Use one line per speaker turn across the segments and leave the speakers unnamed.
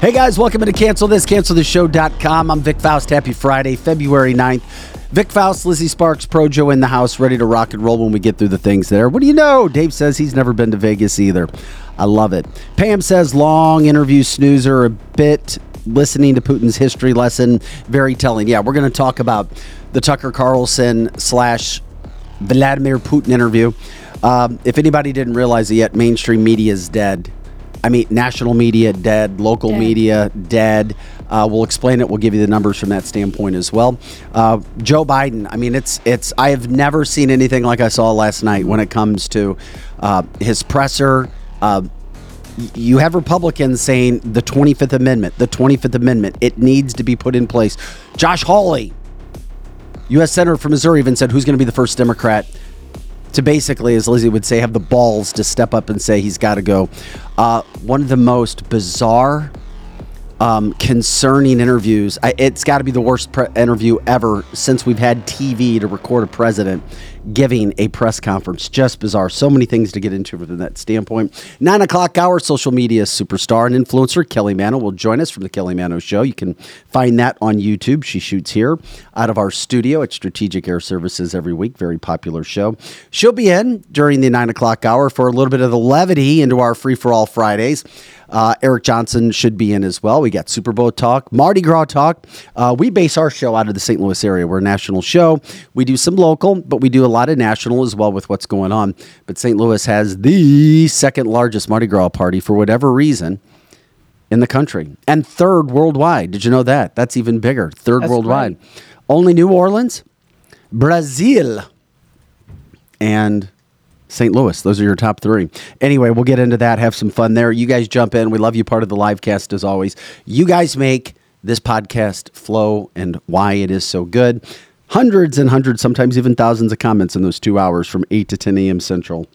Hey guys, welcome into Cancel This, CancelTheShow.com. I'm Vic Faust. Happy Friday, February 9th. Vic Faust, Lizzie Sparks, Projo in the house, ready to rock and roll when we get through the things there. What do you know? Dave says he's never been to Vegas either. I love it. Pam says long interview snoozer, a bit listening to Putin's history lesson, very telling. Yeah, we're going to talk about the Tucker Carlson slash Vladimir Putin interview. Um, if anybody didn't realize it yet, mainstream media is dead. I mean, national media dead, local
Dead.
media dead. Uh, we'll explain it. We'll give you the numbers from that standpoint as well. Uh, Joe Biden. I mean, it's it's. I have never seen anything like I saw last night when it comes to uh, his presser. Uh, y- you have Republicans saying the 25th Amendment, the 25th Amendment, it needs to be put in place. Josh Hawley, U.S. Senator from Missouri, even said, Who's going to be the first Democrat to basically, as Lizzie would say, have the balls to step up and say he's got to go? Uh, one of the most bizarre, um, concerning interviews. I, it's got to be the worst pre- interview ever since we've had TV to record a president giving a press conference. Just bizarre. So many things to get into from that standpoint. Nine o'clock hour, social media superstar and influencer Kelly Mano will join us from the Kelly Mano Show. You can find that on YouTube. She shoots here out of our studio at Strategic Air Services every week. Very popular show. She'll be in during the nine o'clock hour for a little bit of the levity into our free for all Fridays. Uh, Eric Johnson should be in as well. We got Super Bowl talk, Mardi Gras talk. Uh, we base our show out of the St. Louis area. We're a national show. We do some local, but we do a lot of national as well with what's going on. But St. Louis has the second largest Mardi Gras party for whatever reason in the country and third worldwide. Did you know that? That's even bigger. Third
That's
worldwide. Only New Orleans, Brazil, and St. Louis. Those are your top three. Anyway, we'll get into that, have some fun there. You guys jump in. We love you, part of the live cast as always. You guys make this podcast flow and why it is so good. Hundreds and hundreds, sometimes even thousands of comments in those two hours from 8 to 10 a.m. Central.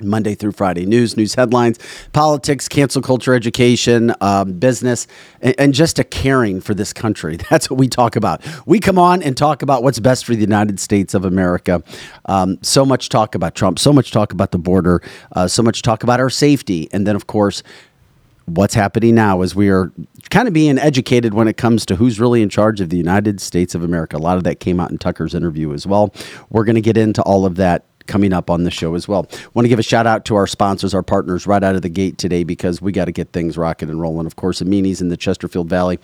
Monday through Friday news, news headlines, politics, cancel culture, education, um, business, and, and just a caring for this country. That's what we talk about. We come on and talk about what's best for the United States of America. Um, so much talk about Trump, so much talk about the border, uh, so much talk about our safety. And then, of course, what's happening now is we are kind of being educated when it comes to who's really in charge of the United States of America. A lot of that came out in Tucker's interview as well. We're going to get into all of that coming up on the show as well. Want to give a shout out to our sponsors, our partners right out of the gate today because we got to get things rocking and rolling. Of course, Amini's in the Chesterfield Valley.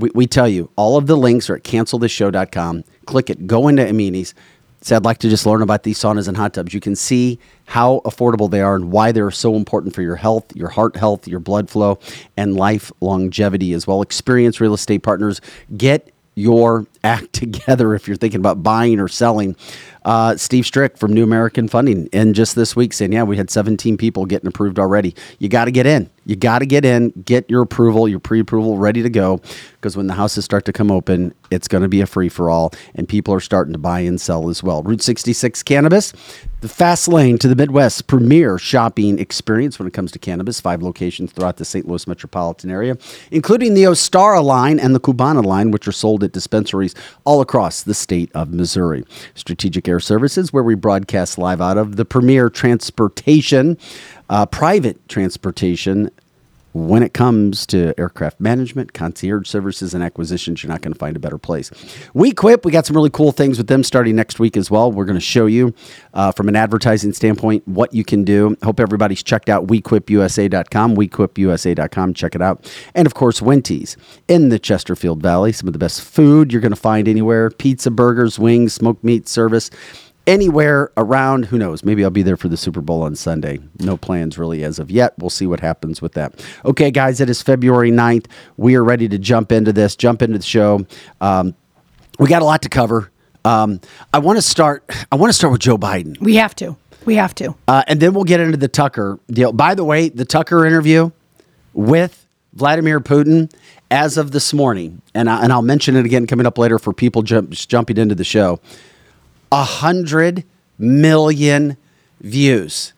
We, we tell you, all of the links are at cancelthisshow.com. Click it, go into Amini's. Say, I'd like to just learn about these saunas and hot tubs. You can see how affordable they are and why they're so important for your health, your heart health, your blood flow, and life longevity as well. Experience real estate partners. Get your act together if you're thinking about buying or selling. Uh, Steve Strick from New American Funding, and just this week saying, yeah, we had 17 people getting approved already. You got to get in. You got to get in, get your approval, your pre approval ready to go. Because when the houses start to come open, it's going to be a free for all, and people are starting to buy and sell as well. Route 66 Cannabis, the fast lane to the Midwest premier shopping experience when it comes to cannabis, five locations throughout the St. Louis metropolitan area, including the Ostara line and the Cubana line, which are sold at dispensaries all across the state of Missouri. Strategic Air Services, where we broadcast live out of the premier transportation, uh, private transportation when it comes to aircraft management, concierge services, and acquisitions, you're not going to find a better place. We Quip, we got some really cool things with them starting next week as well. We're going to show you uh, from an advertising standpoint what you can do. Hope everybody's checked out wequipusa.com, wequipusa.com. Check it out. And of course, Wenty's in the Chesterfield Valley, some of the best food you're going to find anywhere pizza, burgers, wings, smoked meat service anywhere around. Who knows? Maybe I'll be there for the Super Bowl on Sunday. No plans really as of yet. We'll see what happens with that. Okay, guys, it is February 9th. We are ready to jump into this, jump into the show. Um, we got a lot to cover. Um, I want to start. I want to start with Joe Biden,
We have to. We have to.
uh, and then we'll get into the Tucker deal. By the way, the Tucker interview with Vladimir Putin, as of this morning, and, I, and I'll mention it again coming up later for people jump, jumping into the show, a hundred million views.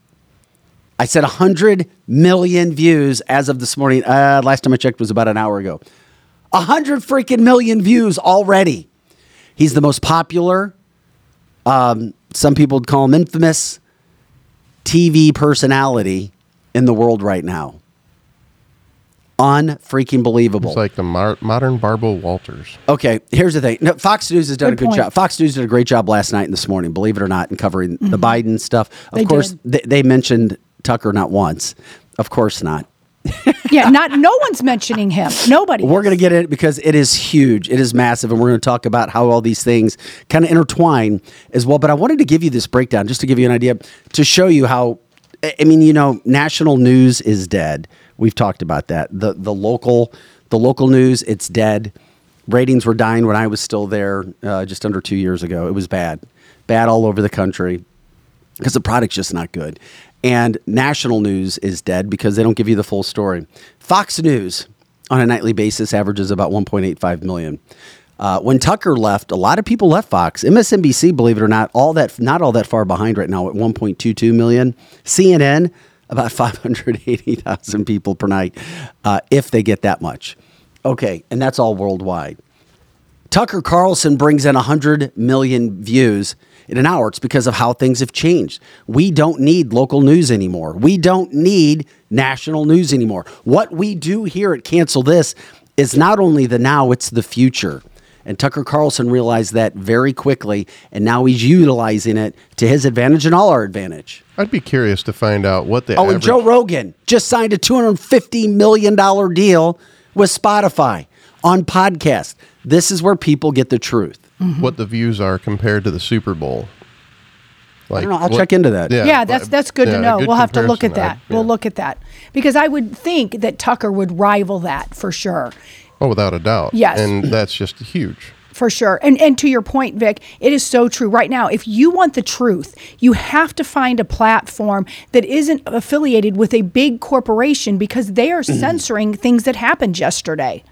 I said 100 million views as of this morning. Uh, last time I checked was about an hour ago. 100 freaking million views already. He's the most popular. Um, some people would call him infamous TV personality in the world right now. Unfreaking believable.
It's like the mar- modern Barbara Walters.
Okay, here's the thing. No, Fox News has done
Good
a good
point.
job. Fox News did a great job last night and this morning, believe it or not, in covering the Biden stuff. Of
Mm-hmm. They
course,
did.
they, they mentioned Tucker not once. Of course not.
Yeah, not no one's mentioning him. Nobody.
We're going to get it because it is huge. It is massive. And we're going to talk about how all these things kind of intertwine as well. But I wanted to give you this breakdown just to give you an idea to show you how, I I mean, you know, national news is dead. We've talked about that. The, the local, the local news, it's dead. Ratings were dying when I was still there uh, just under two years ago. It was bad, bad all over the country because the product's just not good. And national news is dead because they don't give you the full story. Fox News on a nightly basis averages about 1.85 million. Uh, when Tucker left, a lot of people left Fox. MSNBC, believe it or not, all that not all that far behind right now at 1.22 million. CNN, about 580,000 people per night, uh, if they get that much. Okay, and that's all worldwide. Tucker Carlson brings in 100 million views in an hour. It's because of how things have changed. We don't need local news anymore. We don't need national news anymore. What we do here at Cancel This is not only the now, it's the future. And Tucker Carlson realized that very quickly, and now he's utilizing it to his advantage and all our advantage.
I'd be curious to find out what the
Oh, and
average-
Joe Rogan just signed a $250 million deal with Spotify on podcast. This is where people get the truth.
what the views are compared to the Super Bowl. Like,
know. I'll check into that.
yeah,
but-
that's that's good
yeah,
to
a
know.
good
we'll have to look at that.
comparison. I-
We'll
yeah.
look at that because I would think that Tucker would rival that for sure,
Oh, without a doubt.
Yes.
and that's just huge.
for sure. And and to your point, Vic, it is so true. Right now, if you want the truth, you have to find a platform that isn't affiliated with a big corporation because they are
Mm-hmm.
censoring things that happened yesterday.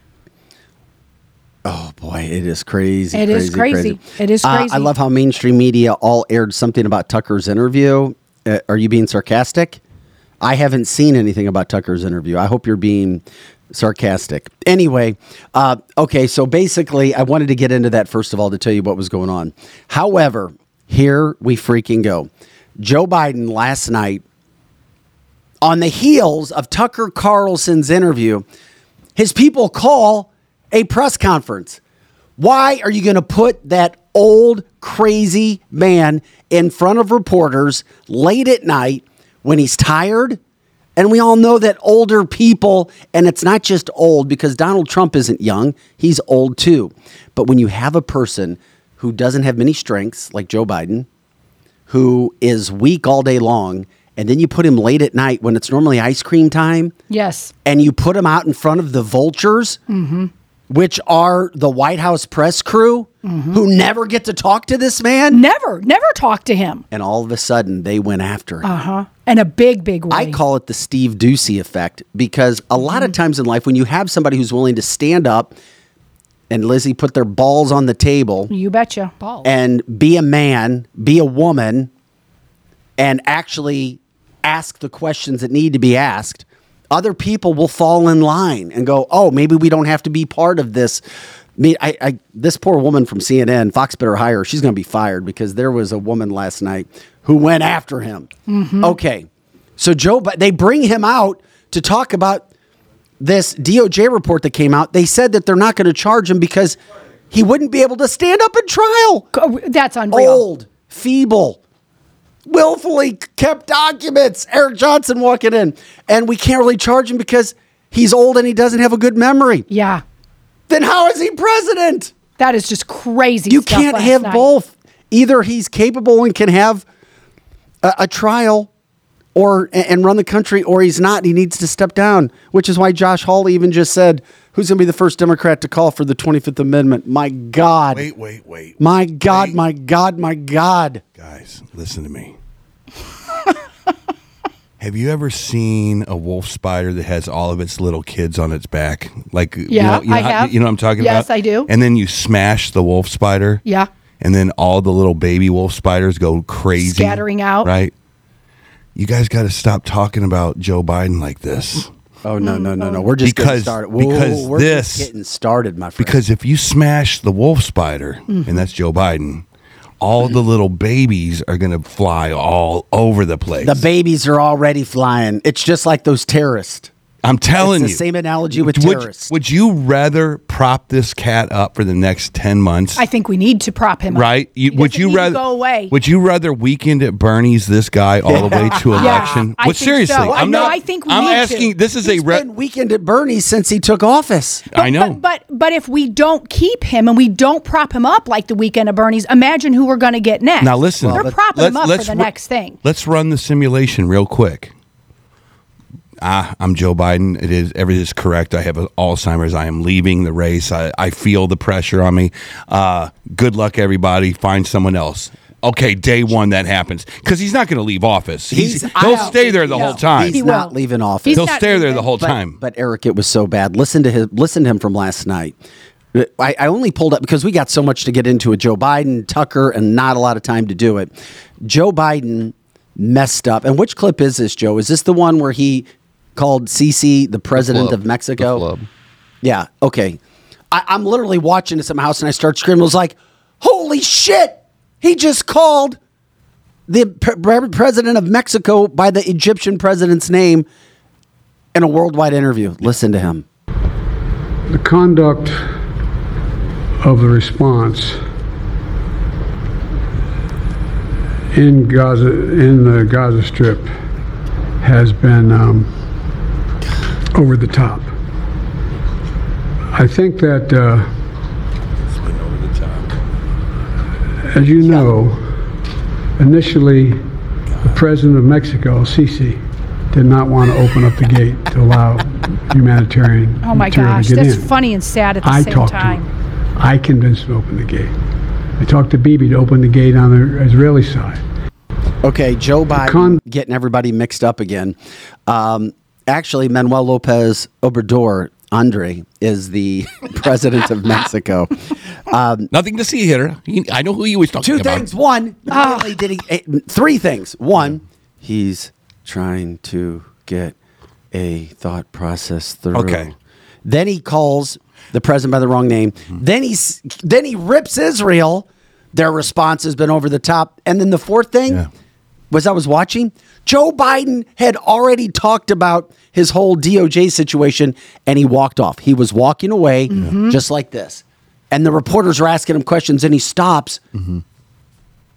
Oh boy, it is crazy.
It is crazy. It is
Uh, I
crazy.
love how mainstream media all aired something about Tucker's interview. Uh, are you being sarcastic? I haven't seen anything about Tucker's interview. I hope you're being sarcastic. Anyway, uh, okay, so basically, I wanted to get into that first of all to tell you what was going on. However, here we freaking go. Joe Biden last night on the heels of Tucker Carlson's interview, his people call a press conference. Why are you going to put that old crazy man in front of reporters late at night when he's tired? And we all know that older people, and it's not just old because Donald Trump isn't young, he's old too. But when you have a person who doesn't have many strengths, like Joe Biden, who is weak all day long, and then you put him late at night when it's normally ice cream time,
Yes.
and you put him out in front of the vultures, which are the White House press crew who never get to talk to this man.
Never, never talk to him.
And all of a sudden, they went after him.
Uh-huh. And a big, big way.
I call it the Steve Ducey effect because a lot of times in life, when you have somebody who's willing to stand up and Lizzie put their balls on the table.
you betcha. Ball.
and be a man, be a woman, and actually ask the questions that need to be asked, other people will fall in line and go, "Oh, maybe we don't have to be part of this." Me, I, I this poor woman from CNN, Fox better hire. her. She's going to be fired because there was a woman last night who went after him. Okay, so Joe, but they bring him out to talk about this DOJ report that came out. They said that they're not going to charge him because he wouldn't be able to stand up in trial
Co- That's unreal.
old, feeble, willfully kept documents. Eric Johnson walking in, and we can't really charge him because he's old and he doesn't have a good memory.
Yeah.
Then how is he president?
That is just crazy.
You
stuff
can't
last
have
night.
both. Either he's capable and can have a, a trial. Or a- and run the country, or he's not. and He needs to step down, which is why Josh Hawley even just said, "Who's going to be the first Democrat to call for the Twenty Fifth Amendment?" My God,
Wait, wait, wait.
my God,
wait.
my God, my God.
Guys, listen to me. Have you ever seen a wolf spider that has all of its little kids on its back? Like, you
Yeah,
know- you know,
I
how-
have.
You know what I'm talking
Yes,
about?
I do.
And then you smash the wolf spider.
Yeah.
And then all the little baby wolf spiders go crazy,
Scattering out.
Right. You guys got to stop talking about Joe Biden like this.
Oh no no no no! We're just getting
Mm-hmm. Because-
started.
because
we're
this-
just getting started, my friend.
Because if you smash the wolf spider,
Mm.
and that's Joe Biden, all the little babies are going to fly all over the place.
the babies are already flying. It's just like those terrorists.
I'm telling
It's
you.
the same analogy with
would,
terrorists.
Would you rather prop this cat up for the next 10 months?
I think we need to prop him up.
Right? You,
He
would
doesn't
you
need to
rather
go away?
Would you rather weekend at Bernie's this guy all the way to election?
I
Well,
think
seriously,
so.
I'm
No,
not.
I think we
I'm
need to.
asking. This is
He's
a. Re-
been weakened at Bernie since he took office.
I know.
But, but but if we don't keep him and we don't prop him up like the weekend of Bernie's, imagine who we're going to get next.
Now listen.
they're
But
propping him
let's-
up for
let's
the
ru-
next thing.
Let's run the simulation real quick. Ah, I'm Joe Biden. It is everything is correct. I have Alzheimer's. I am leaving the race. I, I feel the pressure on me. Uh, good luck, everybody. Find someone else. Okay, day one that happens because he's not going to leave office. He's,
He's-
he'll
I-
stay there the
no.
whole time.
He's
He
not
won't.
leaving office.
He's
He'll
not
stay there
leaving.
the whole
but,
time.
But Eric, it was so bad. Listen to his listen to him from last night. I, I only pulled up because we got so much to get into with Joe Biden, Tucker, and not a lot of time to do it. Joe Biden messed up. And which clip is this, Joe? Is this the one where he called Cece the president
Flub.
of
The
Mexico?
flub.
Yeah. Okay. I, I'm literally watching this at my house and I start screaming. I was like, holy shit. He just called the pre- president of Mexico by the Egyptian president's name in a worldwide interview. Listen to him.
The conduct of the response in Gaza, in the Gaza Strip, has been um, over the top. I think that, uh, as you know, initially the president of Mexico, Sisi, did not want to open up the gate to allow humanitarian
Oh my
material
gosh,
to get
that's
in.
funny and sad at the
I
same
talked
time.
to him. I convinced him to open the gate. I talked to Bibi to open the gate on the Israeli side.
Okay, Joe Biden
con-
getting everybody mixed up again. Um, actually, Manuel Lopez Obrador Andre is the president of Mexico.
Nothing to see here. He- I know who he was talking
Two
about.
things. One, not only did he eh, three things. One, he's trying to get a thought process through.
Okay.
Then he calls the president by the wrong name.
Hmm.
Then he s- then he rips Israel. Their response has been over the top. And then the fourth thing
Yeah.
was I was watching Joe Biden had already talked about his whole DOJ situation and he walked off. He was walking away
Mm-hmm.
just like this. And the reporters were asking him questions and he stops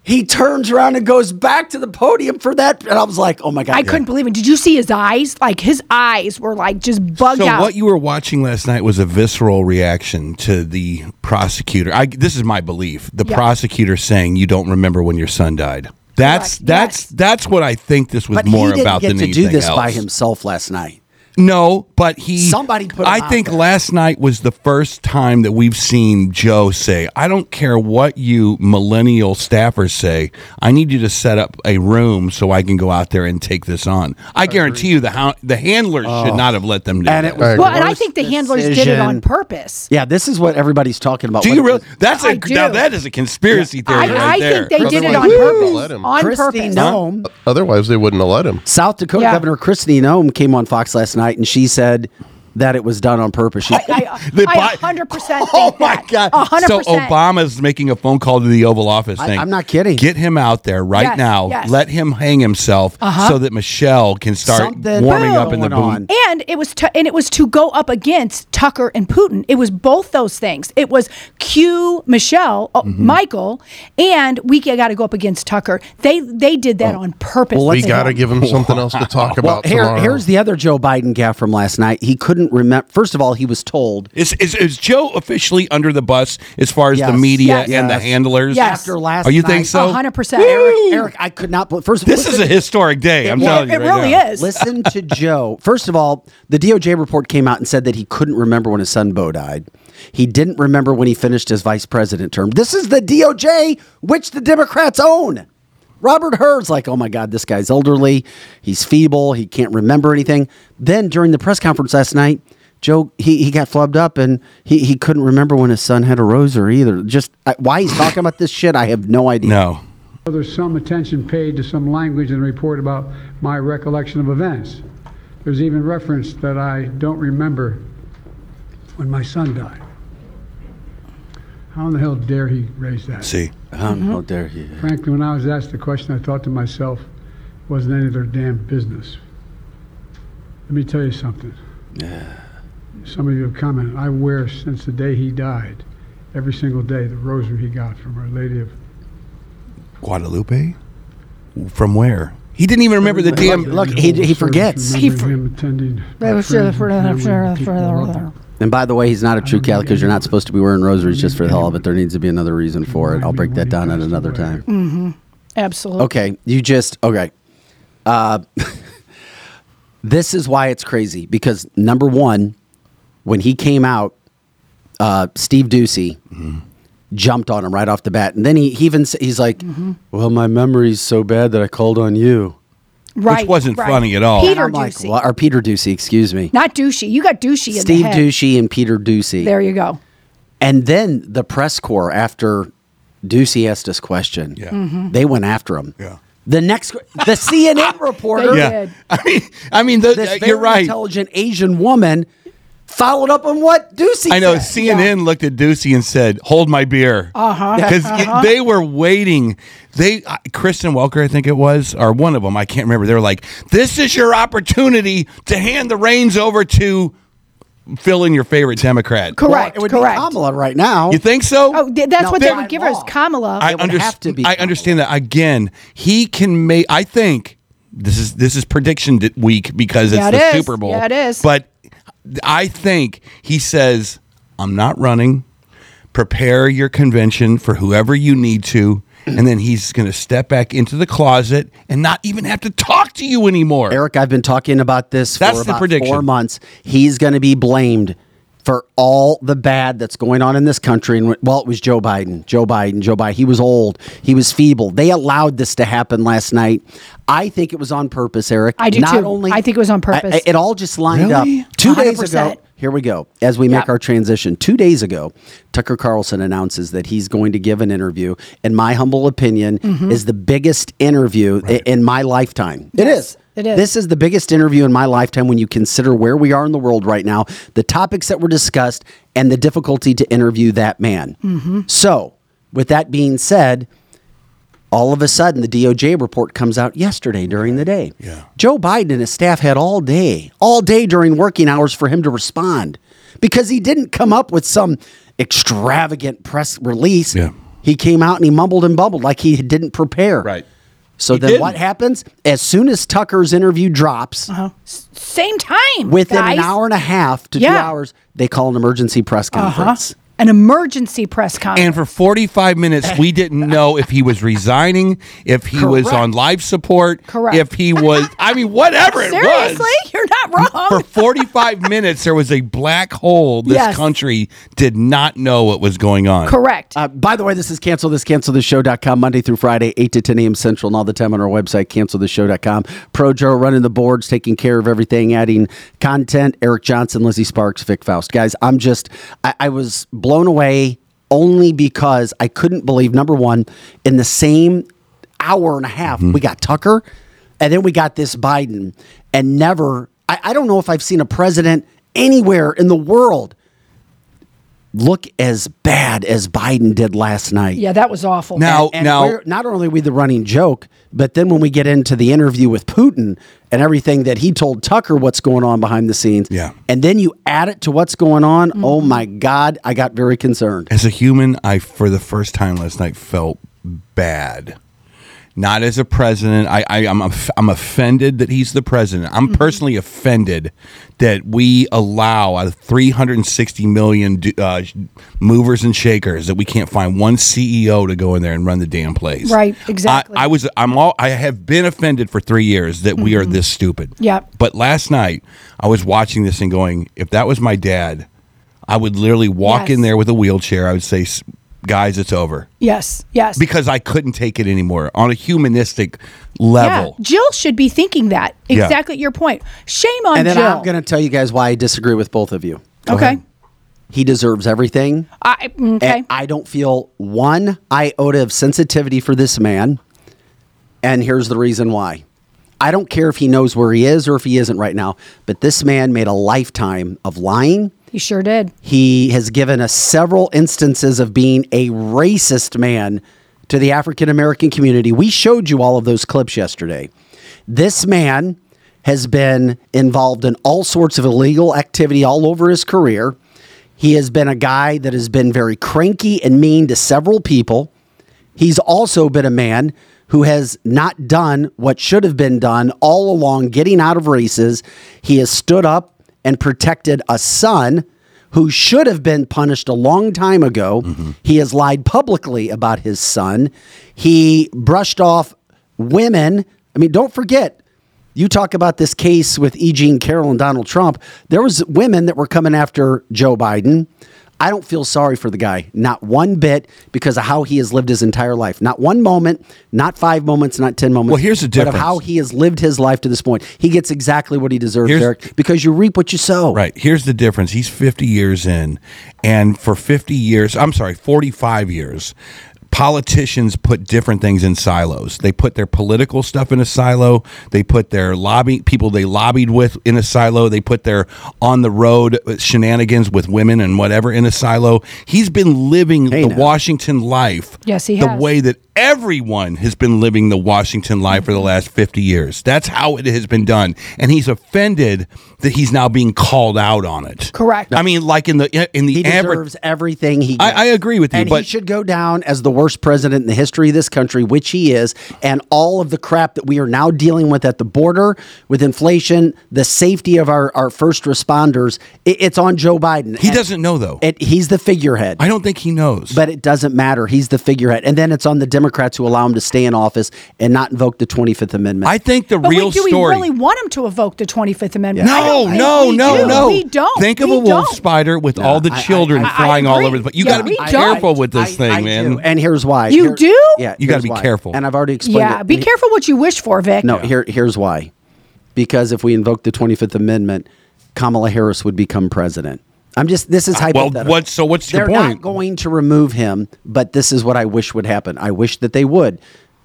he turns around and goes back to the podium for that. And I was like, oh my God.
I couldn't believe it. Did you see his eyes? Like his eyes were like just bugged
So
out.
what you were watching last night was a visceral reaction to the prosecutor. I, this is my belief. The
Yeah.
prosecutor saying you don't remember when your son died. That's
Correct.
that's
Yes.
that's what I think this was
But
more
he didn't
about
get
than
to do
anything
this by
else.
himself last night.
No, but he
Somebody put him
I
out
think
there.
last night was the first time that we've seen Joe say, "I don't care what you millennial staffers say. I need you to set up a room so I can go out there and take this on." I, guarantee you, the hou- the handlers should not have let them do
Oh. And
that.
it was
well, and I
worst
think the handlers did it
decision-
on purpose.
Yeah, this is what everybody's talking about.
Do
What
you
it
really?
was-
That's
I
a
do.
now that is a conspiracy theory
I,
right
I
there.
think they did it on
Otherwise,
purpose.
let him.
On
Christy
purpose.
Nome,
Otherwise, they wouldn't have let him.
South Dakota
Yeah.
Governor Christy Nome came on Fox last night and she said that it was done on purpose. She,
I,
The
I
Bi-
100%
Oh
think
my
that.
God!
100%.
So Obama's making a phone call to the Oval Office.
I-
Saying,
I'm not kidding.
Get him out there right
Yes,
now.
yes. Uh-huh.
Let him hang himself so that Michelle can start
Something
warming up in the
going
boot.
on.
and it was to, and it was to go up against Tucker and Putin. It was both those things. It was Q Michelle uh, Michael and we got to go up against Tucker. They they did that on purpose.
Well,
We
They
got to give him something else to talk
well,
about
here,
tomorrow.
here's the other Joe Biden gaffe from last night. He couldn't remember. First of all, he was told
Is, is, is Joe officially under the bus as far as
Yes.
the media
Yes.
and the
Yes.
handlers?
Yes.
after last.
Oh, you
night-
think so?
100%.
Eric,
Woo!
Eric, I could not. bel- First,
This is
listen-
a historic day. I'm
It-
telling you.
it
right
really
now.
is.
Listen to Joe. First of all, the DOJ report came out and said that he couldn't remember when his son Bo died. He didn't remember when he finished his vice president term. This is the DOJ, which the Democrats own. Robert Hurd's like, oh my God, this guy's elderly. He's feeble. He can't remember anything. Then during the press conference last night, Joe, he, he got flubbed up and he, he couldn't remember when his son had a rosary either. Just I, why he's talking about this shit, I have no idea.
No.
There's some attention paid to some language in the report about my recollection of events. There's even reference that I don't remember when my son died. How in the hell dare he raise that?
See.
Um, How dare he?
Frankly, when I was asked the question, I thought to myself, wasn't any of their damn business. Let me tell you something. Some of you have commented, I wear since the day he died, every single day, the rosary he got from Our Lady of
Guadalupe? From where? He didn't even remember the damn.
Look, he, he forgets.
He
Remembering
for-
him attending.
That was uh,
friends and
for-
family and
for-
people
for-
who loved him.
And by the way, he's not a true Catholic because you're not supposed to be wearing rosaries just for the hell of it. There needs to be another reason for it. I'll break that down at another time.
Mm. Absolutely.
Okay, you just okay. Uh, this is why it's crazy because number one, when he came out, uh, Steve Ducey jumped on him right off the bat, and then he, he even s- he's like,
Mm-hmm.
"Well, my memory's so bad that I called on you."
Right.
wasn't
right.
funny at all.
Peter
I'm like,
Ducey.
"What?" or Peter Ducey, excuse me,
Not douchey. You got douchey in the
Steve
head.
Ducey and Peter Ducey.
There you go.
And then the press corps after Ducey asked this question,
Yeah. Mhm.
they went after him.
Yeah.
The next, the CNN reporter,
They
Yeah.
did.
I mean, I mean the,
this
uh,
very
you're right.
intelligent Asian woman followed up on what Ducey
I know.
said.
CNN looked at Ducey and said, "Hold my beer,"
Uh-huh,
because they were waiting. They uh, Kristen Welker, I think it was, or one of them. I can't remember. They were like, "This is your opportunity to hand the reins over to fill in your favorite Democrat."
Correct.
It would
correct.
be Kamala right now.
You think so?
Oh, th- that's
No,
what they
by
would give her is
law.
Kamala.
I,
It would
underst-
have to be
I understand that. Again, he can make. I think this is this is prediction d- week because it's
Yeah, it
the
is.
Super Bowl.
Yeah, it is.
But I think he says, "I'm not running. Prepare your convention for whoever you need to." And then he's going to step back into the closet and not even have to talk to you anymore.
Eric, I've been talking about this
That's
for
the
about
prediction.
four months. He's going to be blamed for all the bad that's going on in this country. And well, it was Joe Biden, Joe Biden, Joe Biden. He was old. He was feeble. They allowed this to happen last night. I think it was on purpose, Eric.
I do
Not
too.
Only,
I think it was on purpose.
I- I- it all just lined
Really?
up. Two days
100%.
ago. Here we go. As we make
Yep.
our transition, two days ago, Tucker Carlson announces that he's going to give an interview. And my humble opinion
Mm-hmm.
is the biggest interview i- in my lifetime. It is.
it is.
This is the biggest interview in my lifetime when you consider where we are in the world right now, the topics that were discussed, and the difficulty to interview that man.
Mm-hmm.
So, with that being said, all of a sudden, the DOJ report comes out yesterday during the day.
Yeah.
Joe Biden and his staff had all day, all day during working hours for him to respond because he didn't come up with some extravagant press release.
Yeah.
He came out and he mumbled and bumbled like he didn't prepare.
Right.
So then
didn't.
what happens? As soon as Tucker's interview drops,
Same time.
within
Uh-huh. guys.
an hour and a half to two
Yeah. Uh-huh.
hours, they call an emergency press conference.
An emergency press
And
conference.
for 45 minutes, we didn't know if he was resigning, if he was
Correct.
on life support,
Correct.
if he was, I mean, whatever it was.
Seriously? You're not wrong.
for 45 minutes there was a black hole this
Yes.
country did not know what was going on
Correct.
Uh, by the way, this is cancel this cancel this show.com Monday through Friday, 8 to 10 a.m. Central, and all the time on our website, cancel this show.com. Pro Joe running the boards, taking care of everything, adding content. Eric Johnson, Lizzie Sparks, Vic Faust. Guys, I'm just, I, I was blown away only because I couldn't believe, number one, in the same hour and a half, we got Tucker and then we got this Biden, and never, I, I don't know if I've seen a president anywhere in the world look as bad as Biden did last night.
yeah, that was awful.
Now-
And we're- not only are we the running joke, but then when we get into the interview with Putin and everything that he told Tucker what's going on behind the scenes,
Yeah.
and then you add it to what's going on, oh my God, I got very concerned.
as a human i for the first time last night felt bad not as a president i, I I'm, off- I'm offended that he's the president
Mm-hmm.
i'm personally offended that we allow out of 360 million do- uh, sh- movers and shakers that we can't find one ceo to go in there and run the damn place
Right,
I-
exactly.
I was I'm all I have been offended for three years that we are this stupid.
Mm-hmm. Yep.
But last night I was watching this and going, if that was my dad, I would literally walk in
Yes.
there with a wheelchair. I would say, "S- guys, it's over
Yes, yes.
because I couldn't take it anymore on a humanistic level.
Yeah, Jill should be thinking that.
Yeah.
Exactly your point. Shame on
And then
Jill.
I'm going to tell you guys why I disagree with both of you.
okay.
He deserves everything.
I, mm, okay.
And I don't feel one iota of sensitivity for this man. And here's the reason why. I don't care if he knows where he is or if he isn't right now, but this man made a lifetime of lying.
you sure did.
He has given us several instances of being a racist man to the African American community. We showed you all of those clips yesterday. This man has been involved in all sorts of illegal activity all over his career. He has been a guy that has been very cranky and mean to several people. He's also been a man who has not done what should have been done all along, getting out of races. He has stood up and protected a son who should have been punished a long time ago. He has lied publicly about his son. He brushed off women. I mean, don't forget, you talk about this case with E. Jean Carroll and Donald Trump. There was women that were coming after Joe Biden. I don't feel sorry for the guy, not one bit, because of how he has lived his entire life. Not one moment, not five moments, not ten moments.
Well, here's the
But
difference.
of how he has lived his life to this point, he gets exactly what he deserves,
Here's-
Derek, because you reap what you sow.
Right. Here's the difference. He's 50 years in, and for 50 years, I'm sorry, 45 years, politicians put different things in silos. They put their political stuff in a silo. They put their lobby people they lobbied with in a silo. They put their on the road shenanigans with women and whatever in a silo. He's been living
Hey,
the
now.
Washington life.
Yes, he
the
has.
way that everyone has been living the Washington life for the last 50 years. That's how it has been done. And he's offended that he's now being called out on it.
Correct.
I mean, like in the in the
He
adver-
deserves everything he gets.
I- I agree with you,
And he
but-
should go down as the worst president in the history of this country, which he is, and all of the crap that we are now dealing with at the border with inflation, the safety of our, our first responders. It, it's on Joe Biden.
he
And
doesn't know though.
It, he's the figurehead.
I don't think he knows.
but it doesn't matter. He's the figurehead. And then it's on the Democrats who allow him to stay in office and not invoke the 25th Amendment.
I think the
But
real
wait, do we
story.
really want him to evoke the 25th Amendment? I
no,
don't think
no,
we
no,
do.
no.
We don't.
Think of
We
a wolf
don't.
spider with all the
I- I-
children
I- I
flying all
agree.
over the place. You
Yeah,
got to be
we
careful
don't.
with this
I-
thing,
I
man.
do. And here's why.
You do?
Yeah,
You gotta
here's
be
why.
careful.
And I've already explained.
Yeah,
it.
be
He-
careful what you wish for, Vic.
No, here here's why. Because if we invoke the 25th Amendment, Kamala Harris would become president. I'm just this is
Uh, well,
hypothetical.
what- so what's your
They're
point?
not going to remove him, but this is what I wish would happen. I wish that they would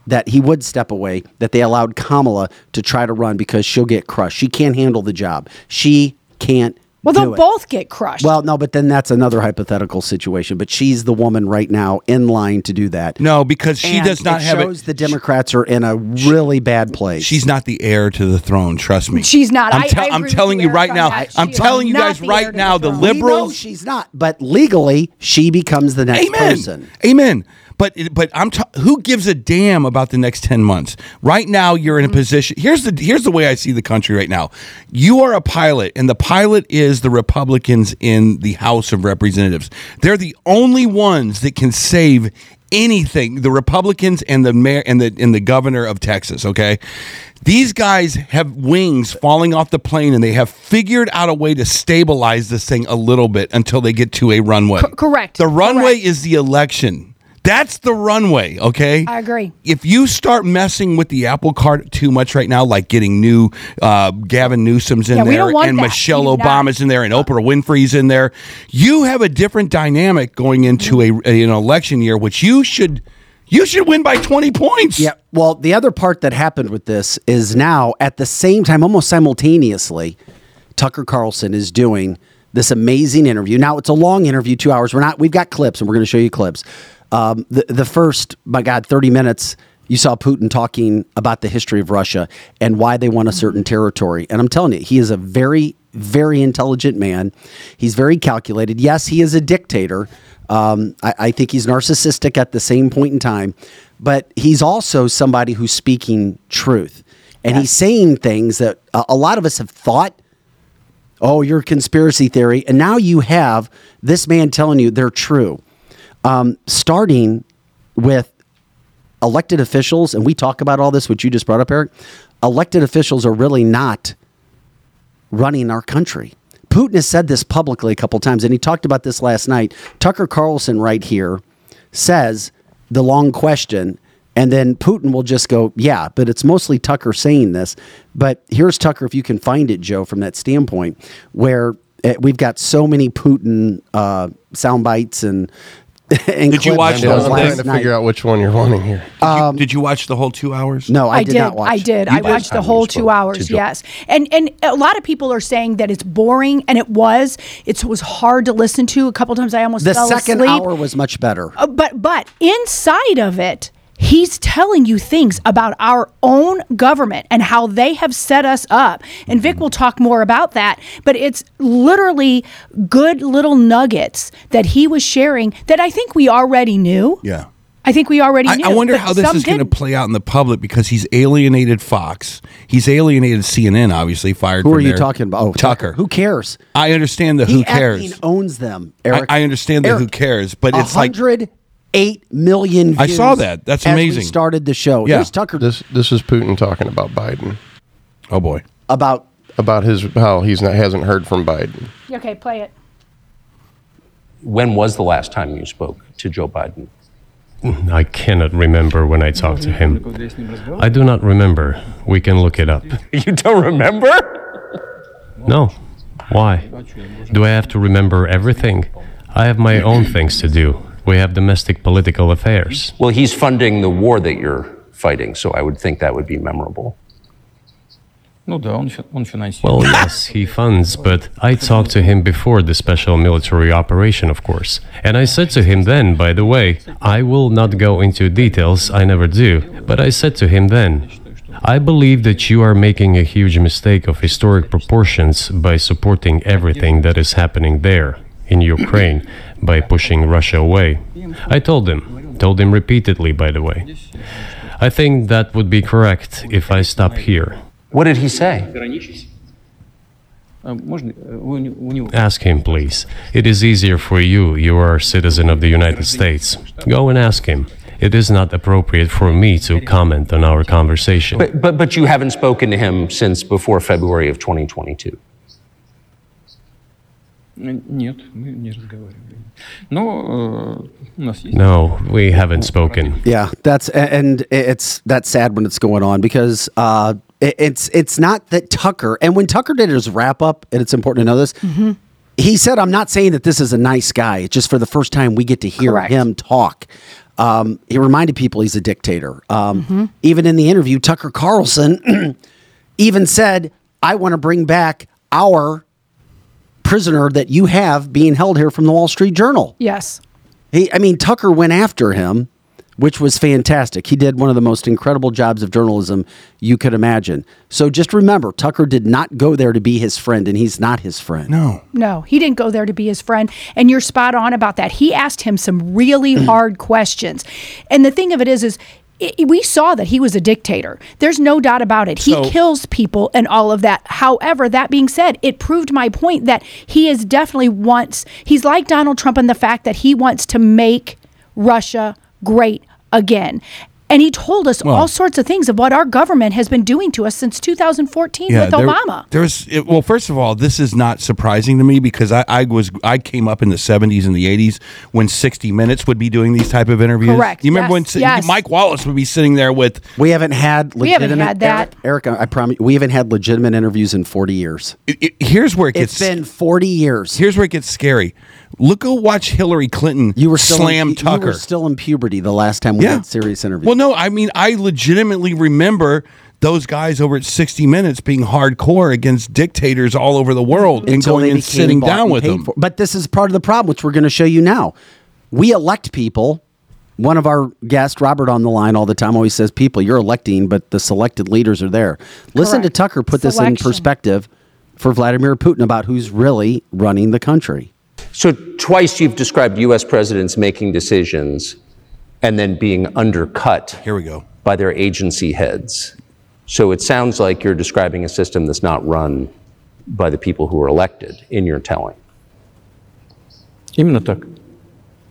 that he would step away, that they allowed Kamala to try to run because she'll get crushed. She can't handle the job. She can't
Well,
do
they'll
it.
both get crushed.
Well, no, but then that's another hypothetical situation. But she's the woman right now in line to do that.
No, because she
And
does not
it
have
shows
it.
the Democrats are in a really bad place.
She's not the heir to the throne. Trust me.
She's not.
I'm,
I-
tell-
I
I'm
agree
telling
with
you
Eric
right
on
now.
that.
I'm
She is
telling you
not
guys
the heir
right
to
now.
the
The,
throne.
We know
liberals.
she's not, but legally she becomes the next
Amen.
person.
Amen. But it- but I'm t- who gives a damn about the next 10 months? Right now you're in
Mm.
a position. Here's the here's the way I see the country right now. You are a pilot and the pilot is the Republicans in the House of Representatives. They're the only ones that can save anything. The Republicans and the mayor and the and the governor of Texas, okay? These guys have wings falling off the plane and they have figured out a way to stabilize this thing a little bit until they get to a runway.
correct.
The runway
Correct.
is the election. That's the runway, okay?
I agree.
If you start messing with the apple cart too much right now, like getting new uh, Gavin Newsom's in
Yeah, we
there
don't want
and
that.
Michelle
We do not.
Obama's in there and Oprah Winfrey's in there, you have a different dynamic going into a, a- an election year, which you should you should win by twenty points.
Yeah. Well, the other part that happened with this is now at the same time, almost simultaneously, Tucker Carlson is doing this amazing interview. Now it's a long interview, two hours. We're not. We've got clips, and we're going to show you clips. Um, the the first, my God, thirty minutes. You saw Putin talking about the history of Russia and why they want a certain territory. And I'm telling you, he is a very, very intelligent man. He's very calculated. Yes, he is a dictator. Um, I, I think he's narcissistic at the same point in time, but he's also somebody who's speaking truth. And he's saying things that a, a lot of us have thought, oh, you're a conspiracy theory. And now you have this man telling you they're true. Um, starting with elected officials, and we talk about all this, which you just brought up, Eric, elected officials are really not running our country. Putin has said this publicly a couple times, and he talked about this last night. Tucker Carlson, right here, says the long question, and then Putin will just go, yeah, but it's mostly Tucker saying this. But here's Tucker, if you can find it, Joe, from that standpoint, where eh, we've got so many Putin uh, sound bites and. and
Did you
clips
watch
of
That
I'm
was
trying
last
to
night.
figure out which one you're wanting here.
Did, you, did you watch the whole two hours?
um, No, I, did, not watch.
I did.
You
I
did?
watched
I
the whole
watched
two
both.
hours.
Did you?
Yes, and and a lot of people are saying that it's boring, and it was. It was hard to listen to. A couple times I almost
The
fell
second
asleep.
hour was much better.
Uh, but but inside of it he's telling you things about our own government and how they have set us up and vic will talk more about that but it's literally good little nuggets that he was sharing that i think we already knew
Yeah.
i think we already
I,
knew
I wonder
but
how this
some
is going to
didn't.
play out in the public because he's alienated Fox. He's alienated CNN, obviously fired.
Who
from
are you
there.
talking about? Oh,
Tucker.
Who cares?
I understand the
He
who cares.
effing owns them,
I,
Eric.
I understand the who
Eric,
cares, but it's like
108 million
I
views
saw that. That's
as we
amazing.
started the show.
Yeah.
Here's Tucker
This this is Putin talking about Biden,
oh boy,
about
about his how he's not hasn't heard from Biden.
okay play it
When was the last time you spoke to Joe Biden?
I cannot remember when I talked to him. I do not remember. We can look it up.
You don't remember?
No. Why? Do I have to remember everything? I have my own things to do. We have domestic political affairs.
Well, he's funding the war that you're fighting, so I would think that would be memorable.
Ну да, он, фи- он финансирует.
Well, yes, he funds, but I talked to him before the special military operation, of course. And I said to him then, by the way, I will not go into details, I never do, but I said to him then, I believe that you are making a huge mistake of historic proportions by supporting everything that is happening there in Ukraine by pushing Russia away. I told him, told him repeatedly, by the way. I think that would be correct if I stop here.
What did he say?
А, Можно? э, У, не- у него.
Ask him, please. It is easier for you. You are a citizen of the United States. Go and ask him. It is not appropriate for me to comment on our conversation.
But, but, but you haven't spoken to him since before February of 2022.
Э, Нет, мы не разговаривали. Но э, у нас есть.
No, we haven't spoken.
Yeah, that's a- and it's that's sad when it's going on because uh, it- it's it's not that Tucker and when Tucker did his wrap up and it's important to know this. He said, "I'm not saying that this is a nice guy. It's just for the first time we get to hear
Correct.
him talk." Um, he reminded people he's a dictator. Um, Even in the interview, Tucker Carlson even said, "I want to bring back our prisoner that you have being held here from the Wall Street Journal."
yes
He, I mean, Tucker went after him, which was fantastic. He did one of the most incredible jobs of journalism you could imagine. So just remember, Tucker did not go there to be his friend, and he's not his friend.
no.
No, he didn't go there to be his friend. And you're spot on about that. He asked him some really hard questions. And the thing of it is, is i we saw that he was a dictator. There's no doubt about it. He
So-
kills people and all of that. However, that being said, it proved my point that he is definitely wants, he's like Donald Trump in the fact that he wants to make Russia great again. And he told us all sorts of things of what our government has been doing to us since 2014 with
there-
Obama.
There's it, well, first of all, this is not surprising to me because I, I was I came up in the '70s and the '80s when 60 Minutes would be doing these type of interviews.
Correct.
You remember
Yes.
when si-
Yes.
Mike Wallace would be sitting there with
We haven't had legitimate.
haven't had that.
Eric, Eric, I promise. We haven't had legitimate interviews in forty years.
it, it- here's where it gets
it's been forty years.
here's where it gets scary. Look, go watch Hillary Clinton.
you were still
slam
in, you-
Tucker.
You were still in puberty the last time we
Yeah.
had serious interviews.
Well, no, I mean, I legitimately remember those guys over at 60 Minutes being hardcore against dictators all over the world and
until
going
they
and
became
sitting
bought
down
and
with
paid
them.
for. But this is part of the problem, which we're going to show you now. We elect people. One of our guests, Robert, on the line all the time, always says, "People, you're electing, but the selected leaders are there." Listen
Correct.
to Tucker put this in
Selection.
perspective for Vladimir Putin about who's really running the country.
So twice you've described U.S. presidents making decisions and then being undercut
Here we go.
by their agency heads. So it sounds like you're describing a system that's not run by the people who are elected in your telling.
Именно так.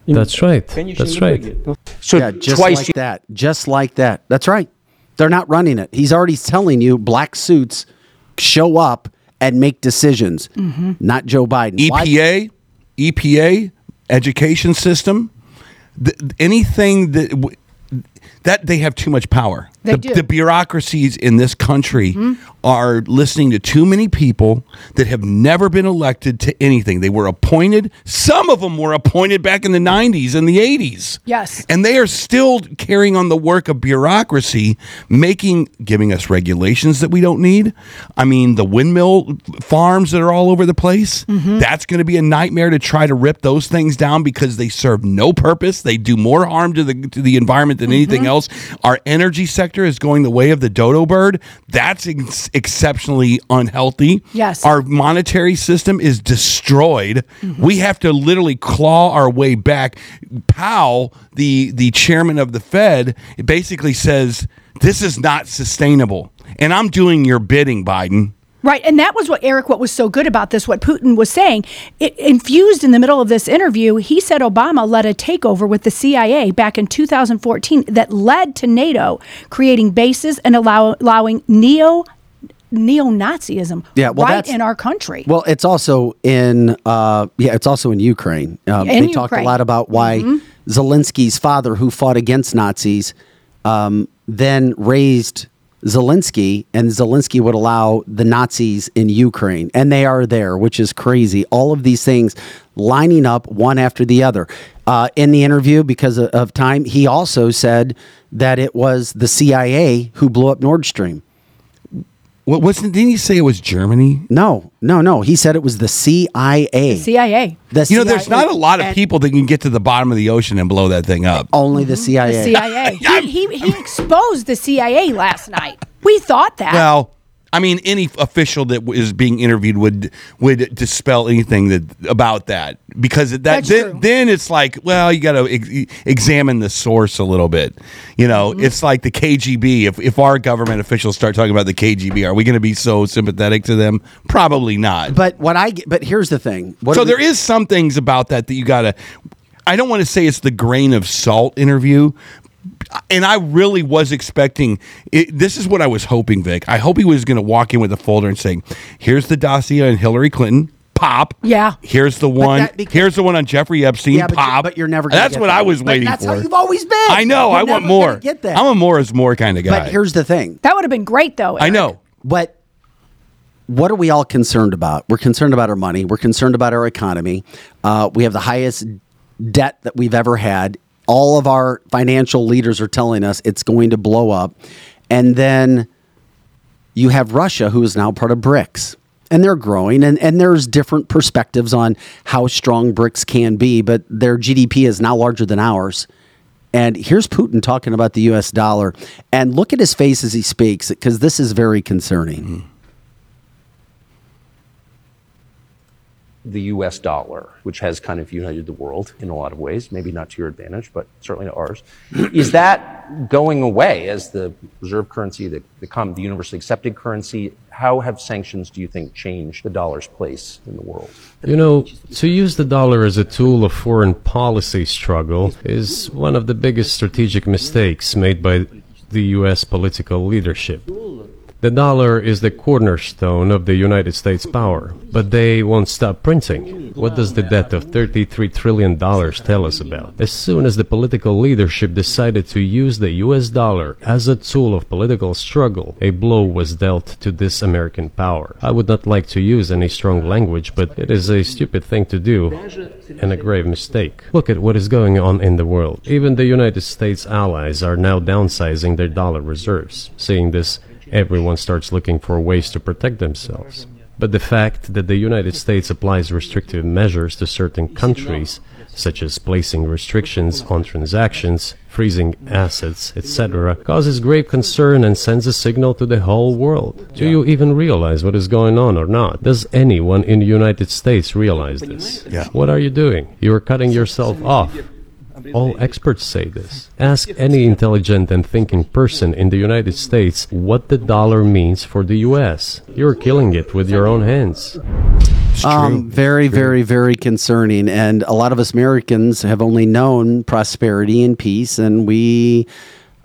That's right.
Конечно,
That's
в
right.
итоге.
So
Yeah, just
twice
like
you
that. Just like that. That's right. They're not running it. He's already telling you black suits show up and make decisions,
Mm-hmm.
E
not Joe Biden. Why-
EPA, EPA, education system, th- anything that w- that they have too much power.
They
the,
do. Mm-hmm.
the bureaucracies in this country are listening to too many people that have never been elected to anything. They were appointed. Some of them were appointed back in the 90s and the 80s.
Yes.
And they are still carrying on the work of bureaucracy, making giving us regulations that we don't need. I mean, the windmill farms that are all over the place. That's going to be a nightmare to try to rip those things down because they serve no purpose. They do more harm to the to the environment than anything else. Our energy sector is going the way of the dodo bird. That's ex- exceptionally unhealthy.
Yes.
Our monetary system is destroyed. We have to literally claw our way back. Powell, the the chairman of the Fed, basically says this is not sustainable, and I'm doing your bidding, Biden.
Right, and that was what Eric, what was so good about this, what Putin was saying. It infused in the middle of this interview, he said Obama led a takeover with the CIA back in 2014 that led to NATO creating bases and allow, allowing neo neo Nazism
Yeah, well,
right
that's-
in our country.
Well, it's also in uh, yeah, it's also in Ukraine. Um,
In
they talked a
Ukraine. Mm-hmm.
lot about why Zelensky's father, who fought against Nazis, um, then raised Zelensky, and Zelensky would allow the Nazis in Ukraine, and they are there, which is crazy. All of these things lining up one after the other. Uh, in the interview, because of, of time, he also said that it was the CIA who blew up Nord Stream.
What wasn't? Didn't he say it was Germany?
No, no, no. He said it was the CIA.
CIA.
The
You know, there's
CIA
not a lot of
and
people that can get to the bottom of the ocean and blow that thing up.
Only the CIA.
The CIA. he, he, he exposed the CIA last night. We thought that.
Well, I mean, any official that is being interviewed would would dispel anything that about that because that
That's
then,
true.
then it's like, well, you got to ex- e, examine the source a little bit. You know,
Mm-hmm.
it's like the KGB. If if our government officials start talking about the KGB, are we going to be so sympathetic to them? Probably not.
but what I get- but here's the thing. What
so
do we-
there is some things about that that you got to. I don't want to say it's the grain of salt interview, and I really was expecting. It, this is what I was hoping, Vic. I hope he was going to walk in with a folder and saying, "Here's the dossier on Hillary Clinton." Pop.
Yeah.
Here's the one.
that beca-
here's the one on Jeffrey Epstein.
Yeah, but you're-
pop.
but you're never gonna
That's
get
what
that.
I was
But
waiting
that's
for.
how you've always been.
I know.
You're
I want
never
more.
gonna get that.
I'm a more is more kind of guy.
but here's the thing.
that would have been great, though.
I know.
But what are we all concerned about? We're concerned about our money. We're concerned about our economy. Uh, we have the highest debt that we've ever had. All of our financial leaders are telling us it's going to blow up. And then you have Russia, who is now part of BRICS, and they're growing. And, and there's different perspectives on how strong BRICS can be, but their GDP is now larger than ours. And here's Putin talking about the US dollar. And look at his face as he speaks, because this is very concerning.
the US dollar, which has kind of united the world in a lot of ways, maybe not to your advantage, but certainly to ours. Is that going away as the reserve currency, the, the, com- the universally accepted currency? How have sanctions, do you think, changed the dollar's place in the world?
You know, to use the dollar as a tool of foreign policy struggle is one of the biggest strategic mistakes made by the US political leadership. The dollar is the cornerstone of the United States power, but they won't stop printing. What does the debt of $33 trillion tell us about? As soon as the political leadership decided to use the US dollar as a tool of political struggle, a blow was dealt to this American power. I would not like to use any strong language, but it is a stupid thing to do and a grave mistake. Look at what is going on in the world. Even the United States allies are now downsizing their dollar reserves. Seeing this, everyone starts looking for ways to protect themselves. But the fact that the United States applies restrictive measures to certain countries, such as placing restrictions on transactions, freezing assets, etc., causes grave concern and sends a signal to the whole world. Do you even realize what is going on or not? Does anyone in the United States realize this?
Yeah.
What are you doing? You are cutting yourself off. All experts say this. Ask any intelligent and thinking person in the United States what the dollar means for the US. You're killing it with your own hands.
It's true.
Um, very, very, very concerning. And a lot of us Americans have only known prosperity and peace. And we,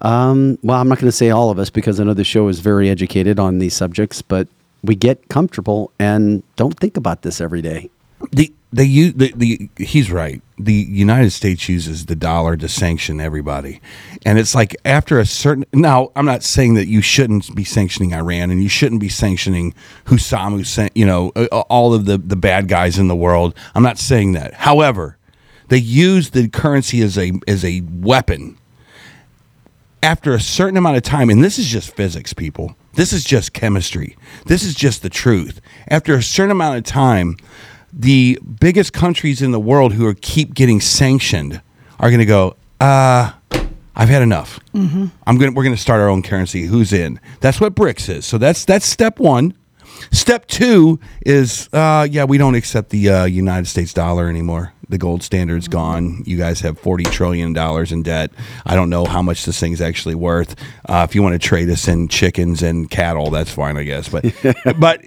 um, well, I'm not going to say all of us because I know the show is very educated on these subjects, but we get comfortable and don't think about this every day.
the they use the, the he's right the united states uses the dollar to sanction everybody and it's like after a certain now i'm not saying that you shouldn't be sanctioning iran and you shouldn't be sanctioning hussam hussein you know uh, all of the the bad guys in the world i'm not saying that however they use the currency as a as a weapon after a certain amount of time, and this is just physics, people, this is just chemistry, this is just the truth. After a certain amount of time, the biggest countries in the world who are keep getting sanctioned are going to go, uh, I've had enough. I'm going. to We're going to start our own currency. Who's in? That's what BRICS is. So that's that's step one. Step two is, uh, yeah, we don't accept the uh, United States dollar anymore. The gold standard's gone. You guys have forty trillion dollars in debt. I don't know how much this thing's actually worth. Uh, if you want to trade us in chickens and cattle, that's fine, I guess. But but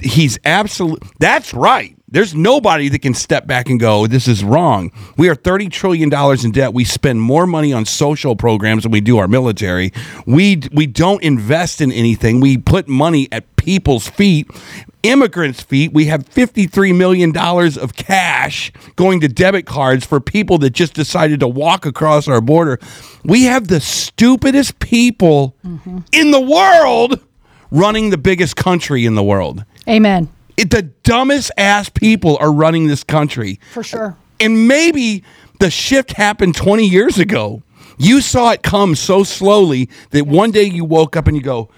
he's absolute. That's right. There's nobody that can step back and go, this is wrong. We are $30 trillion in debt. We spend more money on social programs than we do our military. We, we don't invest in anything. We put money at people's feet, immigrants' feet. We have $53 million of cash going to debit cards for people that just decided to walk across our border. We have the stupidest people in the world running the biggest country in the world
Amen.
it, the dumbest ass people are running this country.
For sure.
And maybe the shift happened 20 years ago. You saw it come so slowly that one day you woke up and you go,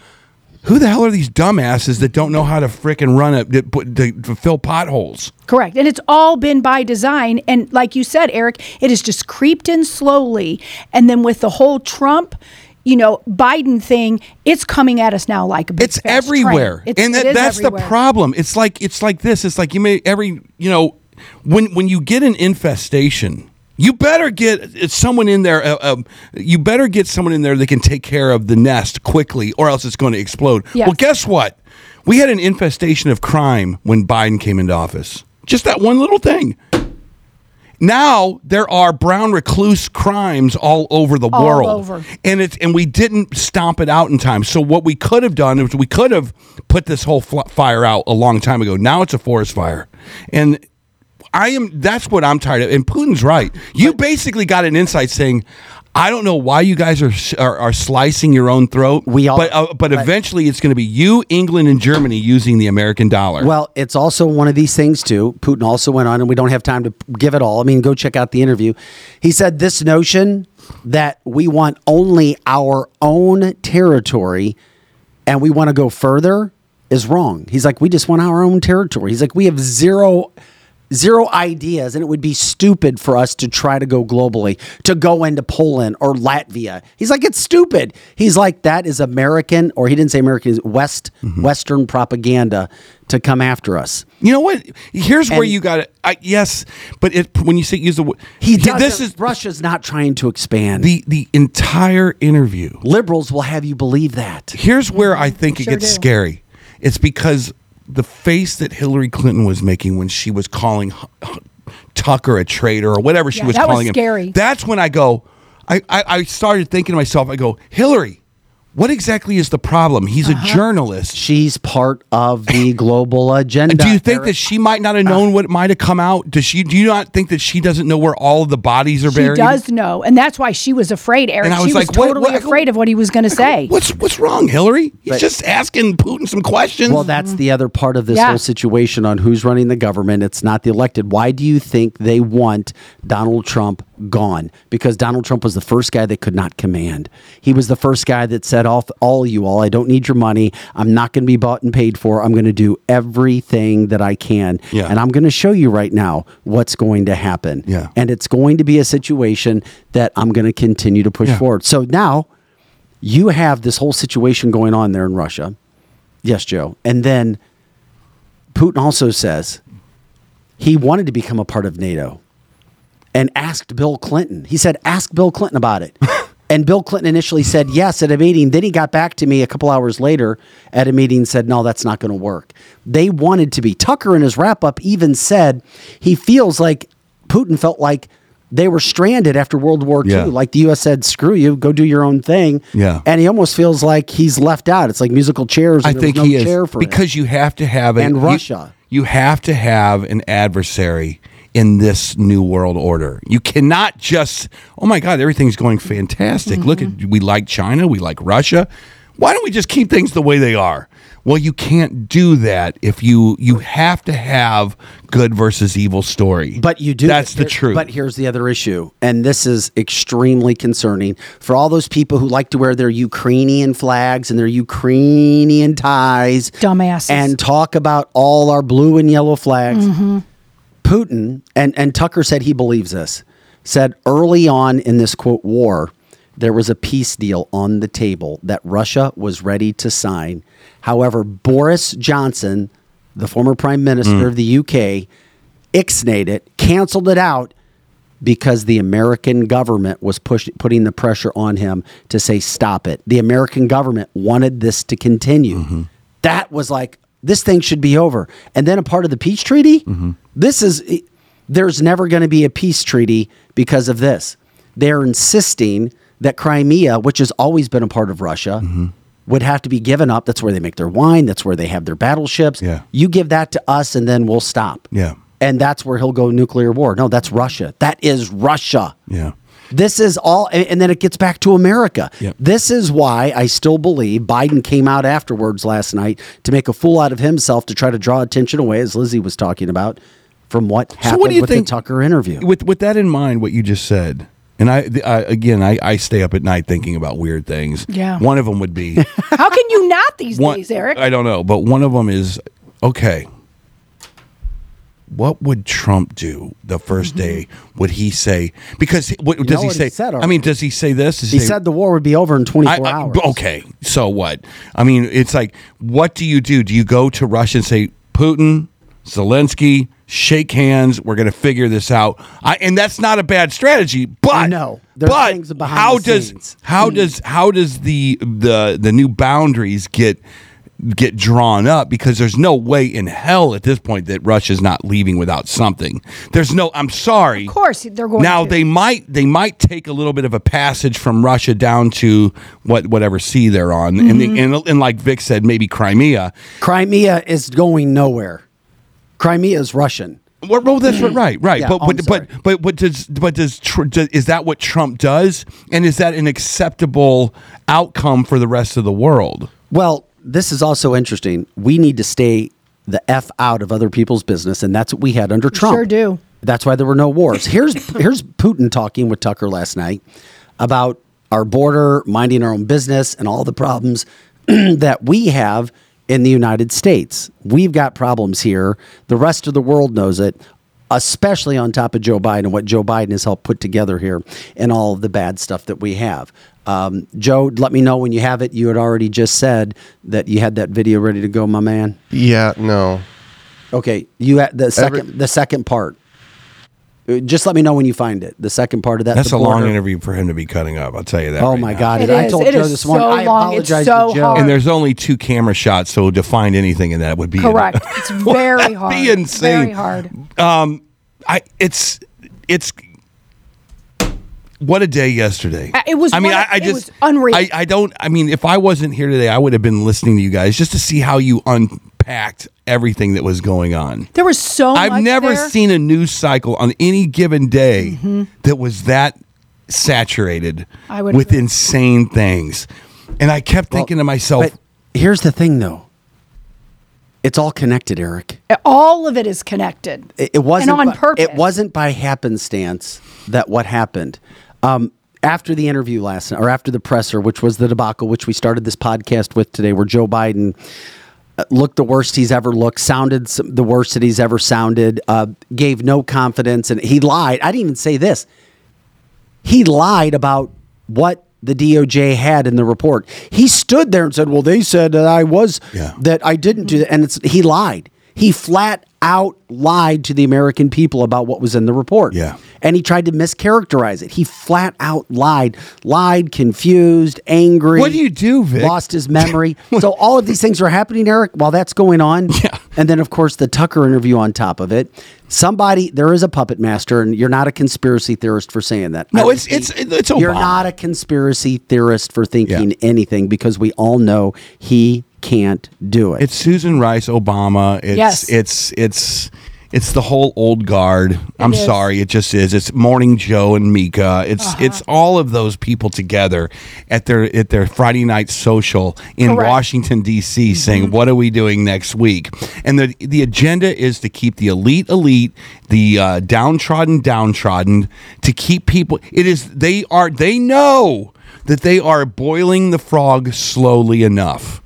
who the hell are these dumbasses that don't know how to frickin' run it that put- to, to fill potholes?
Correct. And it's all been by design. And like you said, Eric, it has just creeped in slowly. And then with the whole Trump, you know, Biden thing, it's coming at us now like a big
It's
fast
everywhere,
train. It's,
and
it
that,
is
that's the
everywhere.
problem. It's like it's like this. It's like you may every you know when when you get an infestation, you better get someone in there. Uh, um, you better get someone in there that can take care of the nest quickly, or else it's going to explode.
Yes.
Well, guess what? We had an infestation of crime when Biden came into office. Just that one little thing. Now there are brown recluse crimes all over the
All
world
over.
and it's and we didn't stomp it out in time. So what we could have done is we could have put this whole fl- fire out a long time ago. Now it's a forest fire, and I am that's what I'm tired of. And Putin's right. You basically got an insight saying. I don't know why you guys are sh- are, are slicing your own throat.
We all-
but, uh, but eventually it's going to be you, England, and Germany using the American dollar.
Well, it's also one of these things too. Putin also went on, and we don't have time to give it all. I mean, go check out the interview. He said this notion that we want only our own territory and we want to go further is wrong. He's like, we just want our own territory. He's like, we have zero zero ideas and it would be stupid for us to try to go globally to go into poland or latvia he's like it's stupid he's like that is american or he didn't say american he's west
Mm-hmm.
western propaganda to come after us
You know what? Here's where
And-
you got to yes, but it when you say use the wo-
he
this
does this
is
is russia's not trying to expand the
the the entire interview.
liberals will have you believe that
Here's where I think it gets
Mm-hmm. do.
scary. It's because the face that Hillary Clinton was making when she was calling H- H- Tucker a traitor or whatever she
Yeah,
was
that was
calling
scary.
him. That's when I go. I, I I started thinking to myself. I go, Hillary, what exactly is the problem? He's
Uh-huh.
a journalist.
she's part of the global agenda
Do you think
Eric.
that she might not have
Uh-huh.
known what might have come out? Does she? Do you not think that she doesn't know where all of the bodies are
She
buried?
does know. And that's why she was afraid, Eric.
And I
she was
was like, what-
totally
what- I go-
afraid of what he was going to say.
What's what's wrong, Hillary? He's
But-
just asking Putin some questions.
Well, that's the other part of this
Yeah.
whole situation on who's running the government. It's not the elected. Why do you think they want Donald Trump gone? Because Donald Trump was the first guy they could not command. He was the first guy that said, "Off all you all, I don't need your money. I'm not going to be bought and paid for. I'm going to do everything that I can,
Yeah.
and I'm going to show you right now what's going to happen.
Yeah.
And it's going to be a situation that I'm going to continue to push
Yeah.
forward. So now." You have this whole situation going on there in Russia. Yes, Joe. And then Putin also says he wanted to become a part of NATO and asked Bill Clinton. He said, ask Bill Clinton about it. and Bill Clinton initially said yes at a meeting. Then he got back to me a couple hours later at a meeting and said, no, that's not going to work. They wanted to be. Tucker in his wrap up even said he feels like Putin felt like they were stranded after World War II.
Yeah.
Like the US said, screw you, go do your own thing.
Yeah.
And he almost feels like he's left out. It's like musical chairs.
I
and there was
think
no
he is
chair for him.
because you have to have a
And
you-
Russia.
You have to have an adversary in this new world order. You cannot just, oh my God, everything's going fantastic. Look at,
Mm-hmm.
we like China, we like Russia. Why don't we just keep things the way they are? Well, you can't do that if you you have to have good versus evil story.
But you do.
That's the
here-
truth.
But here's the other issue, and this is extremely concerning for all those people who like to wear their Ukrainian flags and their Ukrainian ties,
Dumbasses.
and talk about all our blue and yellow flags. Putin and and Tucker said he believes this. Said early on in this quote war, there was a peace deal on the table that Russia was ready to sign. However, Boris Johnson, the former prime minister of the UK, ixnayed it, canceled it out because the American government was push, putting the pressure on him to say, stop it. The American government wanted this to continue. That was like, this thing should be over. And then a part of the peace treaty, this is, there's never going to be a peace treaty because of this. They're insisting that Crimea, which has always been a part of Russia, would have to be given up. That's where they make their wine, that's where they have their battleships.
Yeah.
You give that to us, and then we'll stop
Yeah.
and that's where he'll go nuclear war. No, that's Russia. That is Russia.
Yeah.
This is all, and, and then it gets back to America.
Yep.
This is why I still believe Biden came out afterwards last night to make a fool out of himself to try to draw attention away, as Lizzie was talking about, from what happened with the Tucker interview.
With with that in mind, what you just said, and I, th- I again, I, I stay up at night thinking about weird things.
Yeah.
one of them would be
How can you not these
one,
days, Eric?
I don't know, but one of them is okay. What would Trump do the 1st
Mm-hmm.
day? Would he say because he- what does
know
he
what he
say?
said
I mean, does he say this? Does
he
say-
said the war would be over in 24
I- I-
hours.
Okay, so what? I mean, it's like, what do you do? Do you go to Russia and say, Putin, Zelensky, shake hands? We're going to figure this out. I, and that's not a bad strategy, but
No, there's
but
things behind
how
the
does
scenes. Hmm.
how does how does the the the new boundaries get? get drawn up because there's no way in hell at this point that Russia's not leaving without something. There's no I'm sorry.
Of course they're going
Now
to.
they might they might take a little bit of a passage from Russia down to what whatever sea they're on, and, the, and and like Vic said, maybe Crimea.
Crimea is going nowhere. Crimea is Russian.
Well, well, that's right, right, right.
Yeah,
but
I'm
but,
sorry.
but but what does but does, Tr- does is that what Trump does, and is that an acceptable outcome for the rest of the world?
Well, this is also interesting. We need to stay the f out of other people's business, and that's what we had under Trump.
sure do.
That's why there were no wars. Here's here's Putin talking with Tucker last night about our border, minding our own business, and all the problems that we have in the United States. We've got problems here. The rest of the world knows it, especially on top of Joe Biden and what Joe Biden has helped put together here and all of the bad stuff that we have. Um, Joe, let me know when you have it. You had already just said that you had that video ready to go, my man.
Yeah, no.
Okay, you had the second
Every-
the second part. Uh, Just let me know when you find it. The second part of that.
That's
the
a long
border.
interview for him to be cutting up. I'll tell you that.
Oh
right
my
now.
God!
It
I
is.
told
It
Joe
is
this morning.
so
I
long.
apologize
It's so
to Joe.
hard.
And there's only two camera shots, so to find anything in that would be
Correct.
an-
It's very hard.
Be insane.
Very hard.
Um, I it's it's what a day yesterday.
Uh, it was
I mean,
one-
I, I
it
just
was unreal.
I, I don't. I mean, if I wasn't here today, I would have been listening to you guys just to see how you unpacked everything that was going on.
There was so much
I've never
Oh, there. Mm-hmm.
seen a news cycle on any given day that was that saturated
I would
with
agree.
insane things, and I kept thinking to myself.
But here's the thing, though. It's all connected, Eric.
all of it is connected.
It, it wasn't
and on
by-
purpose.
It wasn't by happenstance that what happened. Um, after the interview last night, or after the presser, which was the debacle, which we started this podcast with today, where Joe Biden uh, looked the worst he's ever looked, sounded some, the worst that he's ever sounded, uh, gave no confidence, and he lied. I didn't even say this. He lied about what the DOJ had in the report. He stood there and said, "Well, they said that I was
Yeah.
that I didn't do that," and it's he lied. He flat out lied to the American people about what was in the report.
Yeah.
and he tried to mischaracterize it. He flat out lied, lied, confused, angry.
What do you do, Vic?
Lost his memory. so all of these things are happening, Eric, while that's going on.
Yeah.
And then, of course, the Tucker interview on top of it. Somebody, there is a puppet master, and you're not a conspiracy theorist for saying that.
No,
I
it's- it's- it's
You're
Obama.
not a conspiracy theorist for thinking
Yeah.
anything because we all know he can't do it.
It's Susan Rice, Obama. It's
Yes.
it's it's it's the whole old guard. I'm
is. Uh-huh.
sorry, it just is. It's Morning Joe and Mika. It's it's all of those people together at their at their Friday night social in
Correct. Mm-hmm.
Washington D.C. saying, "What are we doing next week?" And the the agenda is to keep the elite elite, the uh, downtrodden downtrodden, to keep people. It is they are they know that they are boiling the frog slowly enough.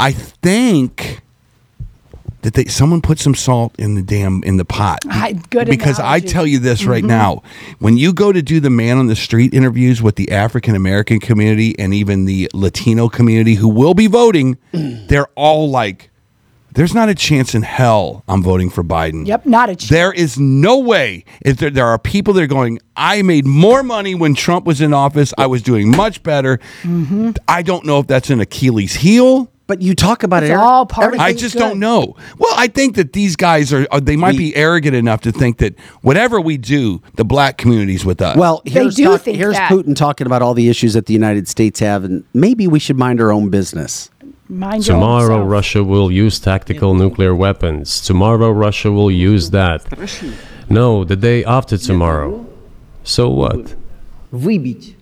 I think that they someone put some salt in the damn in the pot.
I- good
because
analogy. Mm-hmm.
I tell you this right now, when you go to do the man on the street interviews with the African American community and even the Latino community who will be voting,
Mm.
they're all like, "There's not a chance in hell I'm voting for Biden."
Yep, not a chance.
There is no way. If there, there are people that are going, I made more money when Trump was in office. I was doing much better.
Mm-hmm.
I don't know if that's an Achilles heel.
but you talk about
It's
it.
all part of
I
Everything's
just
good.
don't know. Well, I think that these guys are, are they might be arrogant enough to think that whatever we do, the black community's with us.
Well, here's,
do
talk-
think
here's
that.
Putin talking about all the issues that the United States have, and maybe we should mind our own business.
Mind your own
Tomorrow,
self.
Russia will use tactical nuclear weapons. Tomorrow, Russia will use that. No, the day after tomorrow. So what?
выбить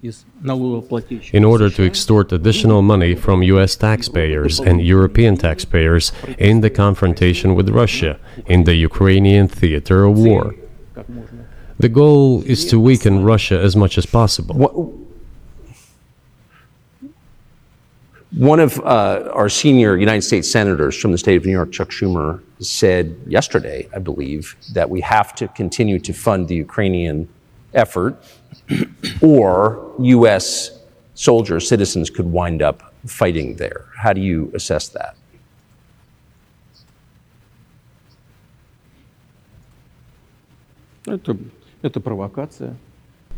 из налогоплательщиков.
In order to extort additional money from US taxpayers and European taxpayers in the confrontation with Russia in the Ukrainian theater of war.
Как можно.
The goal is to weaken Russia as much as possible.
One of uh, our senior United States senators from the state of New York, Chuck Schumer, said yesterday, I believe, that we have to continue to fund the Ukrainian effort, or U.S. soldiers, citizens could wind up fighting there. How do you assess that?
Это, это провокация.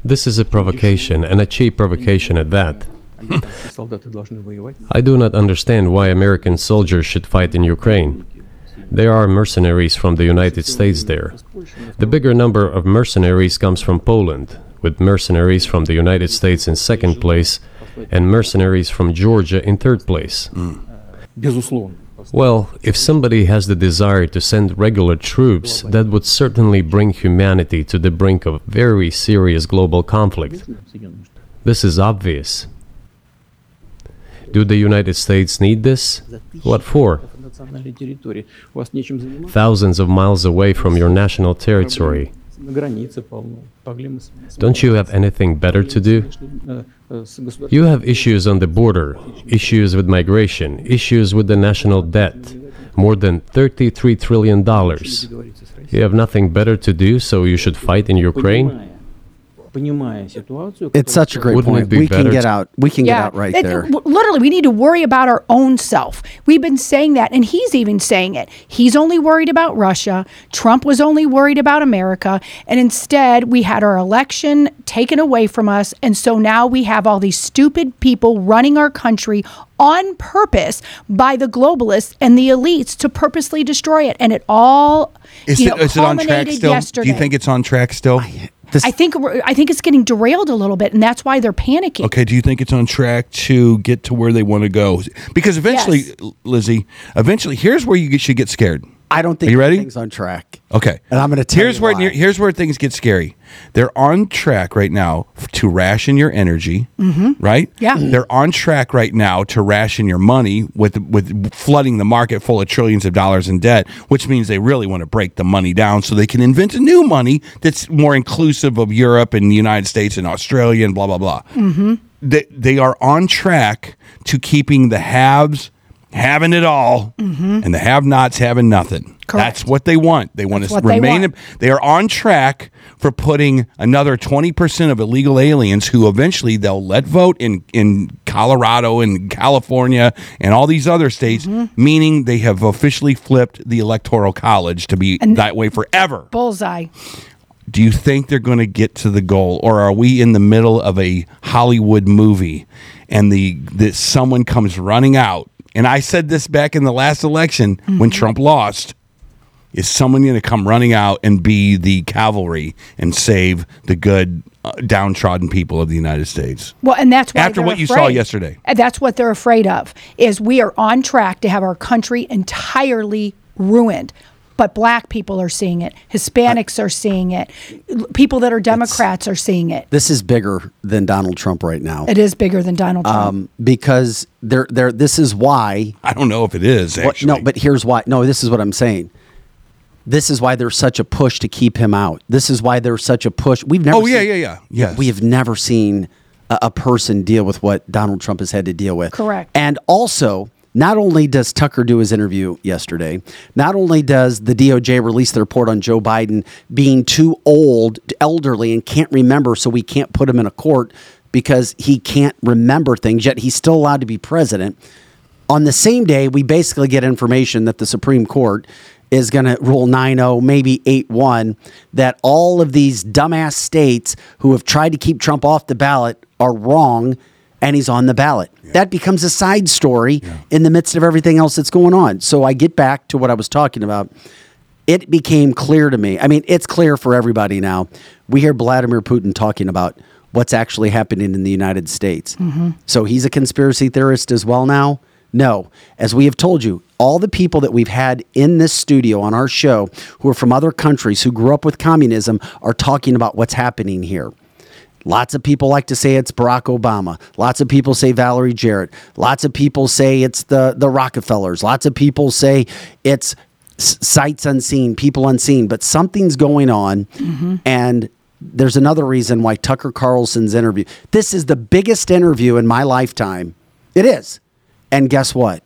This is a provocation, and a cheap provocation at that.
Американские солдаты должны воевать.
I do not understand why American soldiers should fight in Ukraine. There are mercenaries from the United States there. The bigger number of mercenaries comes from Poland, with mercenaries from the United States in second place and mercenaries from Georgia in third place.
Безусловно.
Well, if somebody has the desire to send regular troops, that would certainly bring humanity to the brink of very serious global conflict.
Соединенные Штаты.
This is obvious. Do the United States need this? What for?
Это национальные территории. У вас нечем заниматься.
Thousands of miles away from your national territory.
На границе полно. Проблемы с, с-
Don't you have anything better to do?
э, э, с государ-
You have issues on the border, issues with migration, issues with the national debt, more than $33 trillion.
договориться с Россией.
You have nothing better to do, so you should fight in Ukraine?
Понимая, понимая ситуацию, которая
It's such a great
Wouldn't
point.
it be
we can
better
get
to-
out. We can get out right
It-
there.
w- Literally, we need to worry about our own self. We've been saying that, and he's even saying it. He's only worried about Russia. Trump was only worried about America. And instead, we had our election taken away from us. And so now we have all these stupid people running our country on purpose by the globalists and the elites to purposely destroy it. And it all
is
you
it,
know,
is it on track
culminated
still?
yesterday.
Do you think it's on track still?
This-
I think we're- I think it's getting derailed a little bit, and that's why they're panicking.
Okay, do you think it's on track to get to where they want to go? Because eventually,
Yes.
Lizzie, eventually, here's where you get- should get scared.
I don't think
Are you ready?
things on track.
Okay.
And I'm gonna tell
here's
you
where
why.
near- here's where things get scary. They're on track right now f- to ration your energy, right?
Yeah.
They're on track right now to ration your money with with flooding the market full of trillions of dollars in debt, which means they really want to break the money down so they can invent a new money that's more inclusive of Europe and the United States and Australia and blah blah blah. Mm-hmm. They they are on track to keeping the haves having it all and the have-nots having nothing.
Mm-hmm. Correct.
That's what they want. They want
That's
to
what they
remain.
want.
They are on track for putting another twenty percent of illegal aliens who eventually they'll let vote in in Colorado and California and all these other states.
Mm-hmm.
Meaning they have officially flipped the electoral college to be that way forever.
Bullseye.
Do you think they're going to get to the goal, or are we in the middle of a Hollywood movie, and the that someone comes running out? And I said this back in the last election
Mm-hmm.
when Trump lost. Is someone going to come running out and be the cavalry and save the good uh, downtrodden people of the United States.
Well, and that's why
After
they're
what you saw
afraid.
yesterday.
And that's what they're afraid of is we are on track to have our country entirely ruined. But black people are seeing it, Hispanics are seeing it, L- people that are Democrats are seeing it.
This is bigger than Donald Trump right now
It is bigger than Donald Trump.
um, because there, there. This is why
I don't know if it is
Well,
actually.
no, but here's why. No, this is what I'm saying. This is why there's such a push to keep him out. This is why there's such a push. We've never.
Oh, yeah,
seen-
yeah, yeah. Yes.
We have never seen a, a person deal with what Donald Trump has had to deal with.
Correct.
And also, not only does Tucker do his interview yesterday, not only does the DOJ release the report on Joe Biden being too old, elderly, and can't remember, so we can't put him in a court because he can't remember things. Yet he's still allowed to be president on the same day, we basically get information that the Supreme Court is going to rule 9 0, maybe 8 1, that all of these dumbass states who have tried to keep Trump off the ballot are wrong and he's on the ballot. That becomes a side story in the midst of everything else that's going on. So I get back to what I was talking about. It became clear to me. I mean, it's clear for everybody now. We hear Vladimir Putin talking about what's actually happening in the United States. So he's a conspiracy theorist as well now? No. As we have told you, all the people that we've had in this studio on our show who are from other countries who grew up with communism are talking about what's happening here. Lots of people like to say it's Barack Obama. Lots of people say Valerie Jarrett. Lots of people say it's the, the Rockefellers. Lots of people say it's s- sights unseen, people unseen. But something's going on. And there's another reason why Tucker Carlson's interview, this is the biggest interview in my lifetime. It is. And guess what?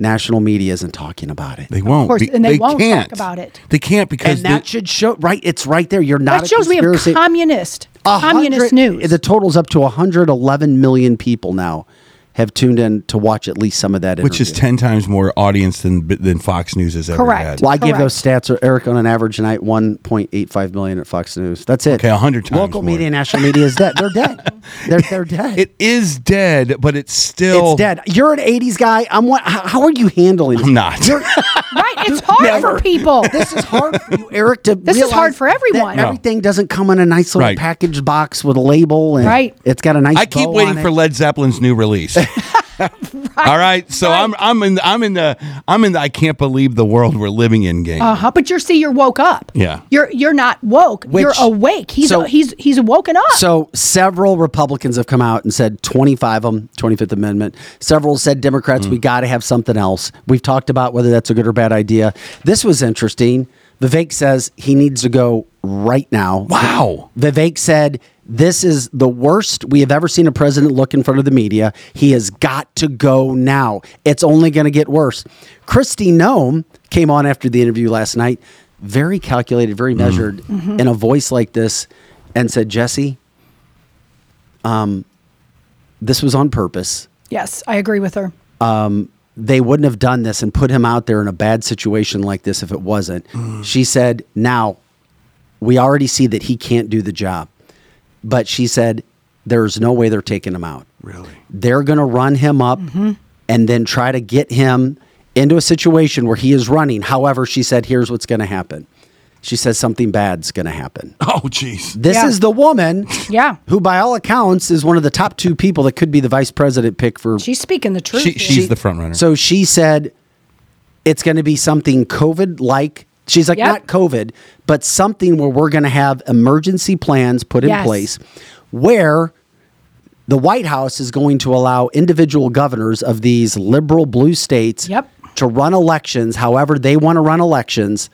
National media isn't talking about it.
they won't.
course,
be-
and they won't talk
can't.
about it.
They can't because
And that
they-
should show, right? It's right there. You're not
that
a
shows we have
conspiracy-
communist,
a
communist
hundred-
news.
The total's up to 111 million people now have tuned in to watch at least some of that. Interview.
which is ten times more audience than than Fox News has ever
Correct.
had.
Well, I
Correct.
give those stats, or Eric, on an average night, 1.85 million at Fox News. That's it.
Okay, 100 times
Local
more.
media and national media is dead. They're dead. They're, they're dead.
It is dead, but it's still
it's dead. You're an 80s guy. I'm what? How how are you handling?
I'm not.
You're,
right? It's hard
Never.
for people.
this is hard for you, Eric. To
This is
realize
hard for
that
everyone. No.
Everything doesn't come in a nice little
Right.
packaged box with a label, and
Right.
it's got a nice.
I keep
bow
waiting
on
for
it.
Led Zeppelin's new release. All right, so I'm I'm in I'm in the I'm in the I can't believe the world we're living in game.
Oh.
Uh-huh. But you're see, you're woke up.
Yeah.
you're you're not woke. you're
Which-
awake. He's
so-
he's he's woken up.
So several Republicans have come out and said 25 of them, 25th Amendment. Several said Democrats, we got to have something else. We've talked about whether that's a good or bad idea. This was interesting. Vivek says he needs to go right now.
Wow.
Vivek said, This is the worst we have ever seen a president look in front of the media. He has got to go now. It's only going to get worse. Christy Nome came on after the interview last night, very calculated, very measured, in a voice like this, and said, Jesse, um, this was on purpose
yes, I agree with her.
they wouldn't have done this and put him out there in a bad situation like this if it wasn't. She said, now we already see that he can't do the job. But she said, there's no way they're taking him out. Really? They're going to run him up and then try to get him into a situation where he is running. However, she said, here's what's going to happen. She says, something bad's going to happen.
oh jeez.
This
Yeah.
is the woman
Yeah.
who, by all accounts, is one of the top two people that could be the vice president pick for
She's speaking the truth.
She,
here.
she's the front runner.
so she said it's going to be something COVID like. She's like,
Yep.
not COVID, but something where we're going to have emergency plans put in
Yes.
place where the White House is going to allow individual governors of these liberal blue states
Yep.
to run elections however they want to run elections,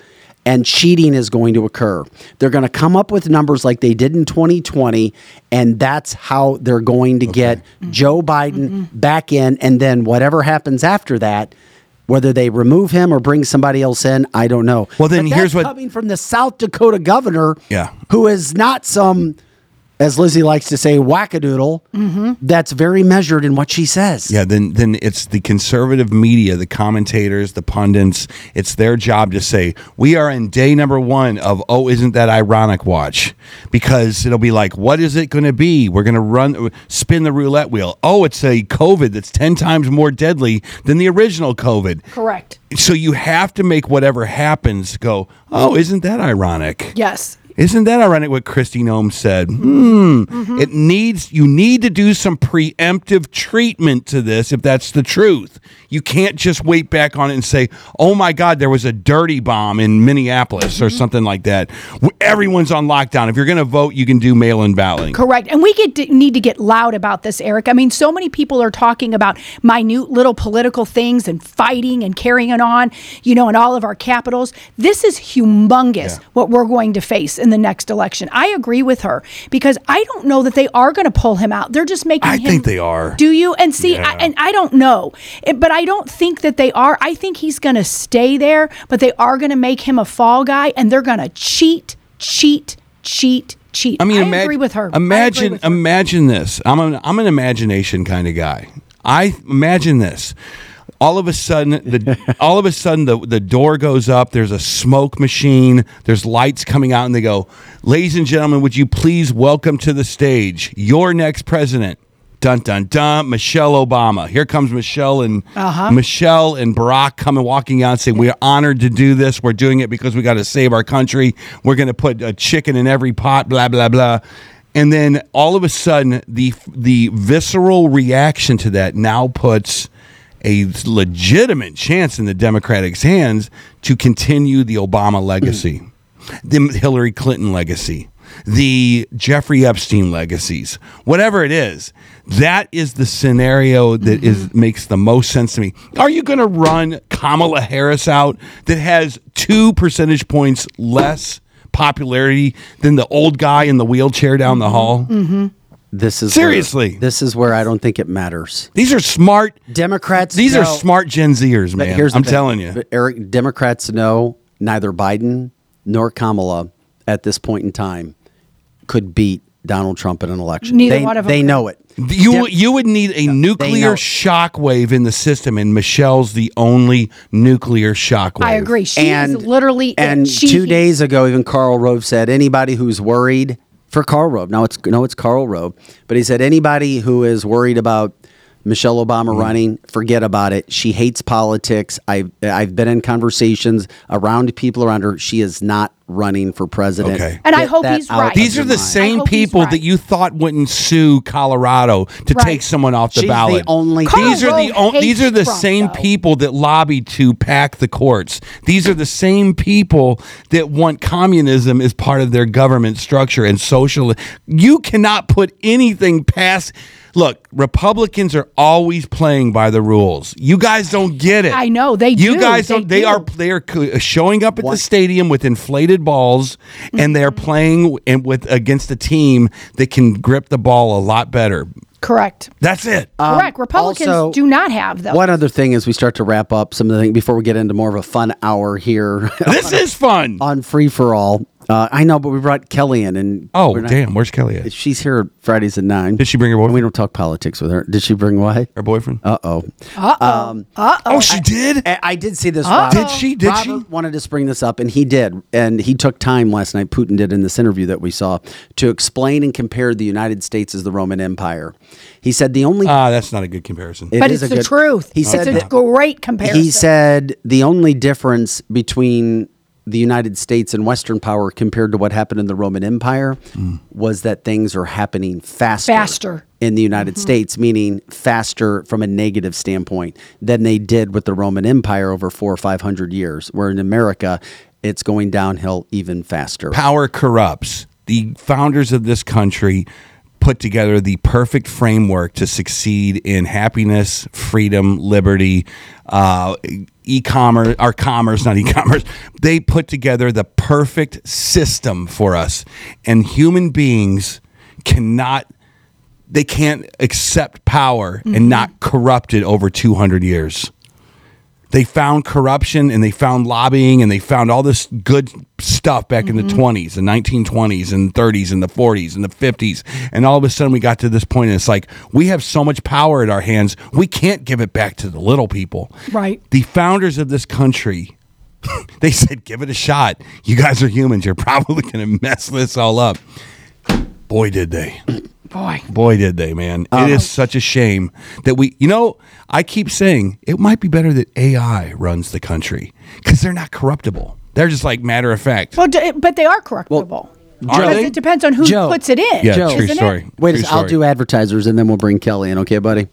and cheating is going to occur. They're going to come up with numbers like they did in 2020, and that's how they're going to get Joe Biden back in. And then whatever happens after that, whether they remove him or bring somebody else in, I don't know.
Well, then
But
here's
that's
what-
coming from the South Dakota governor,
Yeah.
who is not some. As Lizzie likes to say, wackadoodle,
Mm-hmm.
that's very measured in what she says.
Yeah, then then it's the conservative media, the commentators, the pundits. It's their job to say we are in day number one of oh, isn't that ironic? Watch because it'll be like, what is it going to be? We're going to run spin the roulette wheel. Oh, it's a COVID that's ten times more deadly than the original COVID.
correct.
So you have to make whatever happens go. Oh, isn't that ironic?
Yes,
Isn't that ironic what Christy Nome said? Hmm. It needs you need to do some preemptive treatment to this if that's the truth. You can't just wait back on it and say, "Oh my God, there was a dirty bomb in Minneapolis or something like that." W- Everyone's on lockdown. If you're going to vote, you can do mail-in balloting.
Correct. And we get to, need to get loud about this, Eric. I mean, so many people are talking about minute little political things and fighting and carrying on, you know, in all of our capitals. This is humongous what we're going to face in the next election. I agree with her because I don't know that they are going to pull him out. They're just making
I
him-
think they are.
Do you? And see, I, and I don't know, It- but I don't think that they are. I think he's going to stay there, but they are going to make him a fall guy and they're going to cheat, cheat, cheat. Cheat.
I mean,
I
imag-
agree with her. I agree
Imagine,
with her.
imagine this. I'm an, I'm an imagination kind of guy. I imagine this. All of a sudden, the all of a sudden the the door goes up. There's a smoke machine. There's lights coming out, and they go, "Ladies and gentlemen, would you please welcome to the stage your next president." Dun dun dun! Michelle Obama. Here comes Michelle and Michelle and Barack coming walking out, saying, "We're honored to do this. We're doing it because we got to save our country. We're going to put a chicken in every pot." Blah blah blah. And then all of a sudden, the the visceral reaction to that now puts a legitimate chance in the Democratic's hands to continue the Obama legacy, the Hillary Clinton legacy, the Jeffrey Epstein legacies, whatever it is. That is the scenario that is
Mm-hmm.
makes the most sense to me. Are you going to run Kamala Harris out that has two percentage points less popularity than the old guy in the wheelchair down
Mm-hmm.
the hall?
Mm. This is
Seriously.
Where, this is where I don't think it matters.
These are smart.
Democrats.
These are
know-
smart Gen Zers,
But
man.
here's the
I'm
thing.
telling you.
But Eric. Democrats know neither Biden nor Kamala at this point in time could beat Donald Trump in an election.
Neither
they,
one of 'em
they
could.
know it.
You you would need a
know
nuclear
it.
shockwave in the system, and Michelle's the only nuclear shockwave.
I agree. She
and
is literally it.
and
She-
two days ago, even Carl Rove said anybody who's worried for Carl Rove. Now it's no, it's Carl Rove, but he said anybody who is worried about Michelle Obama
Mm-hmm.
running, forget about it. She hates politics. I've I've been in conversations around people around her. She is not running for president.
Okay.
And I
Get
hope
that
he's
out
right.
of
These are
your
the
mind.
same
hope he's
people
right.
that you thought wouldn't sue Colorado to
Right.
take someone off the
She's
ballot.
the only.
Carl
these are the
Rove
on, these
hates
are the
Trump,
same
though.
people that lobbied to pack the courts. These are the same people that want communism as part of their government structure and social. You cannot put anything past. Look, Republicans are always playing by the rules. You guys don't get it.
I know, they
You
do,
guys
they
don't. They
do.
are they are co- showing up at the stadium with inflated balls, and they are
Mm-hmm.
playing w- and with against a team that can grip the ball a lot better.
correct,
That's it.
correct. Republicans
Um, also,
do not have those.
One other thing as we start to wrap up some of the things before we get into more of a fun hour here
this is fun.
on free for all. Uh, I know, but we brought Kelly in, and
Oh
we're not-
damn! Where's Kelly at?
She's here Fridays at nine.
Did she bring her
And we
boyfriend?
don't talk politics with her. Did she bring what?
Her boyfriend?
Uh oh.
oh, she did.
I I did see this.
Did she? Did
Robert
she?
wanted to spring this up, and he did. And he took time last night. Putin did in this interview that we saw to explain and compare the United States as the Roman Empire. He said the only
Ah, that's not a good comparison.
It
Uh, but
is
it's
a
the
good-
truth.
He
it's
said
a
that-
great comparison.
He said the only difference between the United States and Western power compared to what happened in the Roman Empire was that things are happening faster.
Faster. Mm-hmm.
In the United States, meaning faster from a negative standpoint than they did with the Roman Empire over four or 500 years, where in America, it's going downhill even faster.
Power corrupts. The founders of this country put together the perfect framework to succeed in happiness, freedom, liberty, uh, e-commerce, our commerce, not e-commerce. They put together the perfect system for us, and human beings cannot they can't accept power and not corrupt it over 200 years. They found corruption and they found lobbying and they found all this good stuff back in the 20s, the 1920s and 30s and the 40s and the 50s. And all of a sudden we got to this point and it's like, we have so much power at our hands, we can't give it back to the little people.
Right.
The founders of this country they said, give it a shot. You guys are humans. You're probably going to mess this all up. Boy, did they. Boy. Boy, did they, man. it
Uh-huh.
is such a shame that we, you know, I keep saying it might be better that AI runs the country because they're not corruptible. They're just like matter of fact.
Well, d- but they are corruptible.
Are
Because
they?
it depends on who
Joe.
puts it in.
Yeah,
Joe.
true
isn't it?
story.
Wait, a
True
sec- I'll
story.
do advertisers and then we'll bring Kelly in. Okay, buddy.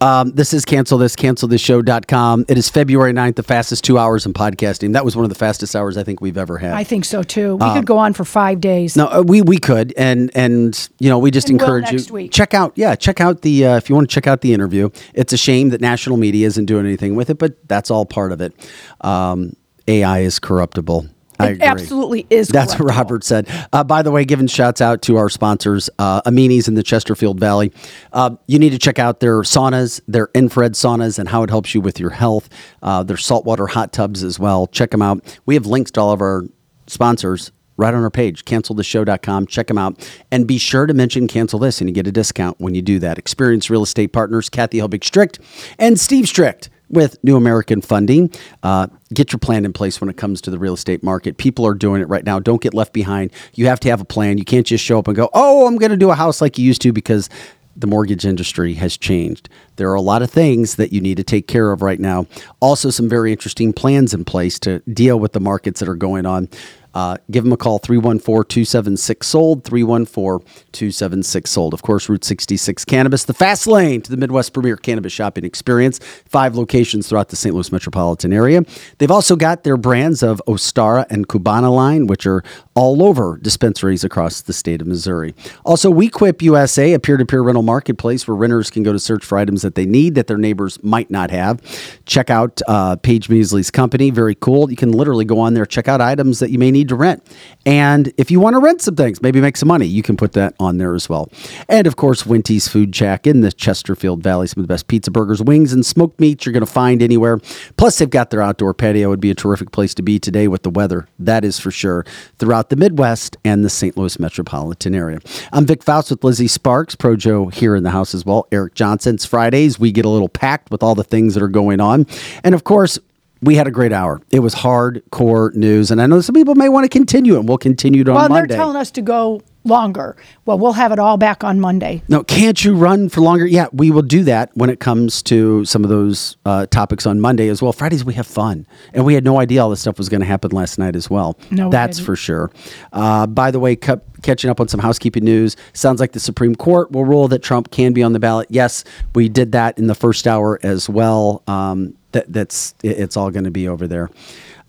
Um, this is cancel this, cancel this show.com. It is February 9th, the fastest two hours in podcasting. That was one of the fastest hours I think we've ever had.
I think so too. We could go on for five days.
Um, No, uh, we we could, and and you know, we just
And will
encourage
next
you
week.
check out. Yeah, check out the uh, if you want to check out the interview. It's a shame that national media isn't doing anything with it, but that's all part of it. Um, AI is corruptible. I
It
agree.
absolutely is
That's what
corruptible.
Robert said. Uh, by the way, giving shouts out to our sponsors, uh, Amini's in the Chesterfield Valley. Uh, you need to check out their saunas, their infrared saunas, and how it helps you with your health. Uh, their saltwater hot tubs as well. Check them out. We have links to all of our sponsors right on our page, canceltheshow.com. Check them out. And be sure to mention cancel this, and you get a discount when you do that. Experience real estate partners, Kathy Helbig Strict and Steve Strict with New American Funding. Uh, get your plan in place when it comes to the real estate market. People are doing it right now. Don't get left behind. You have to have a plan. You can't just show up and go, oh, I'm going to do a house like you used to because the mortgage industry has changed. There are a lot of things that you need to take care of right now. Also, some very interesting plans in place to deal with the markets that are going on. Uh, give them a call, 314 276 sold, 314 276 sold. Of course, Route 66 Cannabis, the fast lane to the Midwest premier cannabis shopping experience, five locations throughout the St. Louis metropolitan area. They've also got their brands of Ostara and Cubana line, which are all over dispensaries across the state of Missouri. Also, WeQuip USA, a peer to peer rental marketplace where renters can go to search for items that they need that their neighbors might not have. Check out uh, Paige Measley's company. Very cool. You can literally go on there, check out items that you may need to rent. And if you want to rent some things, maybe make some money, you can put that on there as well. And of course, Winty's Food Shack in the Chesterfield Valley, some of the best pizza, burgers, wings, and smoked meats you're going to find anywhere. Plus, they've got their outdoor patio. It'd be a terrific place to be today with the weather. That is for sure throughout the Midwest and the St. Louis metropolitan area. I'm Vic Faust with Lizzie Sparks, Projo here in the house as well. Eric Johnson. It's Fridays. We get a little packed with all the things that are going on. And of course, we had a great hour. It was hardcore news. And I know some people may want to continue and we'll continue it on
Well, and they're
Monday.
telling us to go longer. Well, we'll have it all back on Monday.
No, can't you run for longer? Yeah, we will do that when it comes to some of those uh, topics on Monday as well. Fridays we have fun, and we had no idea all this stuff was going to happen last night as well.
No, we
that's
didn't.
for sure. Uh, by the way, cu- catching up on some housekeeping news. Sounds like the Supreme Court will rule that Trump can be on the ballot. Yes, we did that in the first hour as well. Um, that, that's it- it's all going to be over there.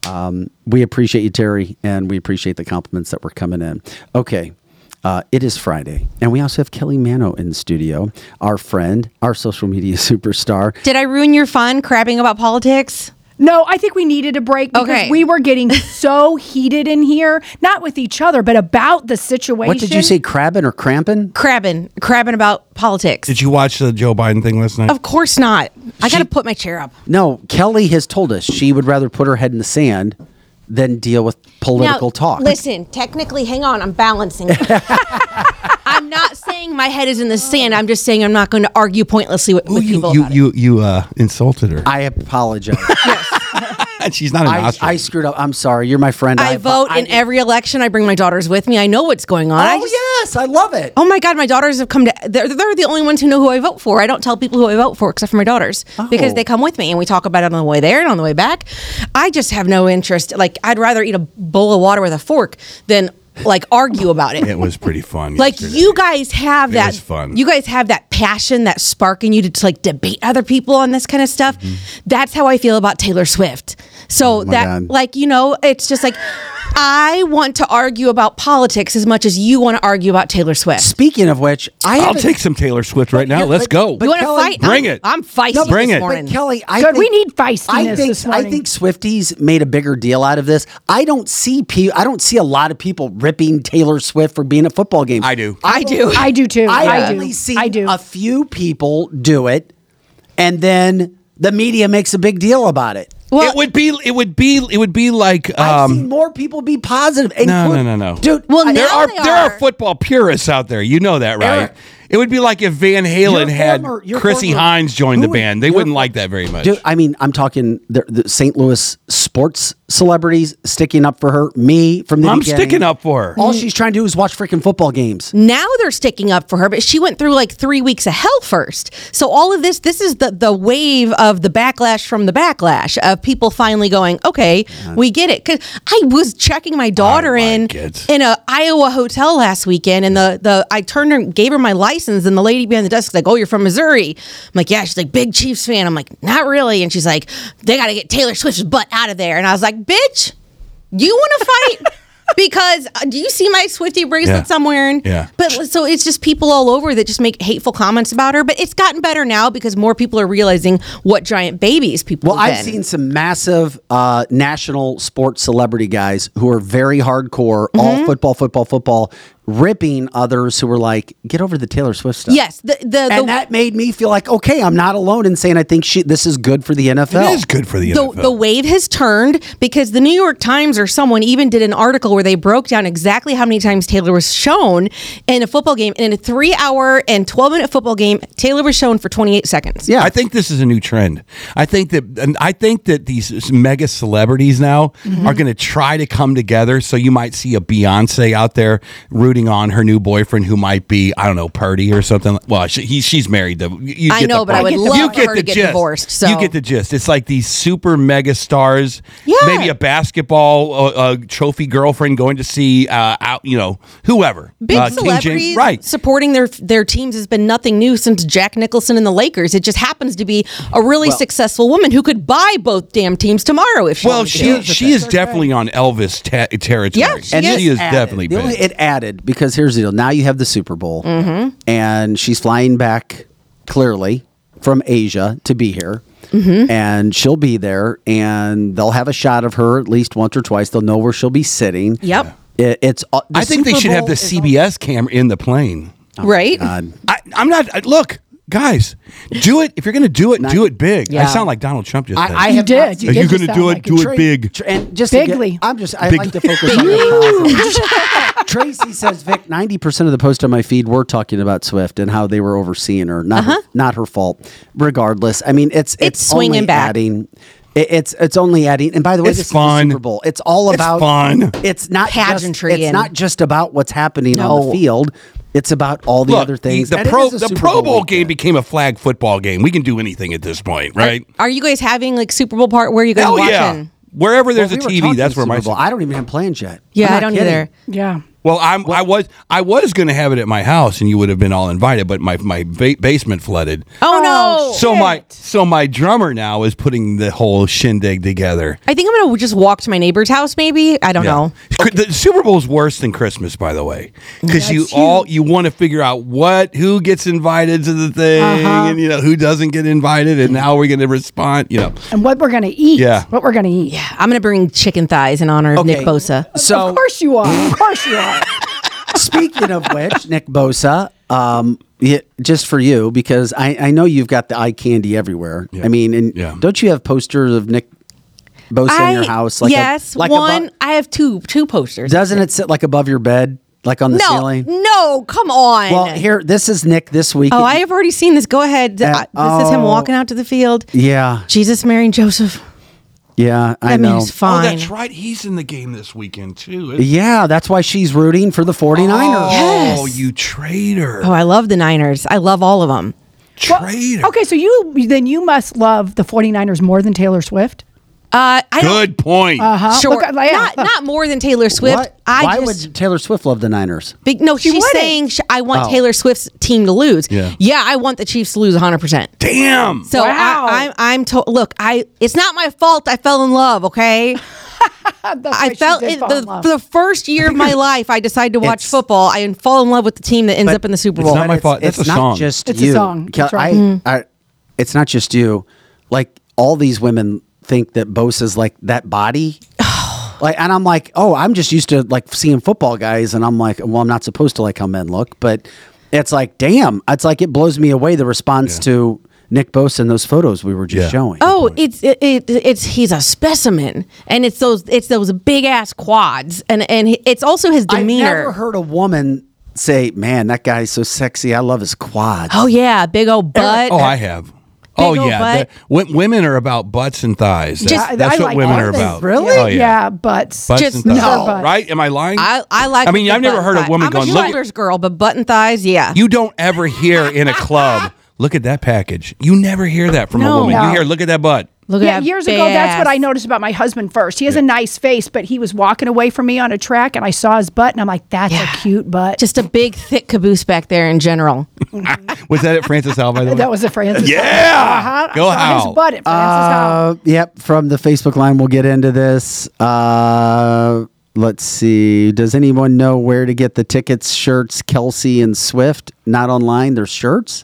Um, we appreciate you, Terry, and we appreciate the compliments that were coming in. Okay. Uh, it is Friday, and we also have Kelly Mano in the studio, our friend, our social media superstar.
Did I ruin your fun crabbing about politics?
No, I think we needed a break because
Okay.
we were getting so heated in here, not with each other, but about the situation.
What did you say, crabbing or cramping?
Crabbing, crabbing about politics.
Did you watch the Joe Biden thing last night?
of course not. I got to put my chair up.
No, Kelly has told us she would rather put her head in the sand than deal with political
Now,
talk.
Listen, technically, hang on, I'm balancing. I'm not saying my head is in the sand. I'm just saying I'm not going to argue pointlessly with,
Oh,
with
you
people.
you
about it.
you, you uh, insulted her.
I apologize.
She's not an
I,
ostrich.
I screwed up. I'm sorry. You're my friend.
I, vote in every election. I bring my daughters with me. I know what's going on.
Oh
I just-
yes, I love it.
Oh my God, my daughters have come to. They're, they're the only ones who know who I vote for. I don't tell people who I vote for except for my daughters because
Oh.
they come with me and we talk about it on the way there and on the way back. I just have no interest. Like, I'd rather eat a bowl of water with a fork than like argue about it.
it was pretty fun.
Like
yesterday.
you guys have
It
that
was fun.
You guys have that passion, that spark in you to, like debate other people on this kind of stuff. That's how I feel about Taylor Swift. So
Mm-hmm. Oh my
that
God.
like you know, it's just like I want to argue about politics as much as you want to argue about Taylor Swift.
Speaking of which, I
I'll
haven't-
take some Taylor Swift right now.
you're-
Let's
but-
go.
but
You want to
Kelly,
fight?
bring
I'm,
it.
I'm feisty
No, but-
Bring
this
it.
morning.
But Kelly, I
Good,
think,
we need feistiness
I think,
this morning.
I think Swifties made a bigger deal out of this. I don't see pe- I don't see a lot of people ripping Taylor Swift for being at football games.
I do.
I do.
I do too. I
I
do.
only see
I do.
a few people do it, and then the media makes a big deal about it.
well,
it would be. It would be. It would be like.
I've
Um,
seen more people be positive.
no,
including-
no, no, no.
dude.
Well,
I-
now
there are
they
there are
are.
football purists out there. You know that, right?
Eric,
It would be like if Van Halen had
former- your
Chrissy
former-
Hines join
who
the
would-
band. They
your-
wouldn't like that very much.
Dude, I mean, I'm talking the, the St. Louis sports celebrities sticking up for her. Me from the
I'm
beginning.
sticking up for her.
All she's trying to do is watch freaking football games.
Now they're sticking up for her, but she went through like three weeks of hell first. So all of this, this is the the wave of the backlash from the backlash of people finally going, okay, we get it. Because I was checking my daughter in
it.
in a Iowa hotel last weekend, and the the I turned her, gave her my license, and the lady behind the desk was like, oh, you're from Missouri. I'm like, yeah. She's like, big Chiefs fan. I'm like, not really. And she's like, they got to get Taylor Swift's butt out of there. And I was like, bitch, you want to fight? Because uh, do you see my Swifty bracelet
Yeah.
somewhere? And-
Yeah.
But so it's just people all over that just make hateful comments about her. But it's gotten better now because more people are realizing what giant babies people.
Well,
have
I've
been.
seen some massive uh, national sports celebrity guys who are very hardcore, all football, football, football, ripping others who were like, "Get over the Taylor Swift stuff."
Yes, the the, the,
and that made me feel like, okay, I'm not alone in saying I think she, this is good for the NFL.
It is good for the
the,
NFL.
the wave has turned because the New York Times or someone even did an article where they broke down exactly how many times Taylor was shown in a football game. And in a three hour and 12 minute football game, Taylor was shown for 28 seconds.
Yeah.
I think this is a new trend. I think that and I think that these mega celebrities now
Mm-hmm.
are going to try to come together. So you might see a Beyonce out there rooting on her new boyfriend, who might be I don't know Purdy or something. Well, she, he, she's married. To, you, you
I
get the
know, but I
point.
would
You
love
get
for her
the
to get
gist.
divorced, so-
you get the gist. It's like these super mega stars.
Yeah.
maybe a basketball uh, uh, trophy girlfriend going to see uh, out. You know, whoever
Big
uh, King James-
celebrities
right?
supporting their their teams has been nothing new since Jack Nicholson and the Lakers. It just happens to be a really successful woman who could buy both damn teams tomorrow if she
Well,
wanted to.
she she is definitely on Elvis ta- territory.
Yeah, she
and
is.
she is
added.
definitely
The
big.
only- it added because here's the deal. Now you have the Super Bowl,
Mm-hmm.
and she's flying back clearly from Asia to be here,
Mm-hmm.
and she'll be there, and they'll have a shot of her at least once or twice. They'll know where she'll be sitting.
Yep.
It, it's. uh, the
I think they
Super
should have
Bowl
the
is all-
CBS camera in the plane.
right?
uh,
I, I'm not. I, look, guys, do it. If you're going to do it, do it big. I
Yeah. sound
sound like Donald Trump just.
I, I
You
have not
did.
seen-
You did
gonna
just sound like a
Do
Tra-
it big.
Tr- and just to get-
Bigly.
I'm just. I
Big.
like to focus on the positive. Tracy says, Vic, ninety percent of the posts on my feed were talking about Swift and how they were overseeing her, not her, not her fault. Regardless, I mean, it's it's,
Uh-huh. It's swinging
only
back.
Adding, it- it's it's only adding. And by the way,
It's
this is
fun.
the Super Bowl. It's all
It's
about
fun.
It's not
Pageantry
Just, it's
and-
not just about what's happening on
No.
the field. It's about all the
Look,
other things.
the
And it
pro
is a
the
Super
Pro Bowl game
weekend.
became a flag football game. We can do anything at this point, right?
Are you guys having like Super Bowl part? Where are you guys
Hell
watching?
yeah! Wherever
Well,
there's
we were
a TV,
talking
that's where my.
Super Bowl. I don't even have plans yet. I'm
Yeah, I
not
don't
kidding.
either.
Yeah.
Well, I'm, I was I was going to have it at my house, and you would have been all invited, but my my ba- basement flooded.
Oh,
Oh,
no!
So my so my drummer now is putting the whole shindig together.
I think I'm gonna just walk to my neighbor's house. Maybe I don't know.
Yeah. The Super Bowl is worse than Christmas, by the way, because you all you want to figure out what who gets invited to the thing,
Uh-huh.
and you know who doesn't get invited, and how we're going to respond. You know,
And what we're gonna eat?
Yeah.
What we're gonna eat? Yeah.
I'm gonna bring chicken thighs in honor of Nick Bosa.
So
Of course you are. Of course you are.
Speaking of which, Nick Bosa, um, yeah, just for you because I, I know you've got the eye candy everywhere. I mean, and
Yeah.
don't you have posters of Nick Bosa in your house? a-
yes,
like
one.
abo-
I have two two posters.
doesn't it sit like above your bed, like on the
no,
ceiling?
no, come on.
Well, here, this is Nick this week.
Oh, I have already seen this. Go ahead.
Uh,
Uh, this is him
oh.
walking out to the field.
yeah,
Jesus, Mary, and Joseph.
yeah, I
That man
know.
is fine.
oh, that's right, he's in the game this weekend too. isn't he?
Yeah, that's why she's rooting for the 49ers.
Oh,
Yes.
you traitor,
Oh, I love the Niners. I love all of them.
traitor.
Okay, so you then you must love the 49ers more than Taylor Swift.
Uh, I don't. Uh-huh.
good point.
Huh?
Sure.
Look at- yeah.
not not more than Taylor Swift.
What?
I
why
just,
would Taylor Swift love the Niners?
Big, no, she's
wouldn't. Oh.
saying sh I want Taylor Swift's team to lose.
Yeah.
I want the Chiefs to lose 100. percent
Damn.
So
Wow.
I, I'm I'm to- look. I it's not my fault. I fell in love. Okay.
That's
I
right, she
felt
did
it,
fall in
the
love.
the first year of my life. I decided to watch
It's-
football. I fall in love with the team that ends
But
up in the Super
it's
Bowl.
not my
But
fault. That's
it's
a
not
song.
Just
It's a
you.
song.
Kel-
That's right.
I-
Mm-hmm.
I- it's not just you. Like all these women think that Bosa's like that body. like, and I'm like, oh, I'm just used to like seeing football guys, and I'm like, well, I'm not supposed to like how men look, but it's like, damn, it's like it blows me away the response to Nick Bosa and those photos we were just
Yeah.
showing.
Oh, it's it, it, it's he's a specimen, and it's those it's those big ass quads, and and he- it's also his
I've
demeanor.
never heard a woman say, "Man, that guy's so sexy. I love his quads."
Oh yeah, big old butt.
oh, I have. Oh
old
yeah,
butt.
the- wo- women are about butts and thighs. That's,
I-
that's
I
what
like
women
all
are
of it.
about.
Really?
Oh,
yeah. butts.
Butts
Just
and thighs.
no.
Butt.
Right? Am I lying?
I, I like.
I mean,
the
I've never
butt
heard a
thigh.
woman
I'm
going,
a
"Look at-"
shoulders girl, but butt and thighs, yeah.
You don't ever hear in a club, look at that package. You never hear that from
No.
a woman.
No.
You hear, look at that butt.
Look at
Yeah,
that
years ago, that's what
ass.
I noticed about my husband first. He has a nice face, but he was walking away from me on a track and I saw his butt and I'm like, that's
Yeah.
a cute butt.
Just a big thick caboose back there in general.
Was that at Francis Howe, by the way?
that was a Francis.
Yeah!
Uh-huh. I
Go
saw
Hal.
His butt at Francis Hal.
Uh, yep, from the Facebook line, we'll get into this. Uh, let's see. Does anyone know where to get the tickets, shirts, Kelsey and Swift? Not online. They're shirts.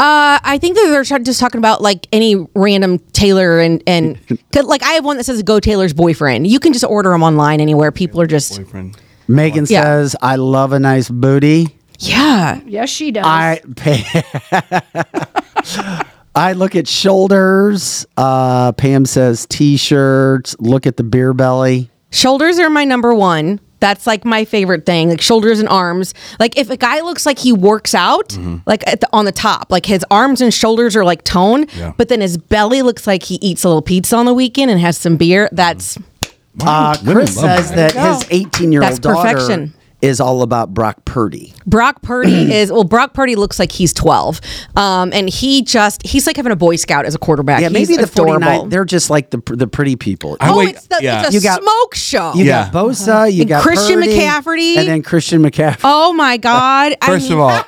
Uh, I think that they're tra- just talking about like any random tailor and and 'cause, like I have one that says "Go Taylor's Boyfriend." You can just order them online anywhere. People are just
Boyfriend.
Megan
Yeah.
says, "I love a nice booty."
yeah.
Yes, she does.
I pay. I look at shoulders. Uh, Pam says t-shirts. Look at the beer belly.
Shoulders are my number one. That's like my favorite thing, like shoulders and arms. Like if a guy looks like he works out,
Mm-hmm.
like at the, on the top, like his arms and shoulders are like tone,
Yeah.
but then his belly looks like he eats a little pizza on the weekend and has some beer. That's
Mm-hmm.
Uh, Chris says that
There you
his
go.
18-year-old
That's
daughter
perfection.
is all about Brock Purdy.
Brock Purdy is well. Brock Purdy looks like he's twelve, um, and he just he's like having a Boy Scout as a quarterback.
Yeah,
He's
maybe the
adorable.
49 They're just like the the pretty people.
I
oh,
wait,
it's, the,
yeah.
it's a
You got-
smoke show.
You
Yeah.
got Bosa, you
Uh-huh. And
got
Christian
Purdy,
McCaffrey.
and then Christian McCaffrey.
Oh my God! I
First
mean-
of all,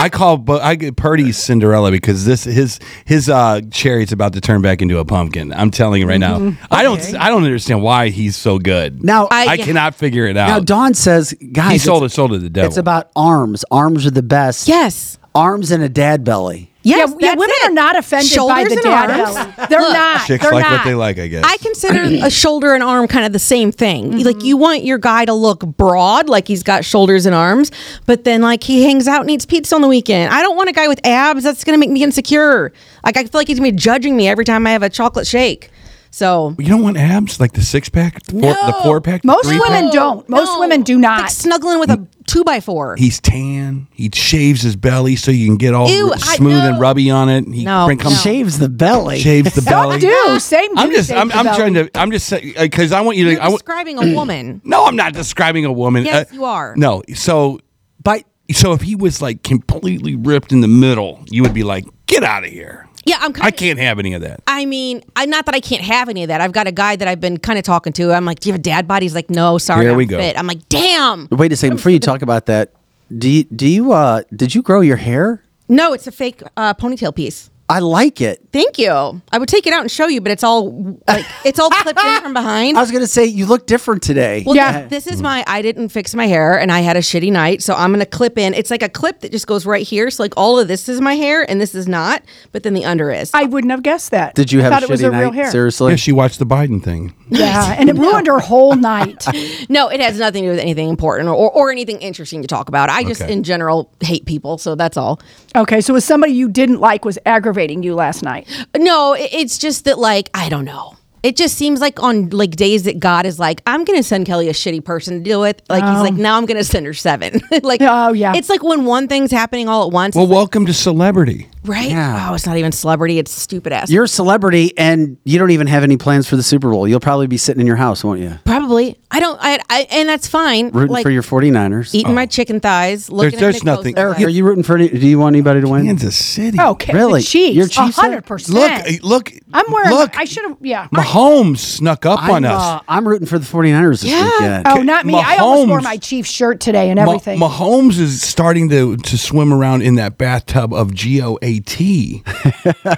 I call Bo- I get Purdy's Cinderella because this his his uh, chariot's about to turn back into a pumpkin. I'm telling you right now.
Mm-hmm.
I don't I don't understand why he's so good.
Now-
I,
I-
cannot figure it out.
Now Don says, guys,
he sold
it's,
his soul to the devil.
it's about arms. Arms are the best.
yes,
arms and a dad belly.
yes.
yeah, yeah,
that's
women
it.
are not offended by
Shoulders
the
and
dad
arms.
belly. They're
Look.
not.
Chicks
They're
like
not.
what they like, I guess.
I consider a shoulder and arm kind of the same thing. Like you want your guy to look broad, like he's got shoulders and arms, but then like he hangs out and eats pizza on the weekend. I don't want a guy with abs. That's going to make me insecure. Like I feel like he's going to be judging me every time I have a chocolate shake. So
you don't want abs like the six pack, the four, the
No.
four pack. the
Most
three
women
pack?
don't. Most women do
It's
not.
Like snuggling with a two by four.
He's tan. He shaves his belly so you can get all
Ew,
r-
I-
smooth
no.
and rubby on it. He
No,
bring- come-
no.
Shaves the belly.
shaves the belly.
do. Same.
I'm
dude
just
shaves
I'm,
the
I'm
belly.
trying to I'm just saying because I want you to.
You're
I want,
describing a woman.
No, I'm not describing a woman. Uh,
Yes, you are.
No, so but so if he was like completely ripped in the middle, you would be like, get out of here.
Yeah, I'm kinda-
I can't have any of that.
I mean, I not that I can't have any of that. I've got a guy that I've been kind of talking to. I'm like, "Do you have a dad body?" He's like, "No, sorry,
Here we
I'm
go.
fit." I'm like, "Damn,
Wait a second before you talk about that. Do you, do you uh did you grow your hair?
no, it's a fake uh, ponytail piece."
I like it.
Thank you. I would take it out and show you, but it's all like it's all clipped in from behind.
I was gonna say you look different today.
well,
Yeah.
this, this is my. I didn't fix my hair, and I had a shitty night, so I'm gonna clip in. It's like a clip that just goes right here. So like all of this is my hair, and this is not. But then the under is.
I wouldn't have guessed that.
did you have
Thought
a
it was
shitty
her real
night?
hair.
Seriously,
she watched the Biden thing.
Yeah, and it ruined her whole night.
no, it has nothing to do with anything important or, or, or anything interesting to talk about. I just
Okay.
in general hate people, so that's all.
Okay, so was somebody you didn't like was aggravating you last night?
No, it, it's just that like I don't know. It just seems like on like days that God is like, I'm gonna send Kelly a shitty person to deal with. Like he's like, now I'm gonna send her seven. like
Oh, yeah.
it's like when one thing's happening all at once,
Well, welcome to celebrity.
right?
yeah.
Oh, it's not even celebrity. It's stupid ass.
you're a celebrity and you don't even have any plans for the Super Bowl. You'll probably be sitting in your house, won't you?
probably. I don't. I, I and that's fine.
Rooting
like
for your Oh. 49ers.
eating my chicken thighs. Looking
there's
at Nick
nothing-
Bosa's
Eric,
legs.
are you rooting for any? Do you want anybody to win?
Kansas City.
Okay,
Really?
The Chiefs,
You're a Chiefs fan?
hundred percent.
Look, eh, look.
I'm wearing.
Look,
I should have. Yeah.
Mahomes snuck up on
I'm,
us.
uh, I'm rooting for the 49ers this
Yeah.
weekend.
oh, not me. I almost wore
Mahomes-
my Chiefs shirt today and
Ma-
everything.
Mahomes is starting to to swim around in that bathtub of GOAT.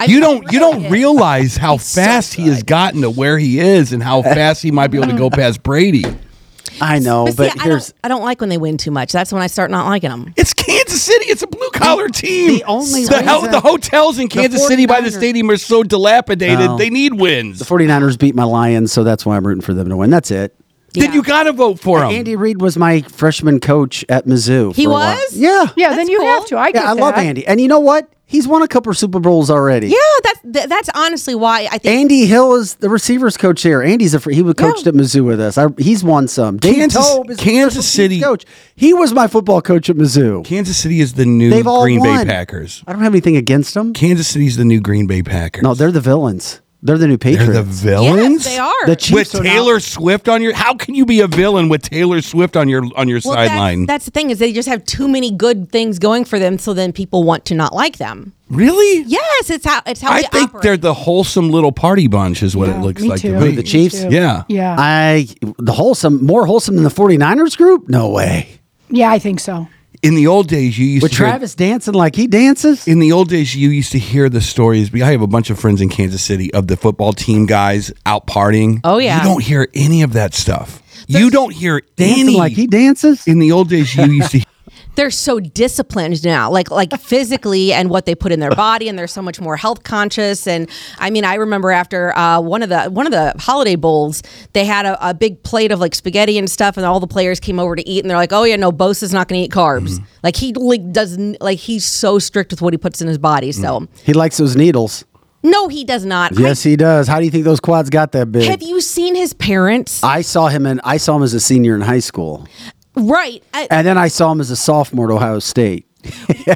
you don't you don't realize how fast he has gotten to where he is and how fast he might be able to go past Brady.
I know,
But
but,
see, I
here's
don't. I don't like when they win too much. That's when I start not liking them.
It's Kansas City. It's a blue collar team.
the only
the, hel-
reason-
the hotels in Kansas City by the
49ers
stadium are so dilapidated.
No.
They need wins.
the 49ers beat my Lions, so that's why I'm rooting for them to win. That's it.
Then you got to vote for him.
Andy Reid was my freshman coach at Mizzou.
He
for a while.
was?
Yeah.
yeah,
That's
then you
cool.
have to. I
Yeah,
get
I love
that.
Andy. And you know what? He's won a couple of Super Bowls already.
Yeah, that's th- that's honestly why I think
Andy Hill is the receivers coach here. Andy's a fr- he was coached
Yeah.
at Mizzou with us. I, he's won some. Dave
Kansas-
Tobe is the
Kansas
special teams
City-
coach. He was my football coach at Mizzou.
Kansas City is the new
They've all
Green Bay
won.
Packers.
I don't have anything against them.
Kansas City's the new Green Bay Packers.
No, they're the villains. They're the new
They're
Patriots.
the villains.
Yes, they are.
The Chiefs
With
are
Taylor
not-
Swift on your, how can you be a villain with Taylor Swift on your on your
well, that's-
sideline?
That's, the thing is they just have too many good things going for them, so then people want to not like them.
really?
Yes, it's how it's how
I
they
think
operate.
they're the wholesome little party bunch, is what
Yeah,
it looks
me
like
too.
to
Who,
me.
the Chiefs?
too.
Yeah.
Yeah.
I the wholesome more wholesome than the 49ers group? No way.
yeah, I think so.
In the old days, you used
With
to hear-
Travis dancing like he dances?
in the old days, you used to hear the stories. I have a bunch of friends in Kansas City of the football team guys out partying.
Oh, yeah.
you don't hear any of that stuff. you don't hear
Dancing
any.
like he dances?
in the old days, you used to.
they're so disciplined now like like physically and what they put in their body and they're so much more health conscious and i mean i remember after uh, one of the one of the holiday bowls they had a, a big plate of like spaghetti and stuff and all the players came over to eat and they're like oh yeah no bosa's not gonna eat carbs
Mm-hmm.
like he like doesn't like he's so strict with what he puts in his body so
Mm-hmm.
He likes those needles.
no he does not I-
Yes, he does. How do you think those quads got that big?
have you seen his parents
I saw him in I saw him as a senior in high school.
right I-
And then I saw him as a sophomore at Ohio State.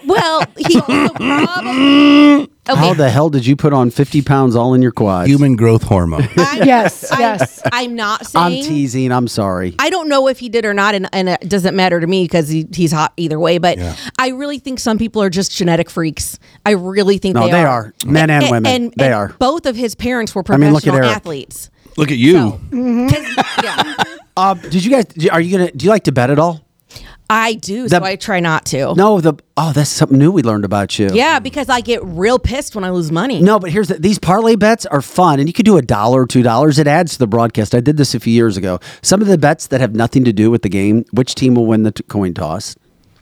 well he also probably
How
okay
the hell did you put on 50 pounds all in your quads?
Human growth hormone.
I-
Yes,
I-
yes.
i'm not
I'm
saying
teasing. I'm sorry.
I don't know if he did or not, and, and it doesn't matter to me because he, he's hot either way. But I really think some people are just genetic freaks. I really think
no,
they,
they, are. Men and, women. they
and
are.
Both of his parents were
mean,
professional
look at Eric.
athletes.
Look at you.
So, yeah,
Uh, did you guys? Are you gonna? Do you like to bet at all?
I do,
That-
so I try not to.
No. The oh, that's something new we learned about you.
Yeah, because I get real pissed when I lose money.
No, but here's the, these parlay bets are fun, and you could do a dollar, two dollars. It adds to the broadcast. I did this a few years ago. Some of the bets that have nothing to do with the game. Which team will win the t- coin toss?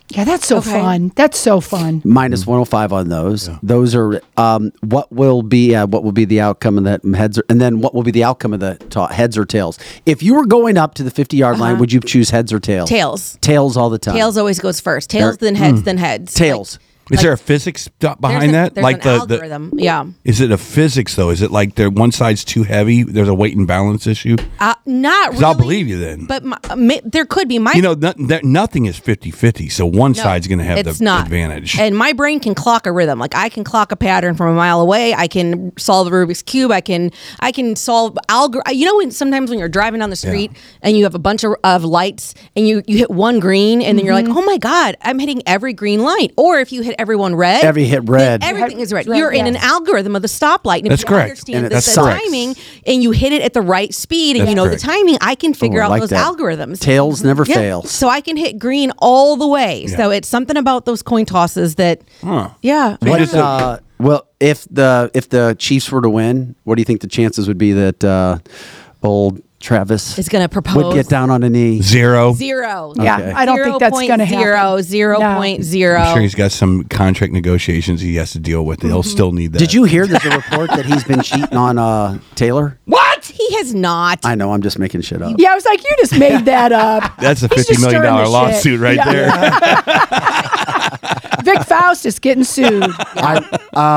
Yeah, that's so
Okay.
fun. That's so fun.
Minus 105 on those. Those are um, what will be uh, what will be the outcome of that heads, or, and then what will be the outcome of the ta- heads or tails. If you were going up to the 50 yard line, would you choose heads or tails?
Tails.
Tails all the time.
Tails always goes first. Tails, then heads, then heads.
Mm. Tails.
Is there a physics do-
Like, there's
behind
a-
that?
there's
Like
an
the, the
algorithm. yeah.
is it a physics though? Is it like the one side's too heavy? There's a weight and balance issue.
Uh, not really.
'Cause I'll believe you then.
But my, ma- there could be. My
You know, not, that, nothing is 50-50, So one
No,
side's going to have
it's
the
not.
advantage.
And my brain can clock a rhythm. Like I can clock a pattern from a mile away. I can solve the Rubik's cube. I can I can solve algor. You know when sometimes when you're driving down the street and you have a bunch of, of lights and you you hit one green and then you're
Mm-hmm.
like, oh my god, I'm hitting every green light. Or if you hit everyone red,
Every hit red.
everything is red.
Red,
You're in
yes.
an algorithm of the stoplight. And if
That's
you
correct.
Understand
And it
the, the
sucks.
timing and you hit it at the right speed and
That's
you know
correct.
the timing. I can figure
I
out
like
those
that.
algorithms. Mm-hmm.
Tails never
Yeah.
fails.
So I can hit green all the way. So it's something about those coin tosses that, yeah.
What if, uh, well, if the if the Chiefs were to win, what do you think the chances would be that uh, old Travis
Is gonna
Would
propose?
get down on a knee.
Zero.
Zero.
Yeah, I don't think that's going to happen.
Zero, zero
No.
point zero. Mm-hmm.
I'm sure he's got some contract negotiations he has to deal with. He'll still need that.
Did you hear there's a report that he's been cheating on uh, Taylor?
What? He has not.
I know, I'm just making shit up.
Yeah, I was like, you just made that up.
That's a
He's
fifty
just
million
stirring
dollar
the
lawsuit
shit.
right
Yeah.
there.
Vic Faust is getting sued.
I,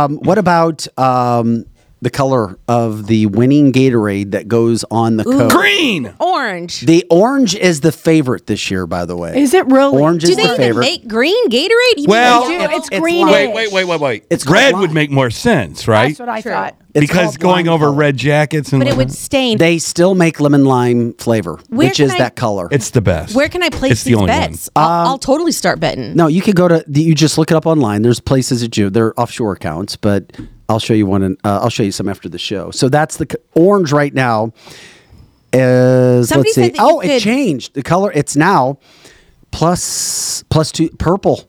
um, what about um, the color of the winning Gatorade that goes on the coat?
Green.
Orange.
The orange is the favorite this year, by the way.
Is it really?
Orange
Do
is
they
the
even
favorite.
make green Gatorade? Even
Well-
though-
They do.
It's-
It's,
it's
green.
lime.
Wait, wait, wait, wait, wait.
It's
red
called
would
lime.
make more sense, right?
That's what I
True.
thought.
It's
because
called lime
going over
color.
red jackets and
but it
whatnot,
would stain.
They still make lemon lime flavor,
Where
which
can
is
I-
that color.
it's the best.
Where can I place
It's the
these
only one.
bets? I'll, I'll totally start betting.
Um, No, you could go to you just look it up online. There's places that you they're offshore accounts, but I'll show you one. And, uh, I'll show you some after the show. So that's the c- orange right now. Is
Somebody
let's see.
said that you
Oh, it
could-
changed the color. It's now plus plus two purple.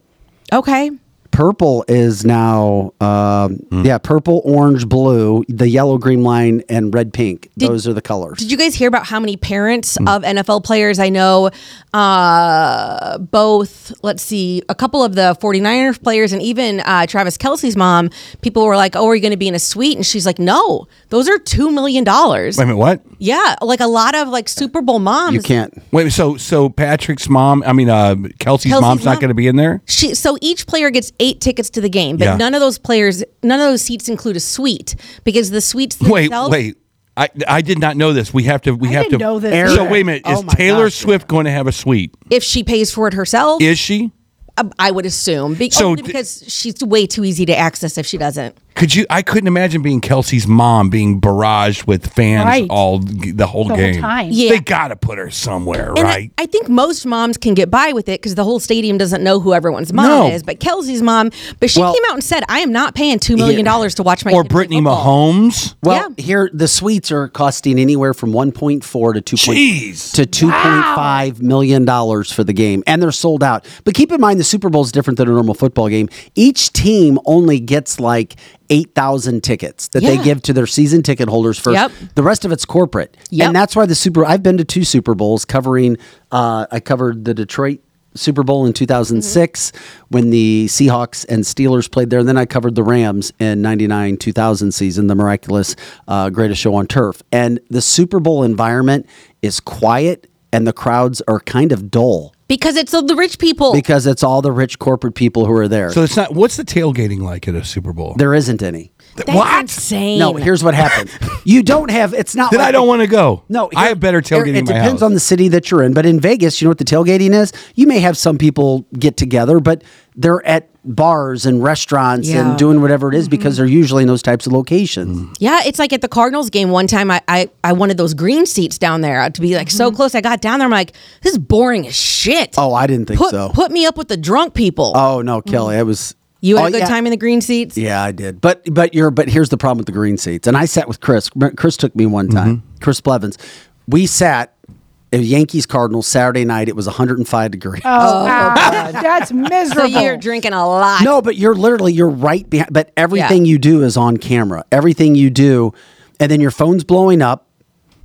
Okay.
Purple is now um, yeah purple, orange, blue, the yellow, green line, and red, pink. Those are the colors.
Did you guys hear about how many parents
Hmm.
of NFL players I know? Uh, both, let's see, a couple of the 49ers players and even uh, Travis Kelsey's mom, people were like, Oh, are you going to be in a suite? And she's like, No, those are $2 million.
Wait a minute, what?
Yeah, like a lot of like Super Bowl moms.
you can't.
Wait, so so Patrick's mom, I mean uh Kelsey's,
Kelsey's
mom's
mom-
not going to be in there?
She, so each player gets eight tickets to the game, but
Yeah.
none of those players, none of those seats include a suite because the suites
Wait,
themselves.
wait. I, I did not know this. We have to. We
I
have
didn't
to
know this
So
either.
wait a minute.
Oh
Is
my
Taylor
gosh,
Swift going to have a suite?
If she pays for it herself,
Is she?
I- I would assume. Be-
So
only
d-
because she's way too easy to access if she doesn't.
Could you? I couldn't imagine being Kelsey's mom being barraged with fans
Right.
all the whole
The whole
game.
time.
Yeah.
They got to put her somewhere,
And I-
right?
I, think most moms can get by with it because the whole stadium doesn't know who everyone's mom
No.
is. But Kelsey's mom, but she
Well-
came out and said, "I am not paying two million dollars to watch my
or
kid play
Brittany
football."
Mahomes.
Well,
Yeah.
here the suites are costing anywhere from 1.4 to 2.
Jeez.
to 2.5 million dollars for the game and they're sold out. But keep in mind the Super Bowl is different than a normal football game. Each team only gets like 8,000 tickets that they
Yeah.
give to their season ticket holders first.
Yep.
The rest of it's corporate.
Yep.
And that's why the Super I've been to two Super Bowls covering uh, I covered the Detroit Super Bowl in 2006
Mm-hmm.
when the Seahawks and Steelers played there. And then I covered the Rams in 99 2000 season, the miraculous uh, greatest show on turf. And the Super Bowl environment is quiet and the crowds are kind of dull
because it's the rich people.
because it's all the rich corporate people who are there.
Oh. So it's not. What's the tailgating like at a Super Bowl?
there isn't any.
That's
what?
insane.
No, here's what happened. you don't have, it's not
Then
like
I don't want to go.
No,
I
here-
have better
here-
tailgating.
It
in my
depends
house.
on the city that you're in, but in Vegas, you know what the tailgating is. You may have some people get together, but they're at bars and restaurants
Yeah. Mm-hmm.
and doing whatever it is because they're usually in those types of locations.
Yeah, it's like at the Cardinals game one time. I I, I wanted those green seats down there uh, to be like so close. I got down there. I'm like, this is boring as shit.
Mm-hmm. Oh, I didn't think
put
so.
put me up with the drunk people.
Oh no, Kelly, I was.
you had
Oh,
a good
yeah.
time in the green seats.
Yeah, I did. But but you're but here's the problem with the green seats. And I sat with Chris. Remember, Chris took me one time. Chris Blevins. We sat at Yankees Cardinals Saturday night. It was 105 degrees.
Oh, wow. that's
So
miserable.
you're drinking a lot.
No, but you're literally you're right behind. But everything you do is on camera. Everything you do, and then your phone's blowing up.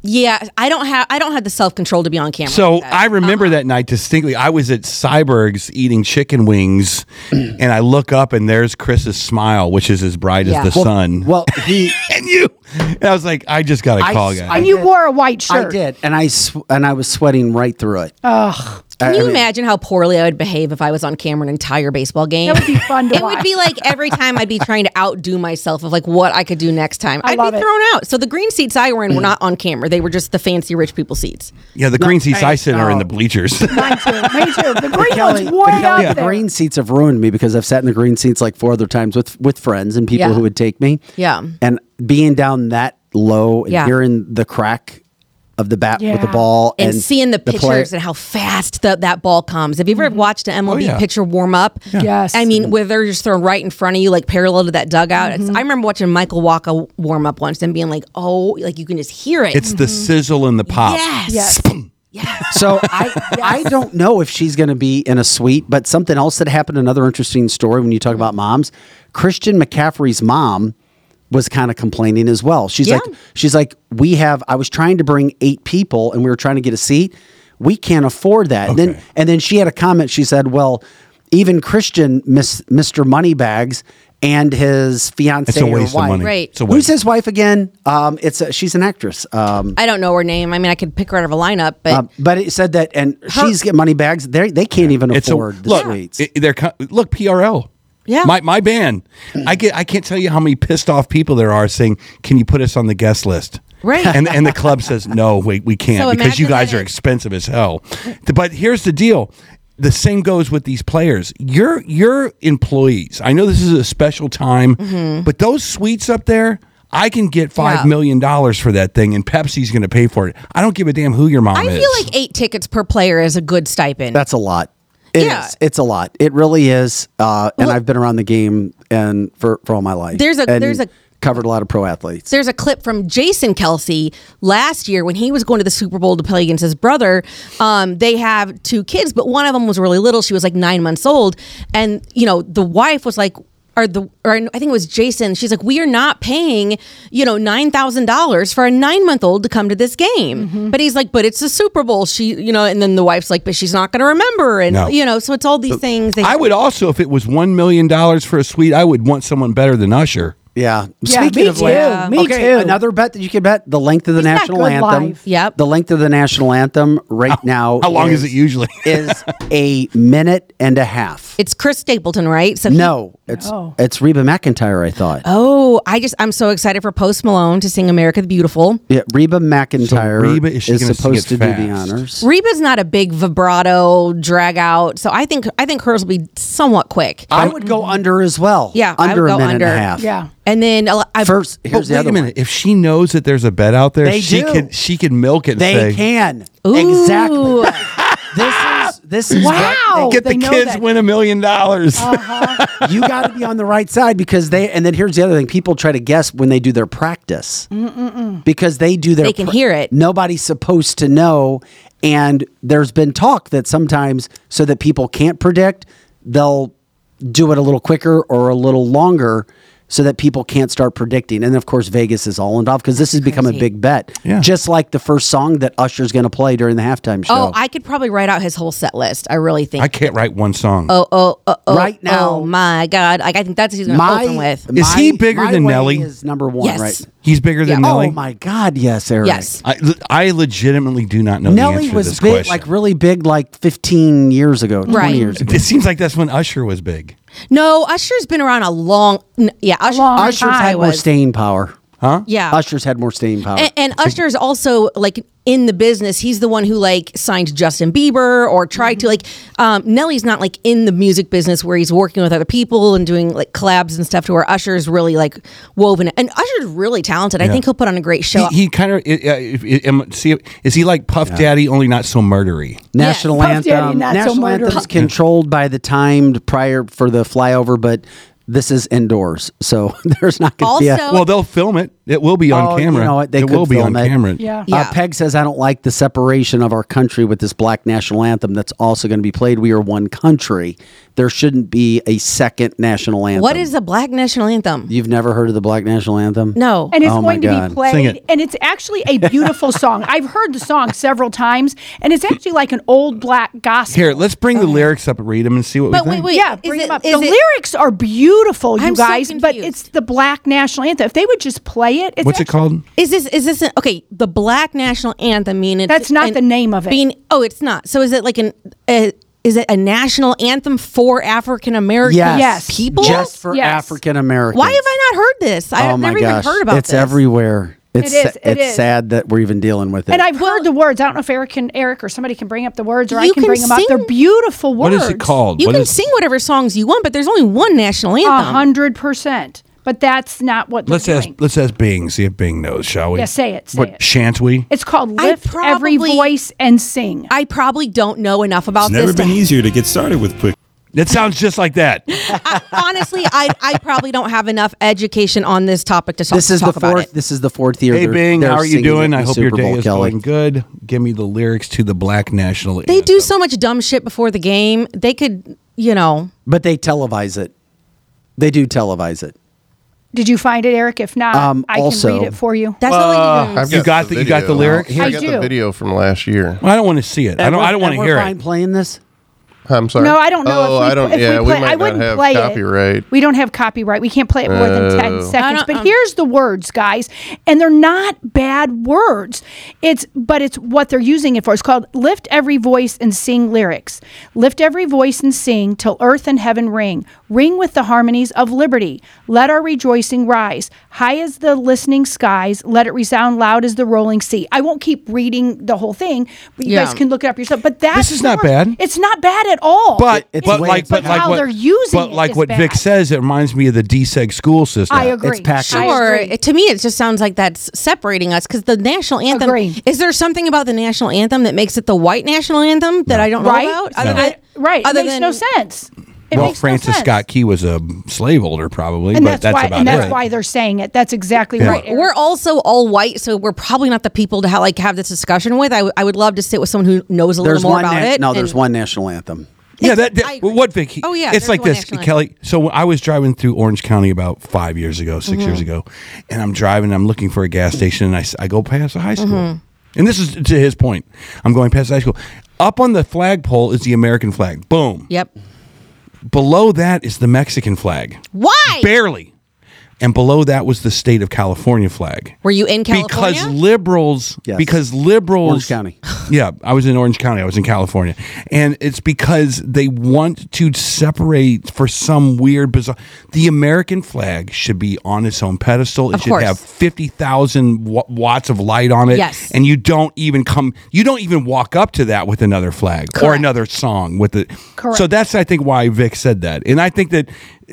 Yeah, I don't have I don't have the self control to be on camera.
So
like that.
I remember
Uh-huh.
that night distinctly. I was at Cyberg's eating chicken wings, and I look up and there's Chris's smile, which is as bright
Yeah.
as the sun.
Well, he.
and you, and I was like, I just got
I
to call,
s-
guy.
I
and you
did.
wore a white shirt.
I did, and I sw- and I was sweating right through it.
Oh, Can you imagine how poorly I would behave if I was on camera an entire baseball game?
That would be fun to
it would
watch.
be like every time I'd be trying to outdo myself of like what I could do next time.
I
I'd
love
be
it.
thrown out. So the green seats I were in were not on camera. They were just the fancy rich people seats.
yeah, the green seats I, sit are in
no.
the bleachers.
Mine too. Me too. The green
Kelly,
one's way
Kelly,
up
the
there.
green seats have ruined me because I've sat in the green seats like four other times with with friends and people
Yeah.
who would take me.
Yeah.
and being down that low and
Yeah.
hearing the crack of the bat with the
Yeah.
ball
And, seeing the,
player-
pictures and how fast the, that ball comes. Have you ever watched an MLB
yeah.
picture warm up?
Mm-hmm. Yes.
I mean, where they're just thrown right in front of you, like parallel to that dugout. It's,
Mm-hmm.
I remember watching Michael Walker warm up once and being like, oh, like you can just hear it.
it's the
Mm-hmm.
sizzle and the pop.
yes.
Yes.
So I I don't know if she's going to be in a suite, but something else that happened, another interesting story when you talk about moms, Christian McCaffrey's mom was kind of complaining as well. She's
Yeah.
like she's like we have I was trying to bring 8 people and we were trying to get a seat. We can't afford that. And then
Okay.
and then she had a comment. She said, "Well, even Christian Miss, Mr. Moneybags and his fiance
It's a waste
or wife.
of money.
Right.
It's a
Who's
waste.
his wife again? Um, it's a, she's an actress. Um,
I don't know her name. I mean, I could pick her out of a lineup, but
um, but it said that, and she's getting money bags. They they can't even
It's a
afford the
look.
suites.
it- they're co- look PRL.
Yeah.
my my band. I get. I can't tell you how many pissed off people there are saying, "Can you put us on the guest list?"
Right.
And and the club says, "No, we we can't
So
because you
imagine
guys
that
are
it-
expensive as hell." But here's the deal. The same goes with these players. Your your employees. I know this is a special time, but those suites up there. I can get five
Mm-hmm. Yeah.
million dollars for that thing, and Pepsi's going to pay for it. I don't give a damn who your mom
I
is.
feel like eight tickets per player is a good stipend.
That's a lot. It is.
Yeah.
It's a lot. It really is. Uh, and I've been around the game and for, for all my life.
There's a-
And
there's a-
covered a lot of pro athletes.
There's a clip from Jason Kelsey last year when he was going to the Super Bowl to play against his brother. Um, they have two kids, but one of them was really little. She was like nine months old, and you know the wife was like. Or the or I think it was Jason. She's like, we are not paying, you know, nine thousand dollars for a nine month old to come to this game. But he's like, but it's the Super Bowl. She, you know, and then the wife's like, but she's not going to remember, and
No.
you know, so it's all these things. They,
I would also, if it was one million dollars for a suite, I would want someone better than Usher.
Yeah.
Yeah, me too, me
okay,
too.
another bet that you can bet the length of the
Isn't that
national
good
anthem.
life?
Yep.
The length of the national anthem right now.
how long is it usually?
is a minute and a half.
It's Chris Stapleton, right? So he-
no, it's
No.
it's Reba McIntyre. I thought.
oh, I just I'm so excited for Post Malone to sing America the Beautiful.
Yeah, Reba McIntyre
So Reba, is she gonna sing
supposed to
it
do the
fast?
honors.
Reba's not a big vibrato drag out, so I think I think hers will be somewhat quick.
I would go under as well.
Yeah, I
under
would
a
go
minute
under.
and a half.
Yeah.
And then uh, a lo- I
First,
But
here's
wait
the other
a minute.
One.
If she knows that there's a bet out there,
They
she
do.
can she can milk it. And
They
say,
can
Ooh.
exactly. this is this is
Wow.
what
get
They
the
know
kids
that.
win a million dollars.
Oh. they- you got to be on the right side because they. And then here's the other thing: people try to guess when they do their practice because they do their.
They can hear it.
Nobody's supposed to know, and there's been talk that sometimes so that people can't predict, they'll do it a little quicker or a little longer. So that people can't start predicting, and then of course Vegas is all involved because this has become a
Crazy.
big bet.
Yeah.
Just like the first song that Usher's going to play during the halftime show.
oh, I could probably write out his whole set list. I really think.
I can't write one song.
oh, oh, oh, oh,
Right now-
Oh my God! Like I think that's who he's gonna open with.
Is he bigger
my
than
way
Nelly?
Is number one
Yes.
right?
He's bigger than
Yeah.
Nelly.
Oh my God! Yes, Eric.
Yes.
I, I legitimately do not know. the
Nelly
answer to
was
this
big,
question.
like really big, like 15 years ago, 20
Right.
years ago.
It seems like that's when Usher was big.
No, Usher's been around a long. n- Yeah, Usher,
Long
Usher's
time
had more staying power.
Yeah,
Usher's had more staying power.
And, and Usher is also like in the business. He's the one who like signed Justin Bieber or tried to like. Um, Nelly's not like in the music business where he's working with other people and doing like collabs and stuff. To where Usher's really like woven. And Usher's really talented. I think he'll put on a great show.
He, he kind of see. Is he like Puff Daddy, only not so murdery?
National
Puff Daddy,
anthem.
not so
National
murder.
anthem's controlled by the timed prior for the flyover, but this is indoors, so there's not going to be a.
Also-
Well, they'll film it. It will be on
Oh,
camera.
You know what? They
it
could
will be
film
on
it.
camera.
Yeah.
Yeah.
Uh, Peg says, I don't like the separation of our country with this black national anthem that's also going to be played. We are one country. There shouldn't be a second national anthem.
what is the Black National Anthem?
You've never heard of the black national anthem?
No.
and it's
Oh my
going to
God.
be
Sing
played
it.
and it's actually a beautiful song i've heard the song several times and it's actually like an old black gospel
Here, let's bring the lyrics up and read them and see what
But
we
wait,
think.
wait.
yeah
is
bring
it-
them up.
is
the
it-
lyrics are beautiful you
I'm so
guys but
confused.
it's the black national anthem if they would just play it it's
What's it
actually-
called?
Is this is this an, okay? The Black National Anthem. Mean it's,
That's not the name of it.
Being oh, it's not. So is it like an uh, is it a national anthem for African American
Yes.
Yes.
people?
Just for
Yes.
African Americans.
Why have I not heard this? I've
oh my
never
gosh.
even heard about
It's
this.
everywhere. It's,
It is,
sa-
it
it's
is.
sad that we're even dealing with it.
and I've heard the words. I don't know if Eric can Eric or somebody can bring up the words, or I
You
can
can
bring them up. They're
sing-
beautiful
What
words.
is it called?
You
What
can
is-
sing whatever songs you want, but there's only one national
A
anthem.
hundred percent. But that's not what they're
Let's ask.
doing.
Let's ask Bing. See if Bing knows. Shall we?
Yeah, say it, say
What,
it.
Shan't we?
It's called
I
lift every
probably-
voice and sing.
I probably don't know enough about
Never
this. to-
been easier to get started with Quick.
That sounds just like that.
I, honestly, I, I probably don't have enough education on this topic to talk,
this is
talk
the
about
fourth.
it.
This is the fourth year.
Hey
they're-
Bing,
they're
how are you
singing it in
doing?
the
I hope your
Super
day
Bowl,
is
Kelly.
going good. Give me the lyrics to the Black National.
They do so much dumb shit before the game. They could, you know.
But they televise it. They do televise it.
Did you find it, Eric? If not,
Um,
I
also-
can read it for you.
That's all you
I've
You got the- you got
video.
the lyric?
I
I
got
do.
the video from last year.
I don't want to see it. I don't. I don't want to hear
Fine
it.
playing this.
I'm sorry.
No, I don't know.
Oh,
if we,
I don't.
If
yeah,
we, play,
might
I
not
wouldn't
have
play
copyright. Oh.
it. We don't have copyright. We can't play it more than ten seconds.
don't-
But
um,
here's the words, guys, and they're not bad words. It's but it's what they're using it for. It's called "Lift Every Voice and Sing" lyrics. Lift every voice and sing till earth and heaven ring. Ring with the harmonies of liberty. Let our rejoicing rise high as the listening skies. Let it resound loud as the rolling sea. I won't keep reading the whole thing, but you
Yeah.
guys can look it up yourself. But that's
is not
the word.
bad.
It's not bad at all.
But
It's
but
way
like but
better.
like
How
what
they're using
but
it
like
is
what Vic
bad.
says, it reminds me of the DSEG school system.
I agree.
It's packaged.
I
Sure.
agree.
To me, it just sounds like that's separating us because the national anthem.
Agree.
Is there something about the national anthem that makes it the white national anthem that I don't know
Right?
about?
Other than- right. It makes no sense. It
well,
makes no
Francis
sense.
Scott Key was a slaveholder, probably,
And
but
that's,
that's
why.
about
And that's
it.
why they're saying it. That's exactly right. Eric.
We're also all white, so we're probably not the people to ha- like have this discussion with. I, w- I would love to sit with someone who knows a
There's
little more
one.
about
na-
it.
no, there's
and-
one national anthem.
Yeah, that, that-
I agree.
what Vic? he-
Oh, yeah,
it's
there's
like
one
this,
national anthem.
Kelly. So when I was driving through Orange County about five years ago, 6
Mm-hmm.
years ago, and I'm driving, I'm looking for a gas station, and I, s- I go past a high school,
Mm-hmm.
and this is to his point. I'm going past the high school. Up on the flagpole is the American flag. Boom.
Yep.
Below that is the Mexican flag.
Why?
Barely. and below that was the state of California flag.
Were you in California?
Because liberals,
Yes.
because liberals,
Orange County.
yeah, I was in Orange County. I was in California, and it's because they want to separate for some weird bizarre. The American flag should be on its own pedestal. It
Of
should
course.
have fifty thousand w- watts of light on it.
Yes.
and you don't even come. You don't even walk up to that with another flag or
Correct.
another song with it.
Correct.
So that's I think why Vic said that, and I think that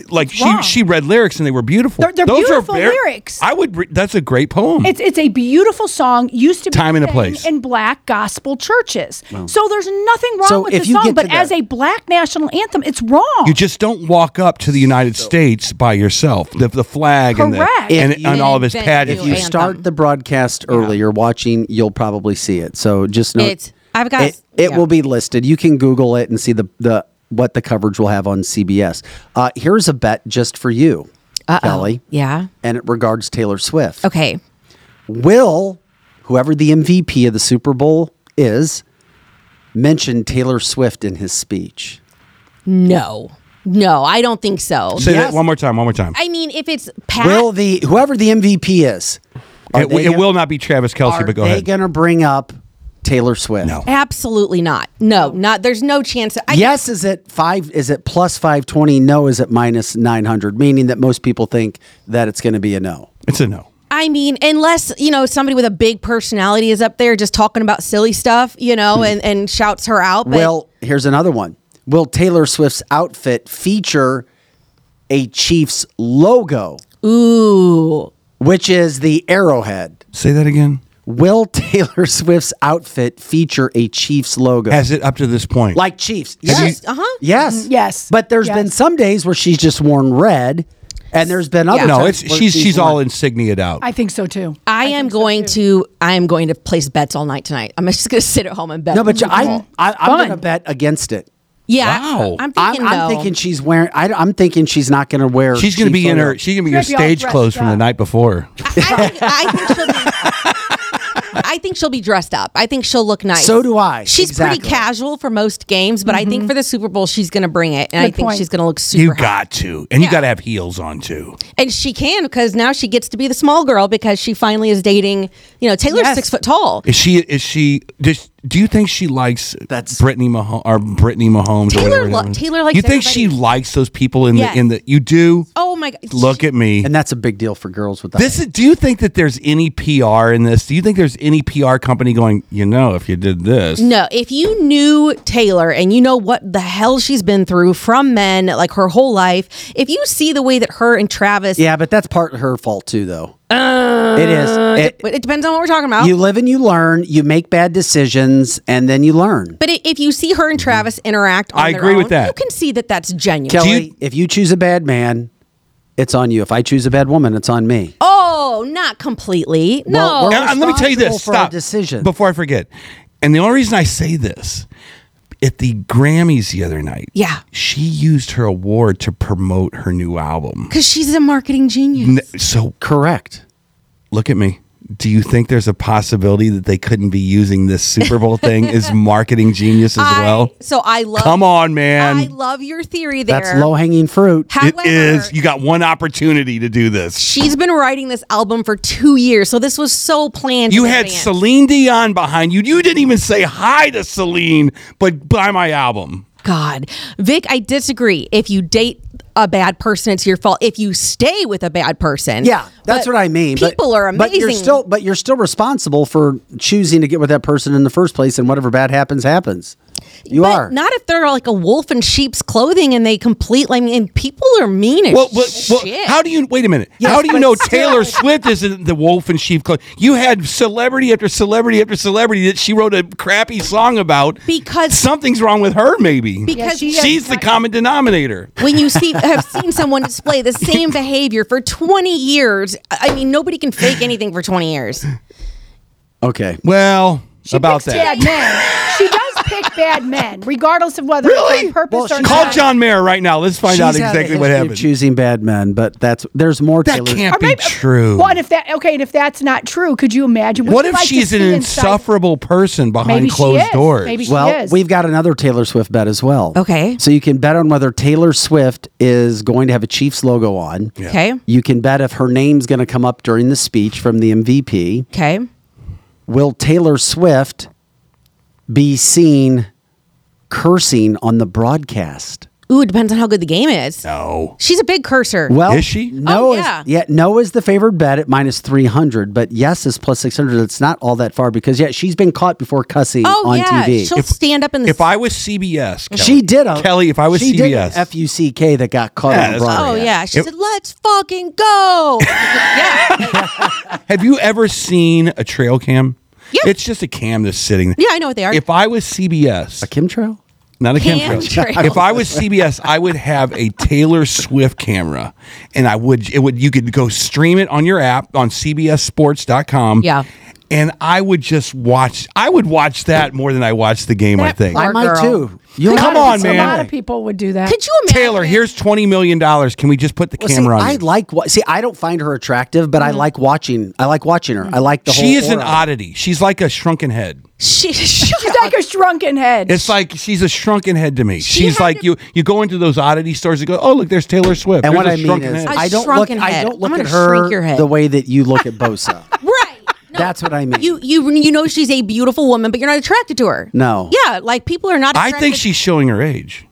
like she
wrong.
she read lyrics and they were beautiful.
They're- they're
Those
beautiful
are ver-
lyrics.
I would. Re- that's a great poem.
It's it's a beautiful song. Used to be
Time and a
sang
place.
in black gospel churches. So there's nothing wrong
So
with
if
the
you
song,
get
but
to
as
the-
a black national anthem, it's wrong.
You just don't walk up to the United States by yourself. The, the flag and, the,
Correct.
and,
If
and all of his
you-
pageants.
If you
Anthem.
start the broadcast early, you're watching, you'll probably see it. So just know
It's- I've got-
it. It
yeah.
will be listed. You can Google it and see the the what the coverage will have on CBS. Uh, here's a bet just for you, Kelly,
yeah.
and it regards Taylor Swift.
Okay.
Will whoever the MVP of the Super Bowl is mention Taylor Swift in his speech?
No. No, I don't think so.
Say
Yes.
that one more time. One more time.
I mean, if it's Pat,
Will the whoever the MVP is? are
it
they
it
gonna-
will not be Travis Kelsey,
Are
but go
they
ahead.
going to bring up Taylor Swift?
No.
absolutely not. No, not. There's no chance. I,
yes is it five is it plus 520 no is it minus 900 meaning that most people think that it's going to be a no
it's a no.
I mean, unless you know somebody with a big personality is up there just talking about silly stuff, you know, and and shouts her out. But
Hmm. well here's another one will taylor swift's outfit feature a chiefs logo
ooh,
which is the arrowhead
Say that again.
will taylor swift's outfit feature a chiefs logo
Has it up to this point?
like chiefs
Have
yes
you-
Uh-huh.
yes
Yes.
but there's
Yes.
been some days where she's just worn red and there's been other
no, it's
times where
she's she's all
worn-
insignia'd out.
I think so too.
I, am going to I am going to place bets all night tonight. I'm just going to sit at home and bet.
no but I, I i'm
Fun.
going to bet against it
yeah,
Wow.
I'm,
I'm thinking.
I'm
no.
thinking she's wearing. I, am thinking she's not going to wear.
she's going to be in her. She's going to be your
She's gonna be all
stage
dressed
clothes from the
up.
night before.
I think, I think she'll be. I think she'll be dressed up. I think she'll look nice.
So do I.
She's
Exactly.
pretty casual for most games, but I think for the Super Bowl she's going to bring it, and
Mm-hmm.
I
Good
think
point.
she's going to look super.
You
hot.
got to, and
Yeah.
you got to have heels on too.
and she can because now she gets to be the small girl because she finally is dating. You know, Taylor's
Yes.
six foot tall.
Is she? Is she? Does, do you think she likes
That's-
Brittany Mahomes or Brittany Mahomes?
Taylor
or whatever
lo-
that one-
Taylor likes
You think she
everybody.
likes those people in
Yes.
the in the? You do.
Oh my god!
Look at me.
and that's a big deal for girls with that.
This is, do you think that there's any PR in this? Do you think there's any PR company going, you know, if you did this?
No, if you knew Taylor and you know what the hell she's been through from men like her whole life, if you see the way that her and Travis,
yeah, but that's part her fault too, though.
Uh,
it is. It-
it depends on what we're talking about.
you live and you learn. You make bad decisions, and then you learn.
but i- if you see her and Travis interact, on
Mm-hmm. I
their
agree with
own,
that.
You can see that that's genuine.
Kelly,
you-
if you choose a bad man, it's on you. If I choose a bad woman, it's on me.
oh, not completely.
Well,
No,
we're-
Now, and uh, let me tell you this.
responsible for our
Stop.
decision.
Before I forget. And the only reason I say this, at the Grammys the other night,
Yeah.
she used her award to promote her new album.
because she's a marketing genius.
N- So
Correct.
look at me. Do you think there's a possibility that they couldn't be using this Super Bowl thing as marketing genius as
I-
well?
so I love.
Come on, man.
I love your theory there.
That's low hanging fruit.
it
However,
is. You got one opportunity to do this.
she's been writing this album for two years, so this was so planned.
You
in
had
advance.
Celine Dion behind you. You didn't even say hi to Celine, but buy my album.
God, Vic, I disagree. If you date a bad person, it's your fault. If you stay with a bad person,
Yeah, that's
But
what I mean. But-
People are amazing.
but you're still, but you're still responsible for choosing to get with that person in the first place, and whatever bad happens, happens. You
But
are
not if they're like a wolf in sheep's clothing and they completely. I mean, and people are mean as
Well, but, well,
shit.
how do you wait a minute? how do you
but
know
still-
Taylor Swift isn't the wolf in sheep clothing? You had celebrity after celebrity after celebrity that she wrote a crappy song about
Because-
something's wrong with her. Maybe
because
she has-
she's the common denominator.
when you see have seen someone display the same behavior for 20 years i mean nobody can fake anything for 20 years
okay.
Well,
She
about
picks
that.
Bad men. She does pick pick bad men, regardless of whether it's on purpose or
Call
not.
John Mayer right now. Let's find out
She's had a
exactly what
history of
happened.
Choosing bad men, but that's there's more.
That
Taylor.
can't be true.
uh, What if that? Okay, and if that's not true, could you imagine? Would
What
you
if
like to
she's an
see inside-
insufferable person behind
Maybe she
closed
is.
doors?
Maybe she
Well,
is.
we've got another Taylor Swift bet as well.
Okay.
So you can bet on whether Taylor Swift is going to have a Chiefs logo on.
Okay.
You can bet if her name's going to come up during the speech from the MVP.
Okay.
Will Taylor Swift be seen cursing on the broadcast?
Ooh, it depends on how good the game is.
no.
She's a big cursor.
Well,
Is she?
No,
Oh,
is-
yeah.
yeah. No is the favored bet at minus three hundred, but yes is plus six hundred. It's not all that far because yeah, she's been caught before cussing
oh
on
yeah,
TV.
she'll stand up in the.
If I was CBS, Kelly,
she did a
Kelly. If I was
she did
CBS,
an FUCK that got caught
Yeah,
on the
that's-
oh
broadcast.
yeah, she
If-
said, "Let's fucking go." yeah,
have you ever seen a trail cam?
Yeah.
It's just a cam that's sitting.
yeah, I know what they are.
If I was CBS,
Chemtrail?
not a
Cam
chemtrail.
trail.
If I was CBS, I would have a Taylor Swift camera, and I would it would you could go stream it on your app on CBSSports.com.
Yeah.
and I would just watch. I would watch that more than I watch the game. I think.
Our
I might
girl.
too. You
Come
A lot
on,
of- A lot
man.
of people would do that.
Could you imagine?
Taylor, here's twenty million dollars. Can we just put the
Well,
camera
see,
on?
I
you?
like wa- see. I don't find her attractive, but I
Mm-hmm.
like watching. I like watching her. I like the whole.
she is an
aura.
oddity. She's like a shrunken head.
She, shut
She's like a shrunken head.
It's like she's a shrunken head to me. she's
had
like
to-
you. You go into those oddity stores and go, oh look, there's Taylor Swift.
And
There's
what
a
I mean
shrunken
is,
head.
head.
I don't
A
look.
shrunken
I
head.
don't look
I'm
at
gonna shrink your
her
head.
the way that you look at Bosa.
right. No,
That's what I mean.
you you you know she's a beautiful woman, but you're not attracted to her.
No.
Yeah, like people are not.
I
Attracted.
think she's showing her age,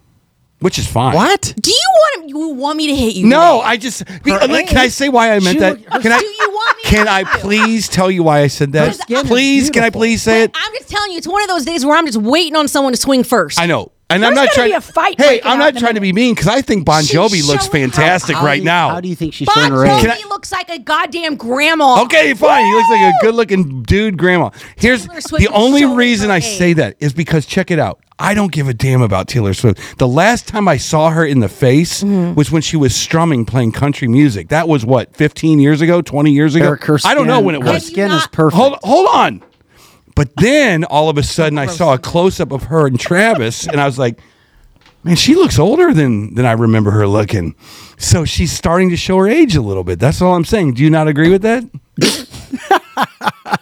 which is fine.
what?
Do you want you want me to hit you?
No,
today?
I just can I
age?
say why I meant
She
that?
look- her
can
Do
I?
you want me?
Can
to
I
hit you?
please tell you why I said that?
skin is
Please, can I
beautiful.
please say it?
I'm just telling you, it's one of those days where I'm just waiting on someone to swing first.
I know. And I'm
There's gonna
not trying
be a fight
Hey,
breaking
I'm
out
not
in a
trying to be mean because I think Bon
She's
Jowie looks
showing how-
fantastic
How do
right
you-
now.
How do you think she's
Bon
showing her age?
Can
Jovi
I-
looks like a goddamn grandma.
Okay, fine. He looks like a good-looking dude, grandma. Here's
Taylor Swift
the
is
only
showing
reason
her
I
age.
say that is because check it out. I don't give a damn about Taylor Swift. The last time I saw her in the face
Mm-hmm.
was when she was strumming playing country music. That was what 15 years ago, 20 years ago.
Eric, her
I don't know
skin-
when it
Her
Have
was.
you
skin is
not-
perfect.
Hold hold on. But then all of a sudden I saw a close-up of her and Travis and I was like, man, she looks older than than I remember her looking. So she's starting to show her age a little bit. That's all I'm saying. Do you not agree with that?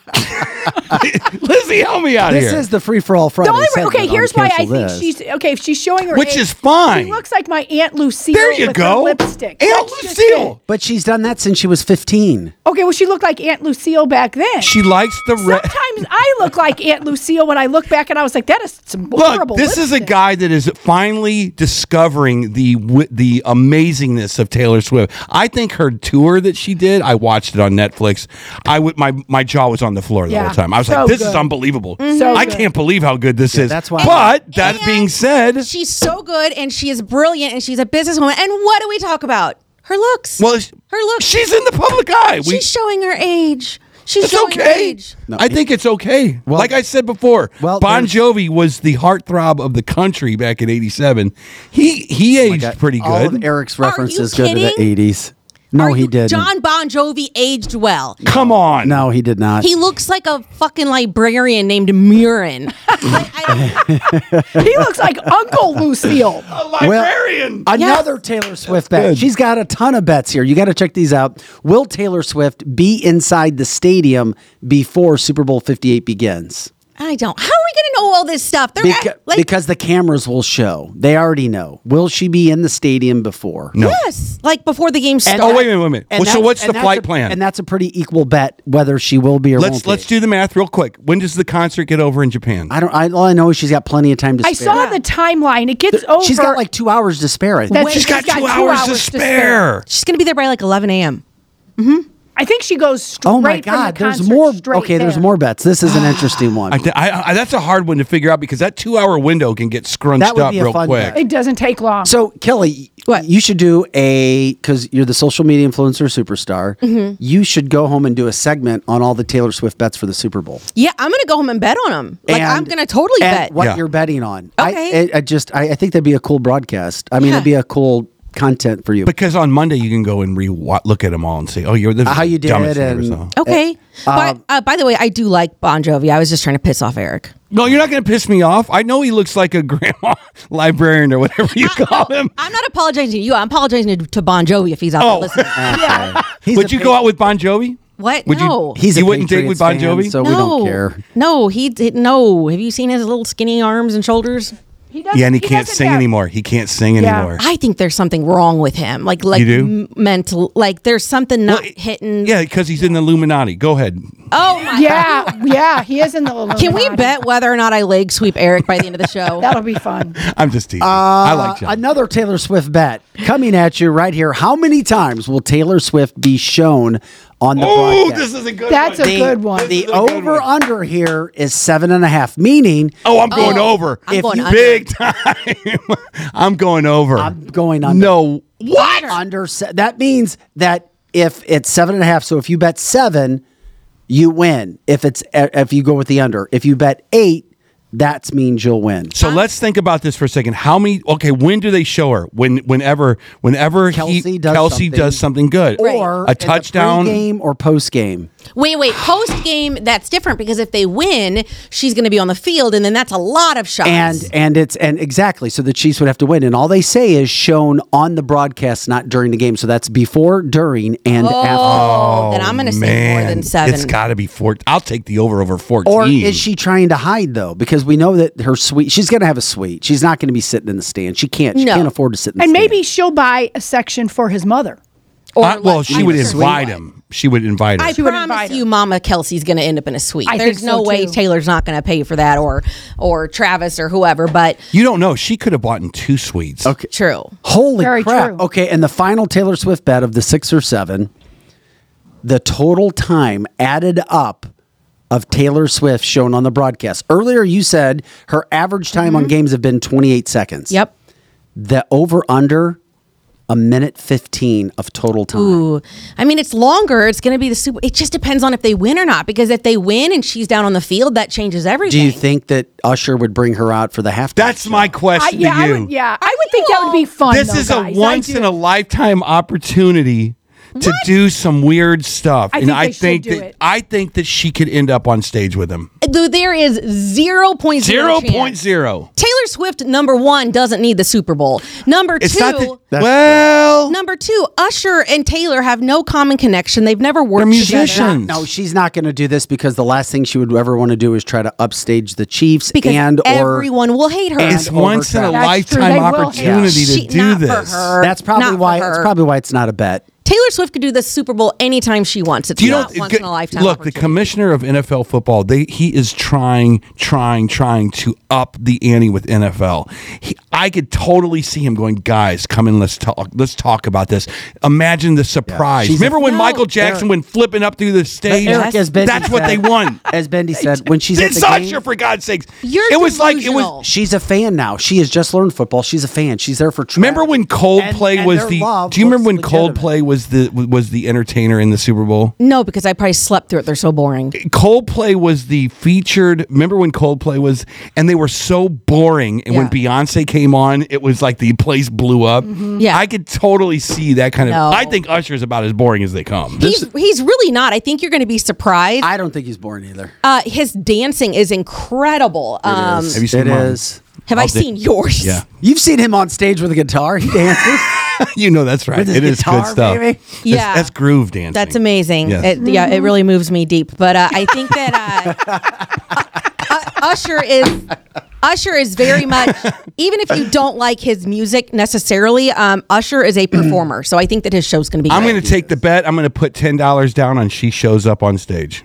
Lizzie, help me out
This
here.
is the free for all Friday.
The only way,
segment on
okay, here's why I think
Cancel This.
she's okay. If she's showing her,
Which
age,
is fine.
She looks like my aunt Lucille.
there you
with
go.
Her lipstick.
Aunt
That's just
Lucille.
But she's done that since she was fifteen.
it. Okay, well, she looked like Aunt Lucille back then.
She likes the red.
Sometimes I look like Aunt Lucille when I look back, and I was like, that is some
Look,
horrible.
this is a
lipstick.
guy that is finally discovering the wi- the amazingness of Taylor Swift. I think her tour that she did, I watched it on Netflix. I would my my jaw was on the floor the
Yeah,
whole time. I was
so
like, this is
good. Mm-hmm.
unbelievable.
So
I
good.
can't believe how good this is.
that's why-
But that
And-
being said,
She's so good and she is brilliant and she's a businesswoman. And what do we talk about? Her looks.
well, it's-
her looks.
she's in the public eye. We,
she's showing her age. She's
it's
showing her
okay.
age.
I think it's okay. like I said before,
well,
Bon
there's-
Jovi was the heartthrob of the country back in '87. He he aged pretty
Oh All of
good.
Eric's
Are you
references go to the
kidding?
eighties. No,
Are
he
you-
didn't.
John Bon Jovi aged well.
Come on.
no, he did not.
He looks like a fucking librarian named Murin. I- I-
He looks like Uncle Lucille.
Oh, librarian.
Another Taylor Swift bet. She's got a ton of bets here. You got to check these out. Will Taylor Swift be inside the stadium before Super Bowl 58 begins?
I don't. How are we going to know all this stuff? They're
Beca-
like,
because the cameras will show. They already know. Will she be in the stadium before?
No.
yes, like before the game starts.
Oh wait a minute, wait a minute.
And
Well, so
that's-
what's
and
the
that's
flight
a-
plan?
And that's a pretty equal bet whether she will be or
let's
won't be.
let's do the math real quick. When does the concert get over in Japan?
I don't. I, all I know is she's got plenty of time to.
I
spare.
saw the timeline. It gets over.
She's got like two hours to spare. I think.
That's-
She's got,
she's
two, hours to spare.
She's going to be there by like 11 a.m.
I think she goes straight.
oh my
from the
God! There's
concert
more.
straight
Okay, there's
there.
more bets. This is an interesting one.
I, thi- I, I, that's a hard one to figure out because that two-hour window can get scrunched
That would
up
be a
real
fun
quick.
bet.
It doesn't take long.
So Kelly,
What?
you should do a because you're the social media influencer superstar. You should go home and do a segment on all the Taylor Swift bets for the Super Bowl.
Yeah, I'm going to go home and bet on him. Like, I'm
And-
going to totally
and
bet.
what
Yeah.
you're betting on. I,
Okay.
I, I just I, I think that'd be a cool broadcast. I mean,
Yeah.
it'd be a cool content for you.
Because on Monday you can go and re look at them all and say, "Oh, you're the
How you did
dumbest thing I ever
and-
saw."
Okay.
um,
but uh, by the way, I do like Bon Jovi. I was just trying to piss off Eric.
No, you're not going to piss me off. I know he looks like a grandma librarian or whatever you call him.
I'm not apologizing to you. I'm apologizing to, to Bon Jovi if he's out
Oh.
there listening.
He's
Would
a
you
pa-
go out with Bon Jovi?
What?
Would you-
no.
He's a
You wouldn't date
Patriots
with Bon
fan,
Jovi?
so
no.
we don't care.
No, he did. No. Have you seen his little skinny arms and shoulders?
He doesn't-
Yeah, and he, can't
doesn't
sing
have-
anymore. He can't sing
Yeah.
anymore.
I think there's something wrong with him. Like, like
You do?
m- mental. Like, there's something not
Well,
hitting.
Yeah, because he's in the Illuminati. Go ahead.
Oh my.
Yeah, yeah, he is in the. Illuminati.
Can we bet whether or not I leg sweep Eric by the end of the show?
That'll be fun.
I'm just teasing. I like
Uh,
John.
another Taylor Swift bet coming at you right here. How many times will Taylor Swift be shown on the
Oh,
broadcast?
this is a good
That's a
one.
good one.
The
a good
over under here is seven and a half, meaning
oh, I'm going
Oh,
over.
I'm
If
going
you
under.
Big time. I'm going over.
I'm going under.
No. What?
under se- that means that if it's seven and a half, so if you bet seven, you win. If it's e, if you go with the under, if you bet eight, that means you'll win.
So let's think about this for a second. How many? Okay, when do they show her? When, whenever, whenever
Kelsey
he,
does
Kelsey
something.
does something good,
Or
a touchdown.
game or post game.
Wait, wait. Post game, that's different because if they win, she's going to be on the field, and then that's a lot of shots.
And and it's and exactly so the Chiefs would have to win, and all they say is shown on the broadcast, not during the game. So that's before, during, and after.
oh, then I'm going to say more
Man,
than seven.
It's got to be four. I'll take the over over fourteen.
Or is she trying to hide though? Because we know that her suite, she's going to have a suite. She's not going to be sitting in the stand. She can't. She
No.
can't afford to sit in. the
And
stand.
maybe she'll buy a section for his mother.
Or
I- well,
like-
she would
I'm sure
invite
she
him. She would invite
I
him.
She would invite
promise
him.
you, Mama Kelsey's going to end up in a suite.
I think
There's no
so,
way
too.
Taylor's not going to pay for that, or or Travis or whoever. But
You don't know. She could have bought in two suites. Okay.
true.
Holy
Very
crap.
true.
Okay, and the final Taylor Swift bet of the six or seven, the total time added up of Taylor Swift shown on the broadcast. Earlier, you said her average time on games have been 28 seconds.
Mm-hmm. Yep.
The over under, a minute 15 of total time.
I mean, it's longer. It's going to be the super. It just depends on if they win or not. Because if they win and she's down on the field, that changes
Do
everything.
you think that Usher would bring her out for the halftime?
That's
show?
my question
I, yeah,
to you.
I would, yeah, I would think that would be fun.
This
though,
is
guys.
a
I
once
do.
in a lifetime opportunity to do some weird stuff,
I
and
think
I
they should
think
do
that
it.
I think that she could end up on stage with him.
Though there is zero point
Zero
zero
point zero.
Taylor Swift, number one, doesn't need the Super Bowl. Number
It's
two,
not that. Well,
number two, Usher and Taylor have no common connection. They've never worked together.
musicians.
No, she's not going to do this because the last thing she would ever want to do is try to upstage the Chiefs
Because
and or
everyone will hate her.
It's once in a
overtime.
That's true. They
lifetime
will have-
opportunity to
She-
do
not for
this.
her.
that's
Not
probably
for
why
her.
that's probably why it's not a bet.
Taylor Swift could do the Super Bowl anytime she wants. It's
Do you
not
know?
once in a lifetime.
Look, the
opportunity.
commissioner of NFL football, they he is trying, trying, trying to up the ante with NFL. He, I could totally see him going, guys, come in, let's talk, let's talk about this. Imagine the surprise.
She's a-
Remember when
No,
Michael Jackson
Eric-
went flipping up through the stage?
Eric, as Benji
That's what
said-
they won.
As Bendy said, when she's at
It's
the
not
game,
sure for God's sakes.
You're
it was like it
delusional.
was.
she's a fan now. She has just learned football. She's a fan. She's there for. Travis.
Remember when Coldplay
And- and
was
their
the?
love
Do you remember when
looks legitimate.
Coldplay was the was the entertainer in the Super Bowl?
no, because I probably slept through it. They're so boring.
Coldplay was the featured. Remember when Coldplay was, and they were so boring. And when
Yeah. Mm-hmm.
Beyonce came on, it was like the place blew up.
Yeah.
I could totally see that kind of.
No.
I think Usher is about as boring as they come.
He's, he's really not. I think you're going to be surprised.
I don't think he's born either.
uh, his dancing is incredible. Um,
Have you
It
seen mine?
is.
have I seen yours?
Yeah,
You've seen him on stage with a guitar. He dances.
you know that's right.
With his
It is
guitar,
good stuff.
baby.
That's-
Yeah.
that's groove dancing.
That's amazing.
Yes.
It, yeah, it really moves me deep. But uh, I think that uh, U- U- Usher is Usher is very much even if you don't like his music necessarily. Um, Usher is a performer, so I think that his show's going to be.
Mm. I'm
great.
going to take the bet. I'm going to put ten dollars down on she shows up on stage.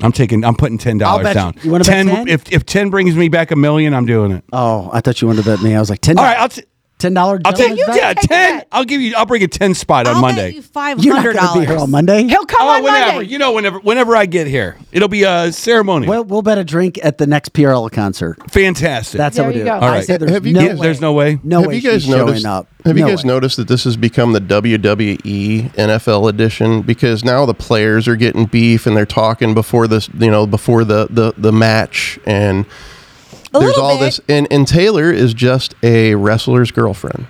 I'm taking. I'm putting ten
I'll
dollars
bet
down.
you- you wanna bet 10?
If if ten brings me back a million, I'm doing it.
oh, I thought you wanted to bet me. I was like ten.
All right, I'll t-
ten dollar.
I'll take you. Yeah,
Take
ten.
that.
I'll give you. I'll bring a ten spot on
I'll
Monday.
Bet you five
You're not
hundred
going to be here on
dollars.
Monday.
He'll come
Oh,
on
whenever.
Monday.
You know, whenever whenever I get here, it'll be a ceremony.
Well, we'll bet a drink at the next PRL concert.
fantastic.
That's
There
how we
you
do.
go.
it.
All
I
right.
said there's
Have you
no
guys-
way.
there's no way.
No way. she's showing up.
Have
No
you guys
way.
noticed that this has become the E WWE NFL edition because now the players are getting beef and they're talking before this, you know, before the the, the match and
A
there's
little
all
bit.
this and and Taylor is just a wrestler's girlfriend.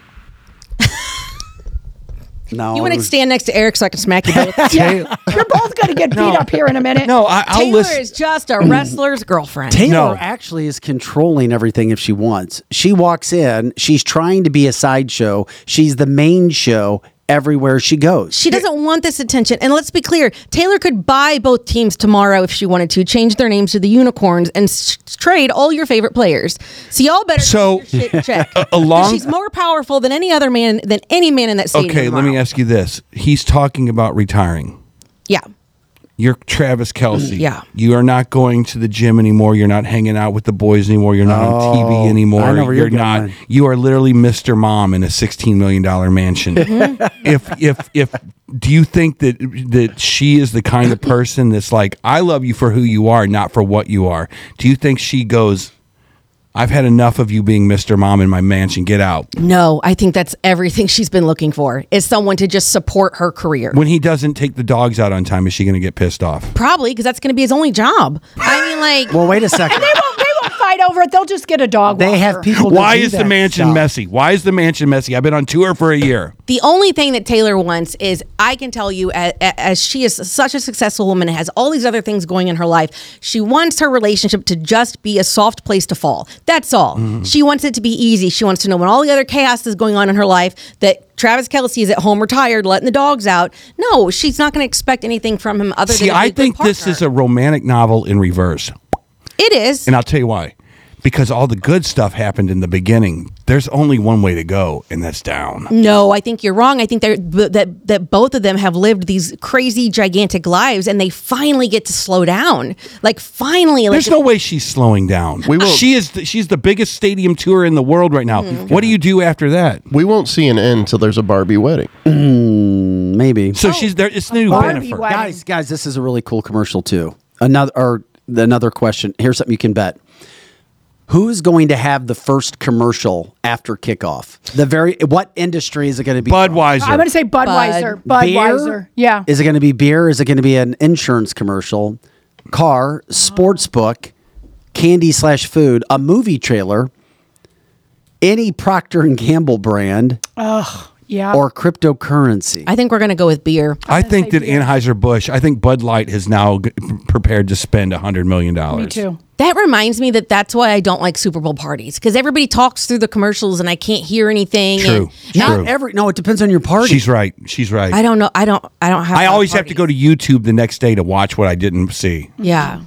No,
you want
it
to
was-
stand next to Eric so I can smack you both?
Yeah. You're both going to get beat up here in a minute.
No, I, I'll
Taylor
listen.
is just a wrestler's girlfriend.
Taylor
No.
actually is controlling everything if she wants. She walks in, she's trying to be a sideshow. She's the main show everywhere she goes.
She doesn't want this attention. And let's be clear Taylor could buy both teams tomorrow if she wanted to, change their names to the Unicorns, and s- trade all your favorite players. So y'all better
So,
keep your shit in check.
along-
she's more powerful than any other man, than any man in that stadium.
Okay, let me
tomorrow.
ask you this. He's talking about retiring.
Yeah.
You're Travis
Mm,
Kelsey.
Yeah.
You are not going to the gym anymore. You're not hanging out with the boys anymore. You're not on TV anymore.
Oh, I know where
you're
you're going,
not.
man.
You are literally Mr. Mom in a $16 million mansion. if, if, if, do you think that that she is the kind of person that's like, I love you for who you are, not for what you are? Do you think she goes, I've had enough of you being Mr. Mom in my mansion. Get out.
No, I think that's everything she's been looking for is someone to just support her career.
When he doesn't take the dogs out on time, is she going to get pissed off?
Probably because that's going to be his only job. I mean, like,
Well, wait a second.
They won't, they won't fight over it. They'll just get a dog.
they have
walker.
people. to
Why
do
is the
that
mansion
stuff.
messy? Why is the mansion messy? I've been on tour for a year.
the only thing that Taylor wants is I can tell you as, as she is such a successful woman and has all these other things going in her life, she wants her relationship to just be a soft place to fall. That's all.
Mm-hmm.
She wants it to be easy. She wants to know when all the other chaos is going on in her life that Travis Kelsey is at home retired, letting the dogs out. No, she's not going to expect anything from him other
See,
than to be
I
a good
think this
partner.
is a romantic novel in reverse.
it is.
And I'll tell you why. Because all the good stuff happened in the beginning. There's only one way to go, and that's down.
No, I think you're wrong. I think they're, b- that that both of them have lived these crazy, gigantic lives, and they finally get to slow down. Like finally, like
There's no way she's slowing down.
We will-
She is. The, she's the biggest stadium tour in the world right now. What do you do after that?
We won't see an end till there's a Barbie wedding.
Maybe.
So she's there. It's the new
Barbie
Bennifer.
wedding.
guys, guys, this is a really cool commercial too. Another or another question. Here's something you can bet. Who's going to have the first commercial after kickoff? The very what industry is it going to be? from?
Budweiser.
I'm going to say Budweiser. Budweiser.
Beer?
Yeah.
Is it going to be beer? Is it going to be an insurance commercial? Car, sports book, candy slash food, a movie trailer, any Procter and Gamble brand,
yeah.
or cryptocurrency.
I think we're gonna go with beer.
I think that Anheuser Busch. I think Bud Light has now g- prepared to spend hundred million dollars.
me too.
That reminds me that that's why I don't like Super Bowl parties because everybody talks through the commercials and I can't hear anything.
True.
And
True.
Not every no, it depends on your party.
She's right. She's right.
I don't know. I don't. I don't have.
I
a
always have to
party.
go to YouTube the next day to watch what I didn't see.
Yeah.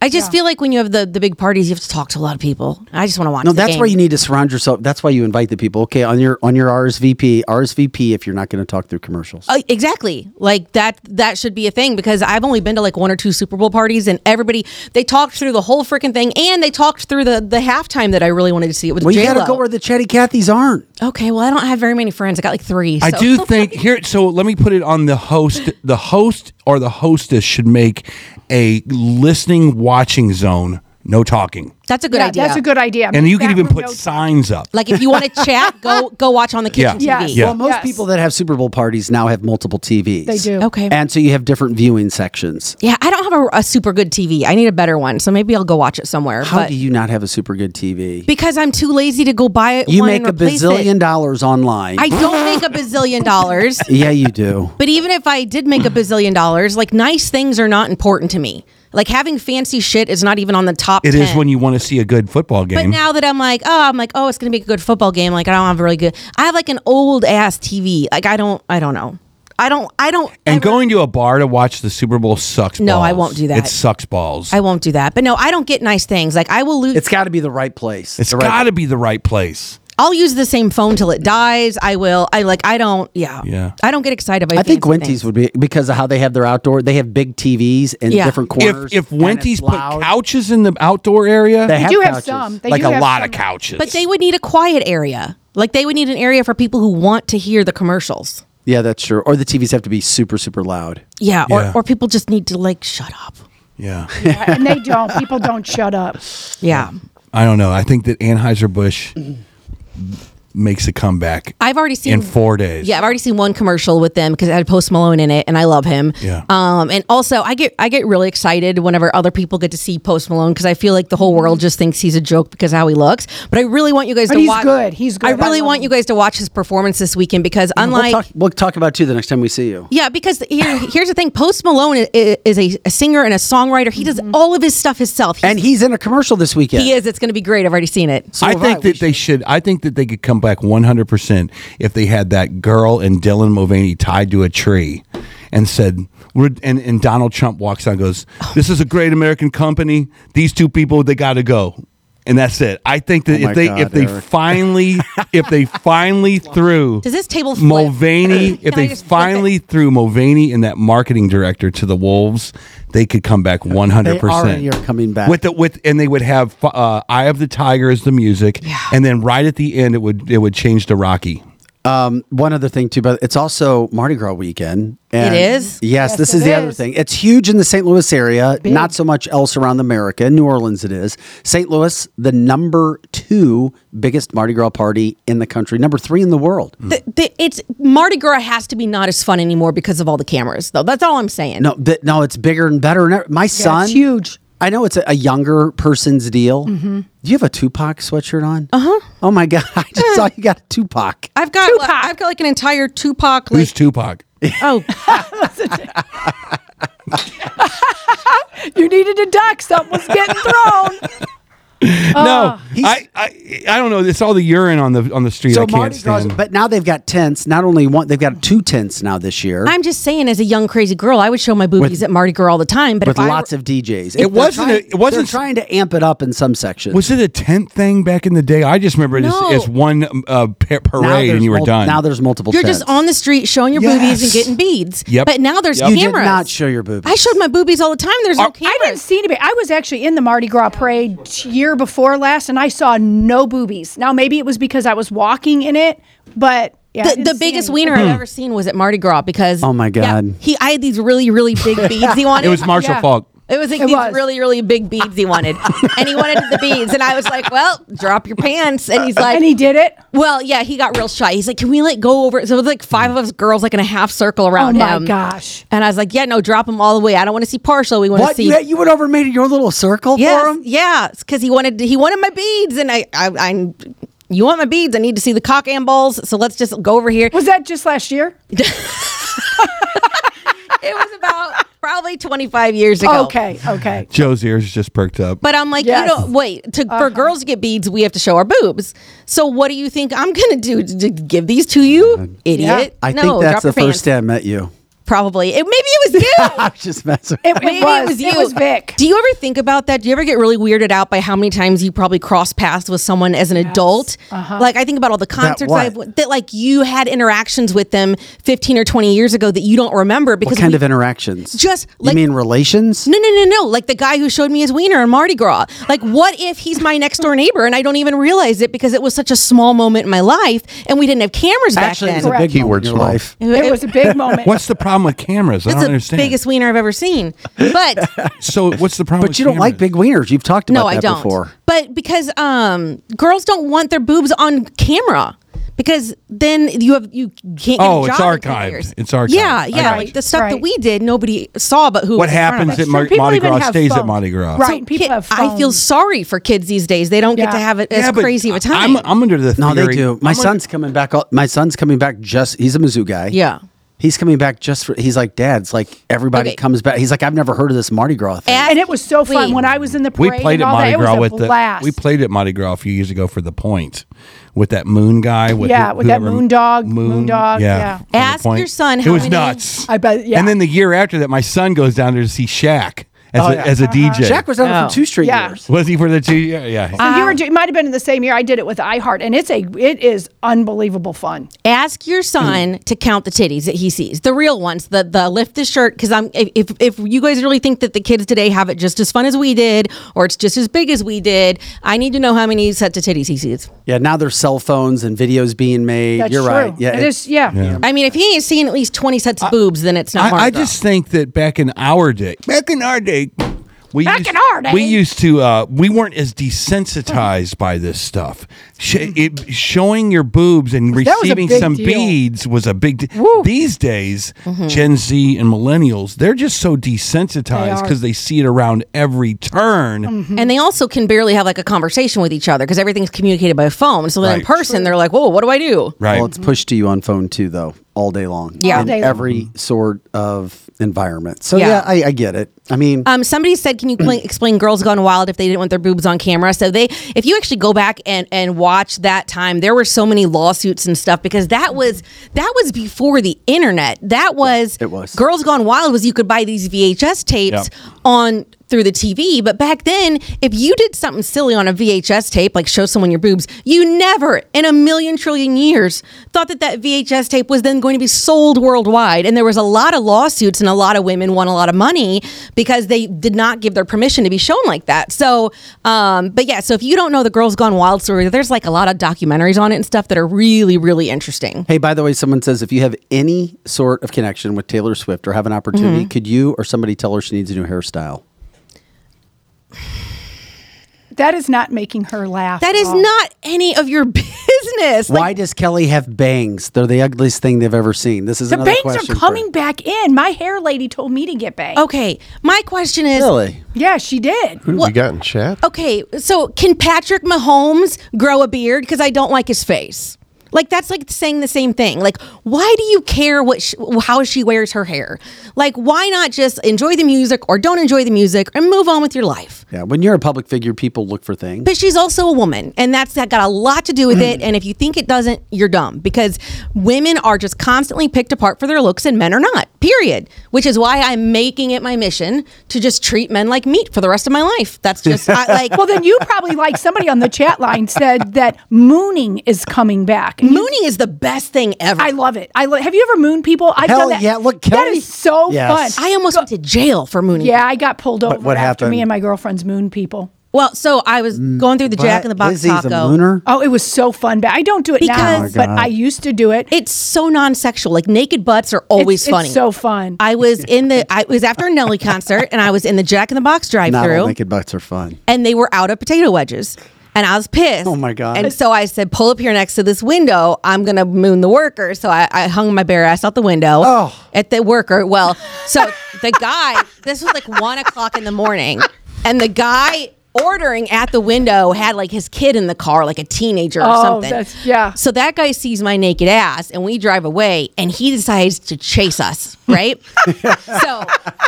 I just feel like when you have the, the big parties, you have to talk to a lot of people. I just want to watch.
No,
the
that's
game.
where you need to surround yourself. That's why you invite the people. Okay, on your on your RSVP, RSVP if you're not going to talk through commercials.
Uh, exactly. Like that that should be a thing because I've only been to like one or two Super Bowl parties and everybody they talked through the whole freaking thing and they talked through the the halftime that I really wanted to see. It was
well, you
J-Lo.
got to go where the chatty Cathys aren't.
Okay, well I don't have very many friends. I got like 3.
I
so-
do think here. So let me put it on the host. The host or the hostess should make a listening, watching zone. No talking,
That's a good
yeah,
idea.
That's a good idea.
and
Make
you can
that
even
room
put
no-
signs up.
like if you want to chat, go go watch on the
Yeah.
kitchen
Yes.
TV.
Yeah.
Well, most
Yes.
people that have Super Bowl parties now have multiple TVs.
They do.
Okay.
And so you have different viewing sections.
yeah, I don't have a, a super good TV. I need a better one. So maybe I'll go watch it somewhere.
How
but
do you not have a super good TV?
because I'm too lazy to go buy it.
you
one
make
and
a
replace it.
bazillion dollars online.
I don't make a bazillion dollars.
yeah, you do.
But even if I did make a bazillion dollars, like nice things are not important to me. Like having fancy shit is not even on the top.
It
10.
is when you want to see a good football
But
game.
now that I'm like, oh, I'm like, oh, it's gonna be a good football game. Like I don't have a really good. I have like an old ass TV. Like I don't. I don't know. I don't. I don't.
and
ever-
going to a bar to watch the Super Bowl sucks.
No, I
balls.
won't do that.
It sucks balls.
I won't do that. But no, I don't get nice things. Like I will lose.
It's got to be the right place.
it's
the right-
got to be the right place.
I'll use the same phone till it dies. I will. I like. I don't. Yeah.
Yeah.
I don't get excited by.
I think
fancy
Wendy's
things.
would be because of how they have their outdoor. They have big TVs in
Yeah.
different corners.
If if
and it's
Wendy's put
loud.
couches in the outdoor area,
they
do have
couches.
some. They
like
do
a
have
lot
some-
of couches.
But they would need a quiet area. Like they would need an area for people who want to hear the commercials.
Yeah, that's true. Or the TVs have to be super super loud.
Yeah, or,
Yeah.
or people just need to like shut up.
yeah.
and they don't. People don't shut up.
Yeah.
I don't know. I think that Anheuser Busch makes a comeback.
I've already seen
in four days.
Yeah, I've already seen one commercial with them because it had Post Malone in it, and I love him.
Yeah.
Um, and also I get I get really excited whenever other people get to see Post Malone because I feel like the whole world just thinks he's a joke because of how he looks. But I really want you guys
But
to
he's
watch.
good. He's good.
I
I
really
love
want
him.
you guys to watch his performance this weekend because unlike.
we'll, talk, we'll talk about you the next time we see you.
yeah, because here, here's the thing. Post Malone i- i- is a, a singer and a songwriter. He
Mm-hmm.
does all of his stuff himself. He's-
And he's in a commercial this weekend.
he is. It's going to be great. I've already seen it.
I
have
think
I. We
that they should. I think that they could come back 100% if they had that girl and Dylan Mulvaney tied to a tree and said, we're, and, and Donald Trump walks out and goes,
Oh.
This is a great American company. These two people, they got to go. And that's it. I think that
Oh my
if they
God,
if they
Eric.
finally if they finally threw
Does this table flip?
Mulvaney
Can
if
I
they
just flip it?
finally threw Mulvaney and that marketing director to the wolves, they could come back one hundred percent.
already are coming back.
with the with and they would have uh, "Eye of the Tiger" as the music, and then right at the end it would it would change to Rocky.
One other thing too, but it's also Mardi Gras weekend. And
It is?
Yes, this is
it
the other
is.
thing. It's huge in the St. Louis area, not so much else around America. In New Orleans, it is. St. Louis, the number two biggest Mardi Gras party in the country, number three in the world.
Mm.
The, the, it's Mardi Gras has to be not as fun anymore because of all the cameras, though. That's all I'm saying.
No, th- no, it's bigger and better. And ev- My son,
it's huge. Mm-hmm.
I know it's a, a younger person's deal. Do you have a Tupac sweatshirt on? Uh
Uh-huh.
huh. Oh my god, I just
Eh.
saw you got a Tupac.
I've got like, I've got like an entire Tupac. Like,
Who's Tupac?
oh,
You needed a duck. Something was getting thrown.
Oh.
no, I, I I don't know. It's all the urine on the on the street. I can't stand.
but now they've got tents. Not only one, they've got two tents now this year
I'm just saying, as a young crazy girl, I would show my boobies at Mardi Gras all the time. But
with
if
lots
I,
of DJs.
It wasn't a-
Trying,
it wasn't
they're
s-
trying to amp it up in some sections.
was it a tent thing back in the day? I just remember it
No.
as, as one uh, pa-
Now
parade,
there's
and you were
mul-
done.
Now there's multiple.
you're
tents.
just on the street showing your boobies
Yes.
and getting beads.
Yep.
But now there's
Yep.
You
cameras.
did not show your boobies. Oh,
I showed my boobies all the time. There's no cameras.
I didn't see anybody. I was actually in the Mardi Gras parade t- year before last, and I saw no boobies. Now maybe it was because I was walking in it, but yeah, I
the,
didn't
the
see
biggest
any.
wiener I've ever seen was at Mardi Gras because
Hmm. Oh my
yeah,
God.
he I had these really really big beads he wanted.
it was Marshall
Yeah.
Falk.
It was like
It
these
was.
really, really big beads he wanted. and he wanted the beads. And I was like, well, drop your pants. And he's like,
Uh, And he did it.
well, yeah, he got real shy. He's like, can we like go over? So it was like five of us girls, like in a half circle
Oh
around
my
him.
gosh!
And I was like, yeah, no, drop him all the way. I don't want to see partial. We want to
What
see.
you, you went over and made your little circle
Yes,
for him?
yeah, because he wanted he wanted my beads, and I, I, I, you want my beads? I need to see the cock and balls. So let's just go over here.
Was that just last year?
It was about probably twenty five years ago.
Okay, okay.
Joe's ears just perked up.
But I'm like,
Yes. Uh-huh.
you know, wait, to, for girls to get beads, we have to show our boobs. So what do you think I'm going to do? To give these to you, idiot?
Uh, I
no,
think that's
drop
the
your
first
pants.
day I met you.
Probably. It, maybe it was you.
I was just messing.
It, it
Maybe
was.
it was you.
It was Vic.
Do you ever think about that? Do you ever get really weirded out by how many times you probably cross paths with someone as an adult?
Uh-huh.
Like I think about all the concerts
what?
I've that like you had interactions with them 15 or 20 years ago that you don't remember because
What kind
we-
of interactions?
Just,
you
like-
mean relations?
no, no, no, no. Like the guy who showed me his wiener in Mardi Gras. Like, what if he's my next door neighbor and I don't even realize it because it was such a small moment in my life and we didn't have cameras back
Actually, it's
then.
a big keyword
Keyword
in your
small.
life.
It was a big moment.
What's the problem with cameras? I
That's
don't
the
understand.
biggest wiener I've ever seen. But
So what's the problem?
But
with
you don't like big
cameras?
wieners. You've talked about
no,
that
I don't.
before.
But because um, girls don't want their boobs on camera because then you have you can't. Get
Oh,
a
it's
job in ten
archived.
years.
It's archived.
Yeah, yeah.
Right.
Like the stuff that
Right.
we did, nobody saw, but who?
What
was in front of
happens
us.
at
Sure,
Mar-
people
Mardi
even
Gras
have
stays at
phones.
Mardi Gras.
Right. people
Kid-
have
I feel
phones.
sorry for kids these days. They don't get to
Yeah.
have it as
Yeah, but
crazy of a time.
I'm, I'm under the
No,
theory.
they do. My
I'm
son's coming back. all- My son's coming back. Just he's a Mizzou guy.
Yeah.
he's coming back just for. He's like, Dad. It's like everybody
Okay.
comes back. He's like, I've never heard of this Mardi Gras thing.
At-
and it was so fun
Wait.
when I was in the parade.
We played
and
at
all
Mardi
that.
Gras
it was
with
a blast.
the. We played at Mardi Gras a few years ago for the point, with that moon guy. With
Yeah,
who-
with that
whoever-
moon dog, moon dog, yeah.
from the
Ask
point.
your son
It
how
was
many-
nuts.
I bet- yeah.
And then the year after that, my son goes down there to see Shaq as
Oh,
a,
yeah.
as a DJ.
Jack was out
Oh.
for two straight
Uh-huh. Yeah.
years.
Was he for the two? Yeah, yeah.
So you were, do- it might have been in the same year. I did it with iHeart, and it's a it is unbelievable fun.
Ask your son to count the titties that he sees, the real ones, the the lift the shirt. Because I'm if, if if you guys really think that the kids today have it just as fun as we did, or it's just as big as we did, I need to know how many sets of titties he sees.
Yeah, now there's cell phones and videos being made.
That's
You're
true.
right. Yeah,
it is. Yeah,
I mean, if he ain't seen at least twenty sets of boobs, then it's not.
I,
Mardi
I
Gras.
just think that back in our day, back in our day, We
Back
used,
in our day.
we used to uh, we weren't as desensitized by this stuff. Sh- it, showing your boobs and
Hmm. That was a
receiving
big
some
deal.
beads was a big de-
Woo. Mm-hmm.
These days, Gen Z and millennials, they're just so desensitized
They are. Mm-hmm.
because they see it around every turn.
And they also can barely have like a conversation with each other because everything's communicated by phone. So then in
Right.
person, they're like, whoa, what do I do?
Right.
Well, it's pushed to you on phone too, though, all day long.
Yeah. All
in
day long.
every sort of environment. So
Yeah.
yeah, I, I get it. I mean,
Uh,
Um, somebody said, "Can you pl- explain Girls Gone Wild if they didn't want their boobs on camera?" So they, if you actually go back and and watch that time, there were so many lawsuits and stuff because that was that was before the internet. That was
it was.
Girls Gone Wild was you could buy these VHS tapes
Yeah.
on through the TV, but back then, if you did something silly on a VHS tape, like show someone your boobs, you never in a million trillion years thought that that VHS tape was then going to be sold worldwide. And there was a lot of lawsuits, and a lot of women won a lot of money because they did not give their permission to be shown like that. So, um, but yeah, so if you don't know the Girls Gone Wild story, there's like a lot of documentaries on it and stuff that are really, really interesting.
hey, by the way, someone says if you have any sort of connection with Taylor Swift or have an opportunity,
Mm-hmm.
could you or somebody tell her she needs a new hairstyle?
That is not making her laugh.
That
at
is
all.
not any of your business.
Why does Kelly have bangs? They're the ugliest thing they've ever seen. This is
The
another
bangs
question
are
for-
coming back in. My hair lady told me to get bangs.
Okay, my question is.
Really?
Yeah, she did.
Who do we got in chat?
Okay, so can Patrick Mahomes grow a beard? Because I don't like his face. Like that's like saying the same thing. Like, why do you care what sh how she wears her hair? Like, why not just enjoy the music or don't enjoy the music and move on with your life?
Yeah. When you're a public figure, people look for things.
But she's also a woman, and that's that got a lot to do with it. And if you think it doesn't, you're dumb because women are just constantly picked apart for their looks, and men are not. Period. Which is why I'm making it my mission to just treat men like meat for the rest of my life. That's just I, like
Well, then you probably like somebody on the chat line said that mooning is coming back. And you-
Mooning is the best thing ever.
I love it. I lo- have you ever mooned people? I've
Hell
done that.
yeah, look,
that
Kelly-
is so
Yes.
fun.
I almost went to jail for mooning.
yeah, I got pulled over
what
after
happened?
me and my girlfriend's moon people.
Well, so I was going through the Jack in the Box
Lizzie's Mm,
taco.
a mooner.
Oh, it was so fun, but I don't do it now.
Because- Oh my
but I used to do it.
It's so non-sexual. Like naked butts are
It's-
always
it's
funny.
so fun.
I was in the. I it was after a Nelly concert, and I was in the Jack in the Box
Not all
drive-through,
naked butts are fun.
and they were out of potato wedges. And I was pissed.
Oh my God.
And so I said, "Pull up here next to this window. I'm gonna moon the worker." So I, I hung my bare ass out the window
Oh.
at the worker. Well, so the guy. This was like one o'clock in the morning, and the guy ordering at the window had like his kid in the car, like a teenager or
Oh,
something.
that's- yeah.
So that guy sees my naked ass and we drive away and he decides to chase us, right? so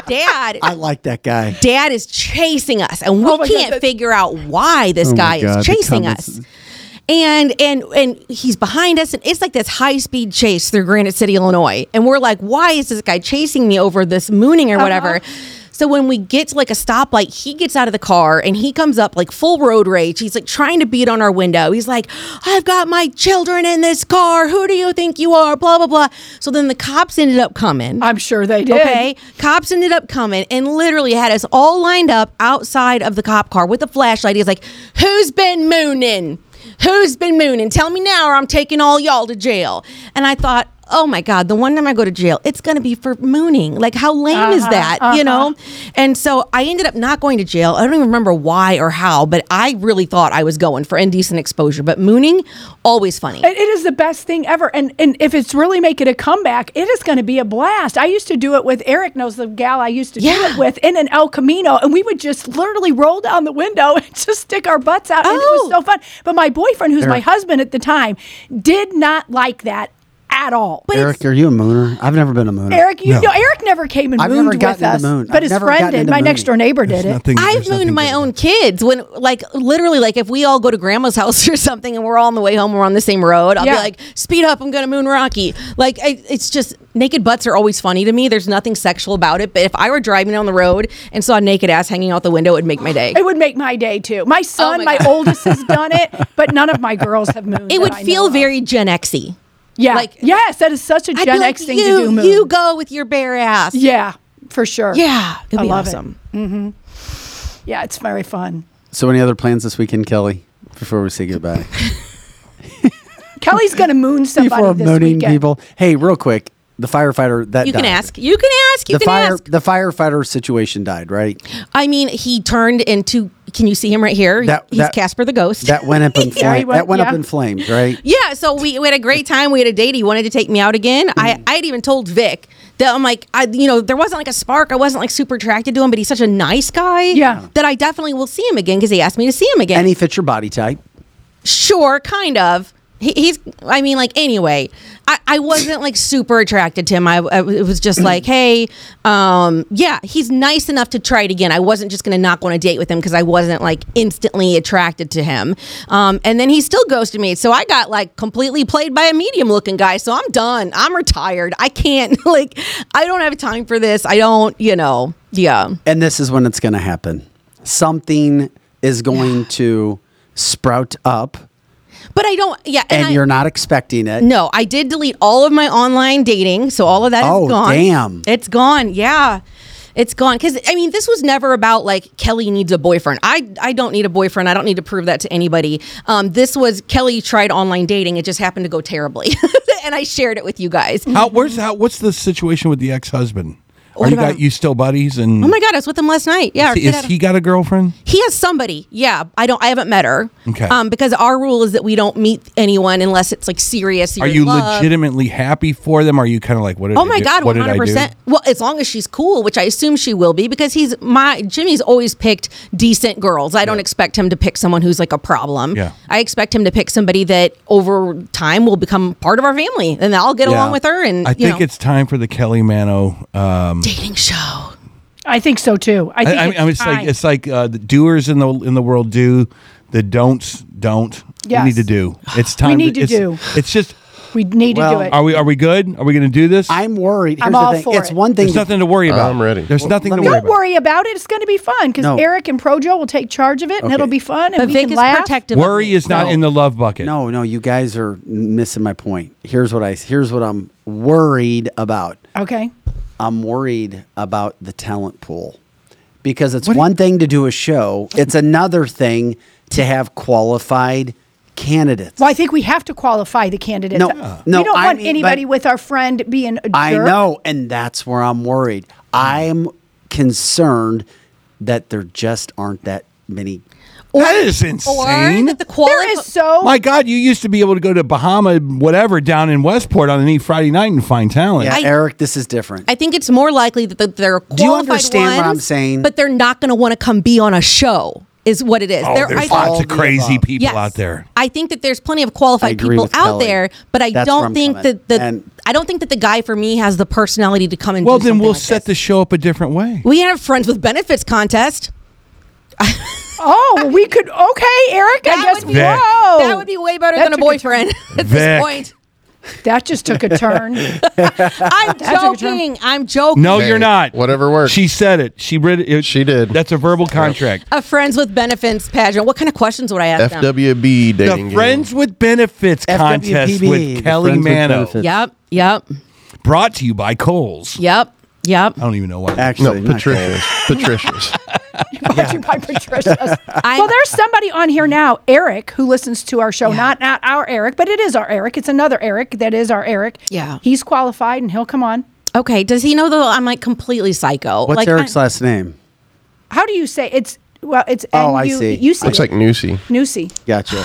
dad
Eh,
I like that guy.
dad is chasing us and we
Oh my God,
can't
that's-
figure out why this guy
Oh God, the
is chasing
comments.
us. And and and he's behind us and it's like this high speed chase through Granite City, Illinois. And we're like, why is this guy chasing me over this mooning or
Uh-huh.
whatever? So when we get to like a stoplight, he gets out of the car and he comes up like full road rage. He's like trying to beat on our window. He's like, I've got my children in this car. Who do you think you are? Blah, blah, blah. So then the cops ended up coming.
I'm sure they did.
Okay. Cops ended up coming and literally had us all lined up outside of the cop car with a flashlight. He's like, Who's been mooning? Who's been mooning? Tell me now or I'm taking all y'all to jail. And I thought, Oh my God, the one time I go to jail, it's going to be for mooning. Like, how lame is
Uh-huh,
that? You know? And so I ended up not going to jail. I don't even remember why or how, but I really thought I was going for indecent exposure. But mooning, always funny.
It, it is the best thing ever. And and if it's really making a comeback, it is going to be a blast. I used to do it with Eric knows the gal I used to do
Yeah.
it with in an El Camino, and we would just literally roll down the window and just stick our butts out. And it was
Oh.
so fun. But my boyfriend, who's my husband at the time, did not like that at all. But
Eric, are you a mooner? I've never been a mooner.
Eric, you
No.
know, Eric never came and
I've
mooned
never gotten
with us.
into moon.
But
I've
his
never
friend
gotten
did.
into
My
mooning.
next door neighbor did it.
Nothing-
I've
there's
mooned
nothing
my
good
own
about
kids when, like, literally, like if we all go to grandma's house or something and we're all on the way home, we're on the same road. I'll
Yeah.
be like, "Speed up! I'm gonna moon Rocky." Like, I, it's just naked butts are always funny to me. There's nothing sexual about it, but if I were driving down the road and saw a naked ass hanging out the window, it'd make my day.
It would make my day too. My son,
Oh my
my,
God.
oldest, has done it, but none of my girls have mooned. that
It would
I know
feel
of.
very Gen Xy.
yeah.
like-
yes, that is such a
I'd
Gen
be like,
X thing
"You,
to do. Moon.
you go with your bare ass."
Yeah, for sure.
yeah, it'd
I
be
love it.
awesome.
Yeah, it's very fun.
So, any other plans this weekend, Kelly? Before we say goodbye,
Kelly's gonna moon somebody
before
this
mooning
weekend.
people. Hey, real quick, the firefighter that
You can
died.
ask. You can ask. You
the
can
fire
ask.
the firefighter situation died right.
I mean, he turned into. Can you see him right here?
That-
He's
that-
Casper the Ghost.
That went up in
Yeah, he
flames.
went-
that went up
yeah.
in flames, right?
Yeah, so we, we had a great time. We had a date. He wanted to take me out again. I, I had even told Vic that I'm like, I, you know, there wasn't like a spark. I wasn't like super attracted to him, but he's such a nice guy.
Yeah.
That I definitely will see him again because he asked me to see him again.
And he fits your body type.
sure, kind of. He, he's, I mean, like, anyway, I, I wasn't like super attracted to him. I, I it was just like, hey, um, yeah, he's nice enough to try it again. I wasn't just going to not go on a date with him because I wasn't like instantly attracted to him. Um, and then he still ghosted me. So I got like completely played by a medium looking guy. So I'm done. I'm retired. I can't, like, I don't have time for this. I don't, you know, yeah.
And this is when it's going to happen. Something is going to sprout up,
But I don't, yeah.
and,
I-
you're not expecting it.
No, I did delete all of my online dating, so all of that is
Oh,
gone.
damn.
It's gone. Yeah. It's gone cuz I mean this was never about like Kelly needs a boyfriend. I I don't need a boyfriend. I don't need to prove that to anybody. Um this was Kelly tried online dating. It just happened to go terribly. and I shared it with you guys.
How? Where's how? What's the situation with the ex-husband? Are
What
you
about-
got you still buddies? And
Oh my god, I was with him last night. Yeah. our kid
is
had a-
he got a girlfriend?
He has somebody. Yeah, I don't. I haven't met her.
Okay.
Um, because our rule is that we don't meet anyone unless it's like serious.
Are
you're in
you
love.
legitimately happy for them? Are you kind of like what? Did
Oh
I
my
do-
God,
what did
one
I
hundred
do?
percent. Well, as long as she's cool, which I assume she will be, because he's my Jimmy's always picked decent girls. I don't expect him to pick someone who's like a problem.
Yeah.
I expect him to pick somebody that over time will become part of our family, and I'll get along with her. And
I
you
think
know,
it's time for the Kelly Mano. Um,
dating show.
I think so too. I
I,
think
I, I mean, it's like
time.
it's like uh, the doers in the in the world do, the don'ts don't.
Yes.
We need to do. It's time.
need to
it's,
do.
It's just.
we need
Well,
to do it.
Are we are we good? Are we going to do this?
I'm worried. Here's
I'm
the
all
thing.
for
it's
it.
one thing.
There's nothing to worry about.
I'm ready.
There's nothing to
let me-
worry
Don't
about.
worry about it. It's going to be fun because
No.
Eric and Projo will take charge of it, and
Okay.
it'll be fun. And
But
we
Vic
can
is
laugh.
protective. of
Worry
me.
is not
No.
in the love bucket.
No, no, you guys are missing my point. Here's what I here's what I'm worried about.
Okay.
I'm worried about the talent pool because it's one thing to do a show, it's another thing to have qualified candidates.
Well, I think we have to qualify the candidates. Uh,
No, no,
we don't
I
want
mean,
anybody
but-
with our friend being a jerk.
I know, and that's where I'm worried. I'm concerned that there just aren't that many.
that is
Or
insane.
that the
There
quality.
is so
My God, you used to be able to go to Bahama, whatever, down in Westport on any Friday night and find talent.
Yeah,
I-
Eric, this is different.
I think it's more likely that the- they're qualified
you understand what
ones,
I'm saying?
But they're not going to want to come be on a show. Is what it is.
oh,
They're-
there's
I-
lots of
all the
crazy
above.
people
Yes.
out there.
I think that there's plenty of
I
qualified
agree
people
with
out
Kelly.
there, but I
That's where I'm
don't think
coming.
that the
And-
I don't think that the guy for me has the personality to come and.
Well,
do
then
something
we'll
like
set the
this.
show up a different way.
We can have friends with benefits contest.
Oh, well, we could. Okay, Eric. I
That
guess.
would be-
Vic.
whoa.
that would be way better
That
than a
took a-
boyfriend at
Vic.
this point.
That just took a turn.
I'm
took a turn.
joking. I'm joking.
No,
Hey,
you're not.
whatever works.
She said it. She read it.
She did.
That's a verbal contract.
A friends with benefits pageant. What kind of questions would I ask them?
FWB
The
dating.
Friends with Benefits contest
FWPB, the
with Kelly
Friends with
Mano,
Benefits.
Yep. Yep.
brought to you by Coles.
Yep. Yep.
I don't even know why.
No,
Actually, not
Patricia's. Patricia's.
Brought you by Patricia's.
I-
well, there's somebody on here now, Eric, who listens to our show. Not not our Eric, but it is our Eric. It's another Eric that is our Eric.
Yeah.
He's qualified and he'll come on.
Okay. Does he know though? I'm like completely psycho.
What's
like,
Eric's
I,
last name?
How do you say it's well it's
Oh, I
N U-
see.
You see
Looks like Newsy.
Nusi.
Gotcha.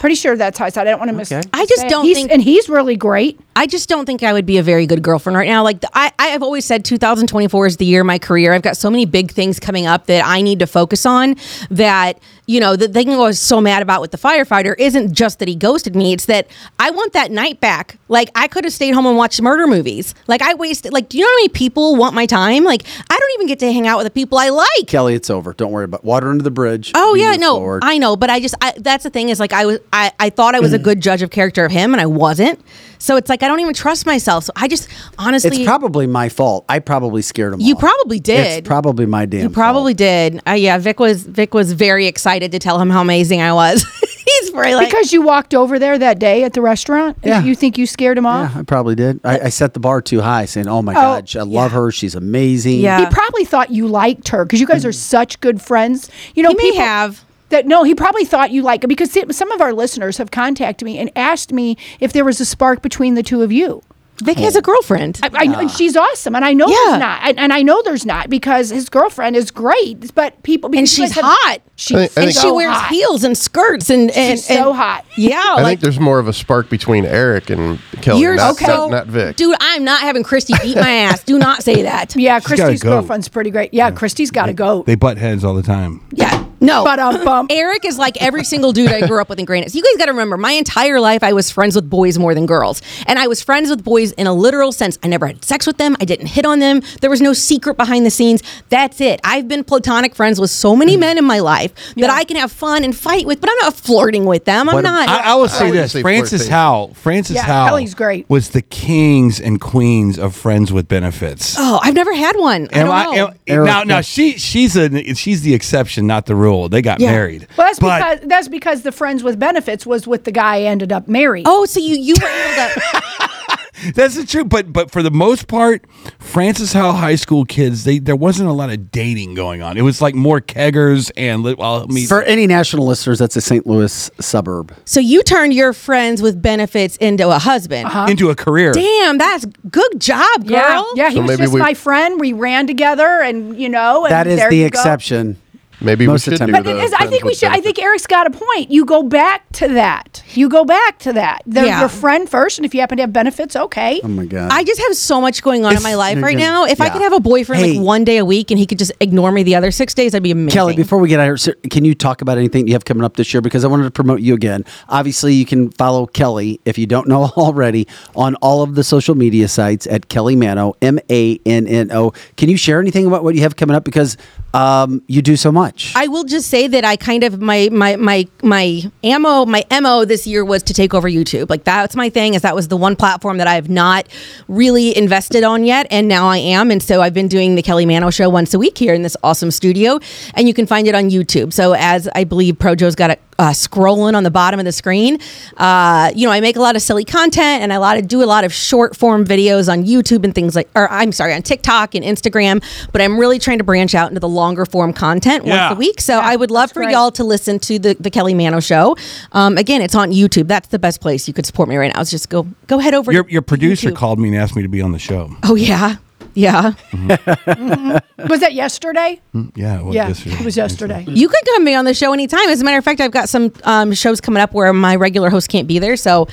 Pretty sure that's how I said. it. I don't want to miss.
Okay.
I just
say it.
don't
He's-
think-
and he's really great.
I just don't think I would be a very good girlfriend right now. Like the, I, I have always said, 2024 is the year of my career. I've got so many big things coming up that I need to focus on. That you know, the thing I was so mad about with the firefighter isn't just that he ghosted me. It's that I want that night back. Like I could have stayed home and watched murder movies. Like I wasted. Like do you know how many people want my time? Like I don't even get to hang out with the people I like.
Kelly, it's over. Don't worry about water under the bridge.
Oh
We
yeah,
move
no,
forward.
I know, but I just I, that's the thing is like I was I, I thought I was a good judge of character of him, and I wasn't. So it's like I don't even trust myself. So I just honestly,
It's probably my fault. I probably scared him.
You
off.
probably did.
It's probably my damn.
you probably
fault.
did. Uh, yeah, Vic was Vic was very excited to tell him how amazing I was. He's very like
Because you walked over there that day at the restaurant,
Yeah.
you think you scared him off?
Yeah, I probably did. I, I set the bar too high, saying, "Oh my God, I love her. She's amazing."
Yeah.
He
Mm.
probably thought you liked her because you guys are such good friends. You know,
He may
people
have.
that. No, he probably thought you liked because see, some of our listeners have contacted me and asked me if there was a spark between the two of you.
Vic has a girlfriend.
I, I know, and she's awesome, and I know
Ah. Yeah.
there's not, and, and I know there's not because his girlfriend is great, but people because
she's
you guys have-
hot.
She's
I think- I
and
think-
she
so
wears
hot.
heels and skirts and and,
She's
and-
so hot.
Yeah,
Oh,
I
like
think there's more of a spark between Eric and Kelly,
you're
not,
so
not, not Vic.
dude. I'm not having Christy beat my ass. Do not say that.
Yeah,
gotta
Christy's
go.
girlfriend's pretty great. Yeah, Christy's got to go.
They butt heads all the time.
Yeah, no.
But um, bum.
Eric is like every single dude I grew up with in Granite. So you guys got to remember, my entire life I was friends with boys more than girls, and I was friends with boys in a literal sense. I never had sex with them. I didn't hit on them. There was no secret behind the scenes. That's it. I've been platonic friends with so many men in my life that I can have fun and fight with, but I'm not flirting with them. I'm
What a-
not.
I, I will say
wouldn't
this:
say
Francis
flirtation.
Howe, Francis
Yeah,
Howe,
Kelly's great.
Was the kings and queens of friends with benefits.
oh, I've never had one. I
Am
don't know.
am- now, now she she's a she's the exception, not the rule. They got
Yeah.
married.
Well, that's
But-
because that's because the friends with benefits was with the guy I ended up marrying.
oh, so you you were able to.
That's the truth, but but for the most part, Francis Howe High School kids, they there wasn't a lot of dating going on. It was like more keggers and li- well, I mean,
For any national listeners, that's a St. Louis suburb.
So you turned your friends with benefits into a husband.
into a career.
Damn, that's good job, girl.
Uh-huh. yeah, yeah, he
So
was
maybe
just
we-
my friend. We ran together, and you know, and
That is
there
the
you go.
exception.
Maybe
Most of
we
the
should
time.
do
But
But it
the
is, I
friends
think we
with
should. I
benefits.
think Eric's got a point. You go back to that. You go back to that. The,
Yeah.
Your friend first, and if you happen to have benefits, okay.
Um,
Oh my god!
I just have so much going on in my life right now. If I
Yeah.
could have a boyfriend
Hey.
like one day a week and he could just ignore me the other six days, I'd be amazing.
Kelly, before we get out of here, can you talk about anything you have coming up this year? Because I wanted to promote you again. Obviously, you can follow Kelly, if you don't know already, on all of the social media sites at Kelly Mano, M A N N O. Can you share anything about what you have coming up? Because um, you do so much.
I will just say that I kind of my my my my ammo my mo this year was to take over YouTube. Like that's my thing. Is that was the one platform that I have not really invested on yet, and now I am. And so I've been doing the Kelly Mano show once a week here in this awesome studio, and you can find it on YouTube. So as I believe Projo's got it uh, scrolling on the bottom of the screen, uh, you know I make a lot of silly content, and I lot of, do a lot of short form videos on YouTube and things like, or I'm sorry, on TikTok and Instagram. But I'm really trying to branch out into the longer form content
Yeah.
once a week week. So I would love for
great.
y'all to listen to the, the Kelly Mano show. Um, again, it's on YouTube. That's the best place you could support me right now. Is just go go head over.
Your
to
your producer
YouTube.
called me and asked me to be on the show.
Oh yeah, yeah.
Was that yesterday?
Yeah, Mm, well,
yeah,
this is-
it was yesterday.
You could come be on the show anytime. As a matter of fact, I've got some um, shows coming up where my regular host can't be there. So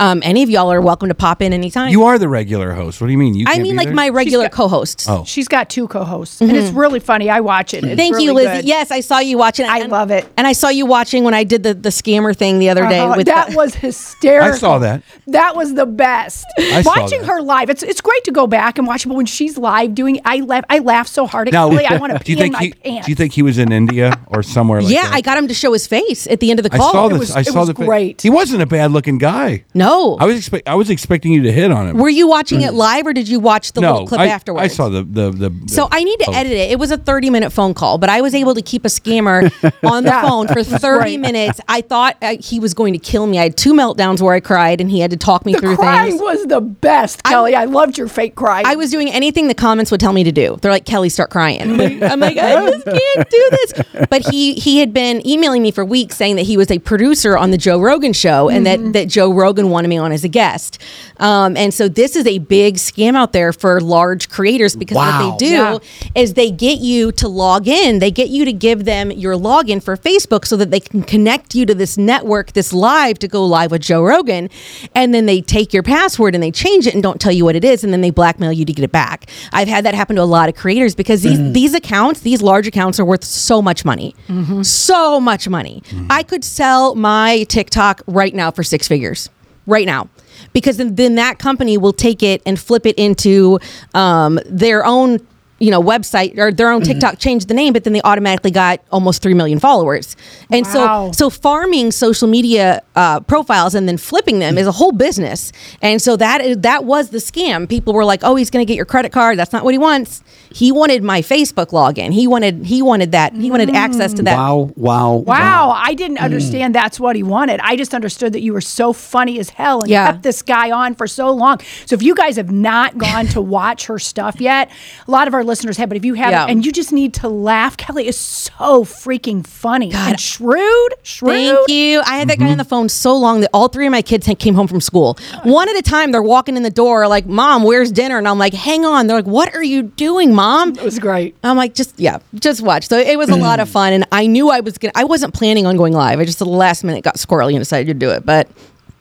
um, any of y'all are welcome to pop in anytime.
You are the regular host. What do you mean? You
I
can't
mean,
be
like
there?
my regular
got-
co-hosts.
Oh.
She's got two co-hosts, and it's really funny. I watch it. It's
Mm-hmm. Thank you,
really
Lizzie.
good.
Yes, I saw you watching.
I
And-
love it.
and I saw you watching when I did the, the scammer thing the other day.
Uh-huh.
With
that
the-
was hysterical.
I saw that.
That was the best.
I saw
Watching
that.
her live, it's it's great to go back and watch, but when she's live doing, I laugh. I laugh so hard at
Now,
Kelly, I want to
do
pee
you
in
think
my
he?
pants.
Do you think he was in India or somewhere like
yeah,
that?
I got him to show his face at the end of the
I
call.
saw
It
this.
was-
I saw
was
the. fa-
great.
He wasn't a bad looking guy.
no,
I was expect. I was expecting you to hit on him.
Were you watching it live or did you watch the little clip
Hmm. I,
afterwards?
I saw the the the.
So I need to edit it. It was a 30 minute phone call, but I was able to keep a scammer on the phone for 30 minutes. I thought uh, he was going to kill me. I had two meltdowns where I cried and he had to talk me
the
through
crying
things.
was the best, Kelly. I, loved your fake cry.
I was doing anything the comments would tell me to do. They're like, Kelly, start crying. I'm like, I'm like, I just can't do this. But he he had been emailing me for weeks saying that he was a producer on the Joe Rogan show and that, that Joe Rogan wanted me on as a guest. Um, and so this is a big scam out there for large creators because
Wow.
what they do
Yeah.
is they get you to log in. They get you to give them your login for Facebook so that they can connect you to this network, this live to go live with Joe Rogan. And then they take your password and they change it and don't tell you what it is. And then they blackmail you to get it back. I've had that happen to a lot of creators because these, these accounts, these large accounts are worth so much money. So much money. I could sell my TikTok right now for six figures right now because then, then that company will take it and flip it into um, their own you know website or their own tiktok change the name but then they automatically got almost 3 million followers and
Wow.
so so farming social media uh, profiles and then flipping them is a whole business and so that is, that was the scam people were like oh he's going to get your credit card that's not what he wants he wanted my facebook login he wanted he wanted that he wanted access to that
wow, wow,
Wow,
Mm.
I didn't understand that's what he wanted. I just understood that you were so funny as hell and
Yeah.
kept this guy on for so long. So if you guys have not gone to watch her stuff yet, a lot of our listeners have, but if you haven't,
Yeah.
and you just need to laugh, Kelly is so freaking funny and shrewd, shrewd.
Thank you. I had that
Mm-hmm.
guy on the phone so long that all three of my kids had- came home from school. One at a time, they're walking in the door, like, Mom, where's dinner? And I'm like, Hang on. They're like, What are you doing, Mom?
It was great.
I'm like, just yeah, just watch. So it was a lot
Mm.
of fun, and I knew I was gonna. I wasn't planning on going live. I just at the last minute got squirrely and decided to do it. But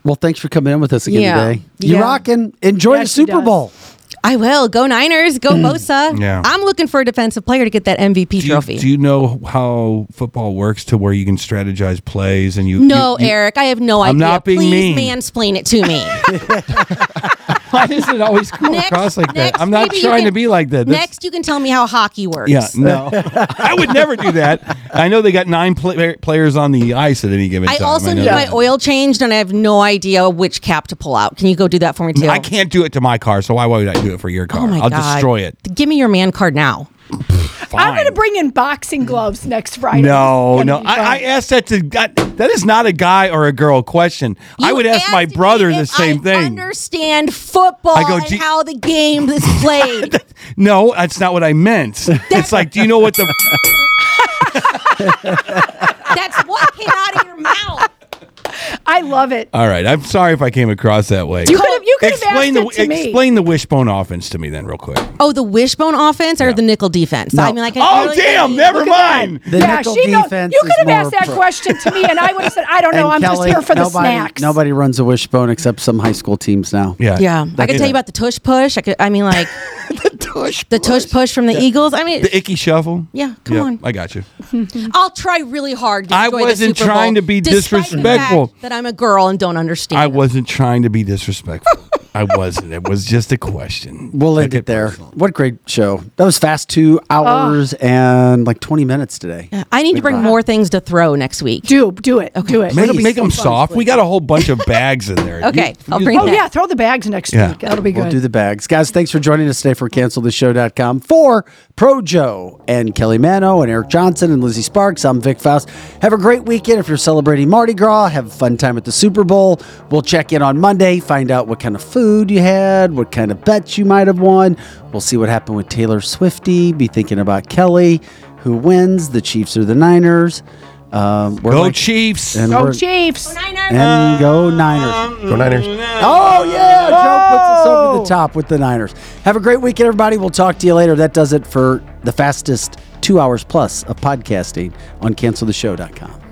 Well, thanks for coming in with us again
Yeah.
today. You
Yeah.
rocking. Enjoy
Yeah,
the
she
Super
does.
Bowl.
I will go Niners, go Bosa.
Mm. Yeah.
I'm looking for a defensive player to get that MVP
Do you,
trophy.
do you know how football works to where you can strategize plays and you?
no,
you- you-
Eric, I have no
I'm
idea.
not being
Please
mean.
mansplain it to me.
Why does it always come
Next-
across like
next,
that? I'm not
maybe you
trying to
can-
be like that. This-
Next, you can tell me how hockey works.
Yeah, no, I would never do that. I know they got nine pla players on the ice at any given
I
time.
also
know
need my
that.
oil changed, and I have no idea which cap to pull out. Can you go do that for me too?
I can't do it to my car, so why would I do it for your car?
Oh my
I'll
God.
destroy it.
Give me your man card now.
Fine.
I'm going to bring in boxing gloves next Friday.
No,
It's
no.
gonna be
I, I
fun.
asked that to God, that is not a guy or a girl question. I
You
would ask my
asked me
brother the
if
same
I
thing.
Understand football
I go,
and
"Do you-
how the game is played.
No, that's not what I meant. it's like, do you know what the
That's what came out of your mouth.
I love it.
Uh,
All right, I'm sorry if I came across that way.
You could have you could have asked
explain the
it to me.
explain the wishbone offense to me then real quick.
Oh, the wishbone offense or the nickel defense? I mean, like, I
oh
really-
damn, never mind.
The
yeah,
nickel
she knows.
defense
You
is
could have
more
asked that
pro-
question to me, and I would have said, "I don't know.
And
I'm
Kelly,
just here for the
nobody,
snacks."
Nobody runs a wishbone except some high school teams now.
Yeah.
Yeah, I
That-
could tell you about the tush push. I could, I mean, like the tush push from the Eagles. I mean,
the icky shuffle.
Yeah, come
Yep,
on.
I got you.
I'll try really hard. To
I
enjoy the
wasn't
Super Bowl,
trying to be
despite the
disrespectful.
fact that I'm a girl and don't understand.
I wasn't trying to be disrespectful. I wasn't. It was just a question.
We'll end
Took
it there. What a great show. That was fast two hours and like 20 minutes today.
I need to bring more things to throw next week.
Do do it. Do it.
Make,
It'll be
make
so
them
fun.
soft. We got a whole bunch of bags in there.
Okay,
You-
I'll
you-
bring
Oh
that.
yeah, throw the bags next
Yeah.
week. That'll be good.
We'll do the bags. Guys, thanks for joining us today for canceltheshow.com. For Pro Joe and Kelly Mano and Eric Johnson and Lizzie Sparks, I'm Vic Faust. Have a great weekend if you're celebrating Mardi Gras. Have a fun time at the Super Bowl. We'll check in on Monday, find out what kind of food you had, what kind of bets you might have won. We'll see what happened with Taylor Swifty. Be thinking about Kelly, who wins, the Chiefs or the Niners. Um, we're
Go
like-
Chiefs.
and
Go
we're-
Chiefs.
And go Niners.
Go Niners.
Oh yeah, Joe puts us over the top with the Niners. Have a great weekend, everybody. We'll talk to you later. That does it for the fastest two hours plus of podcasting on canceltheshow.com.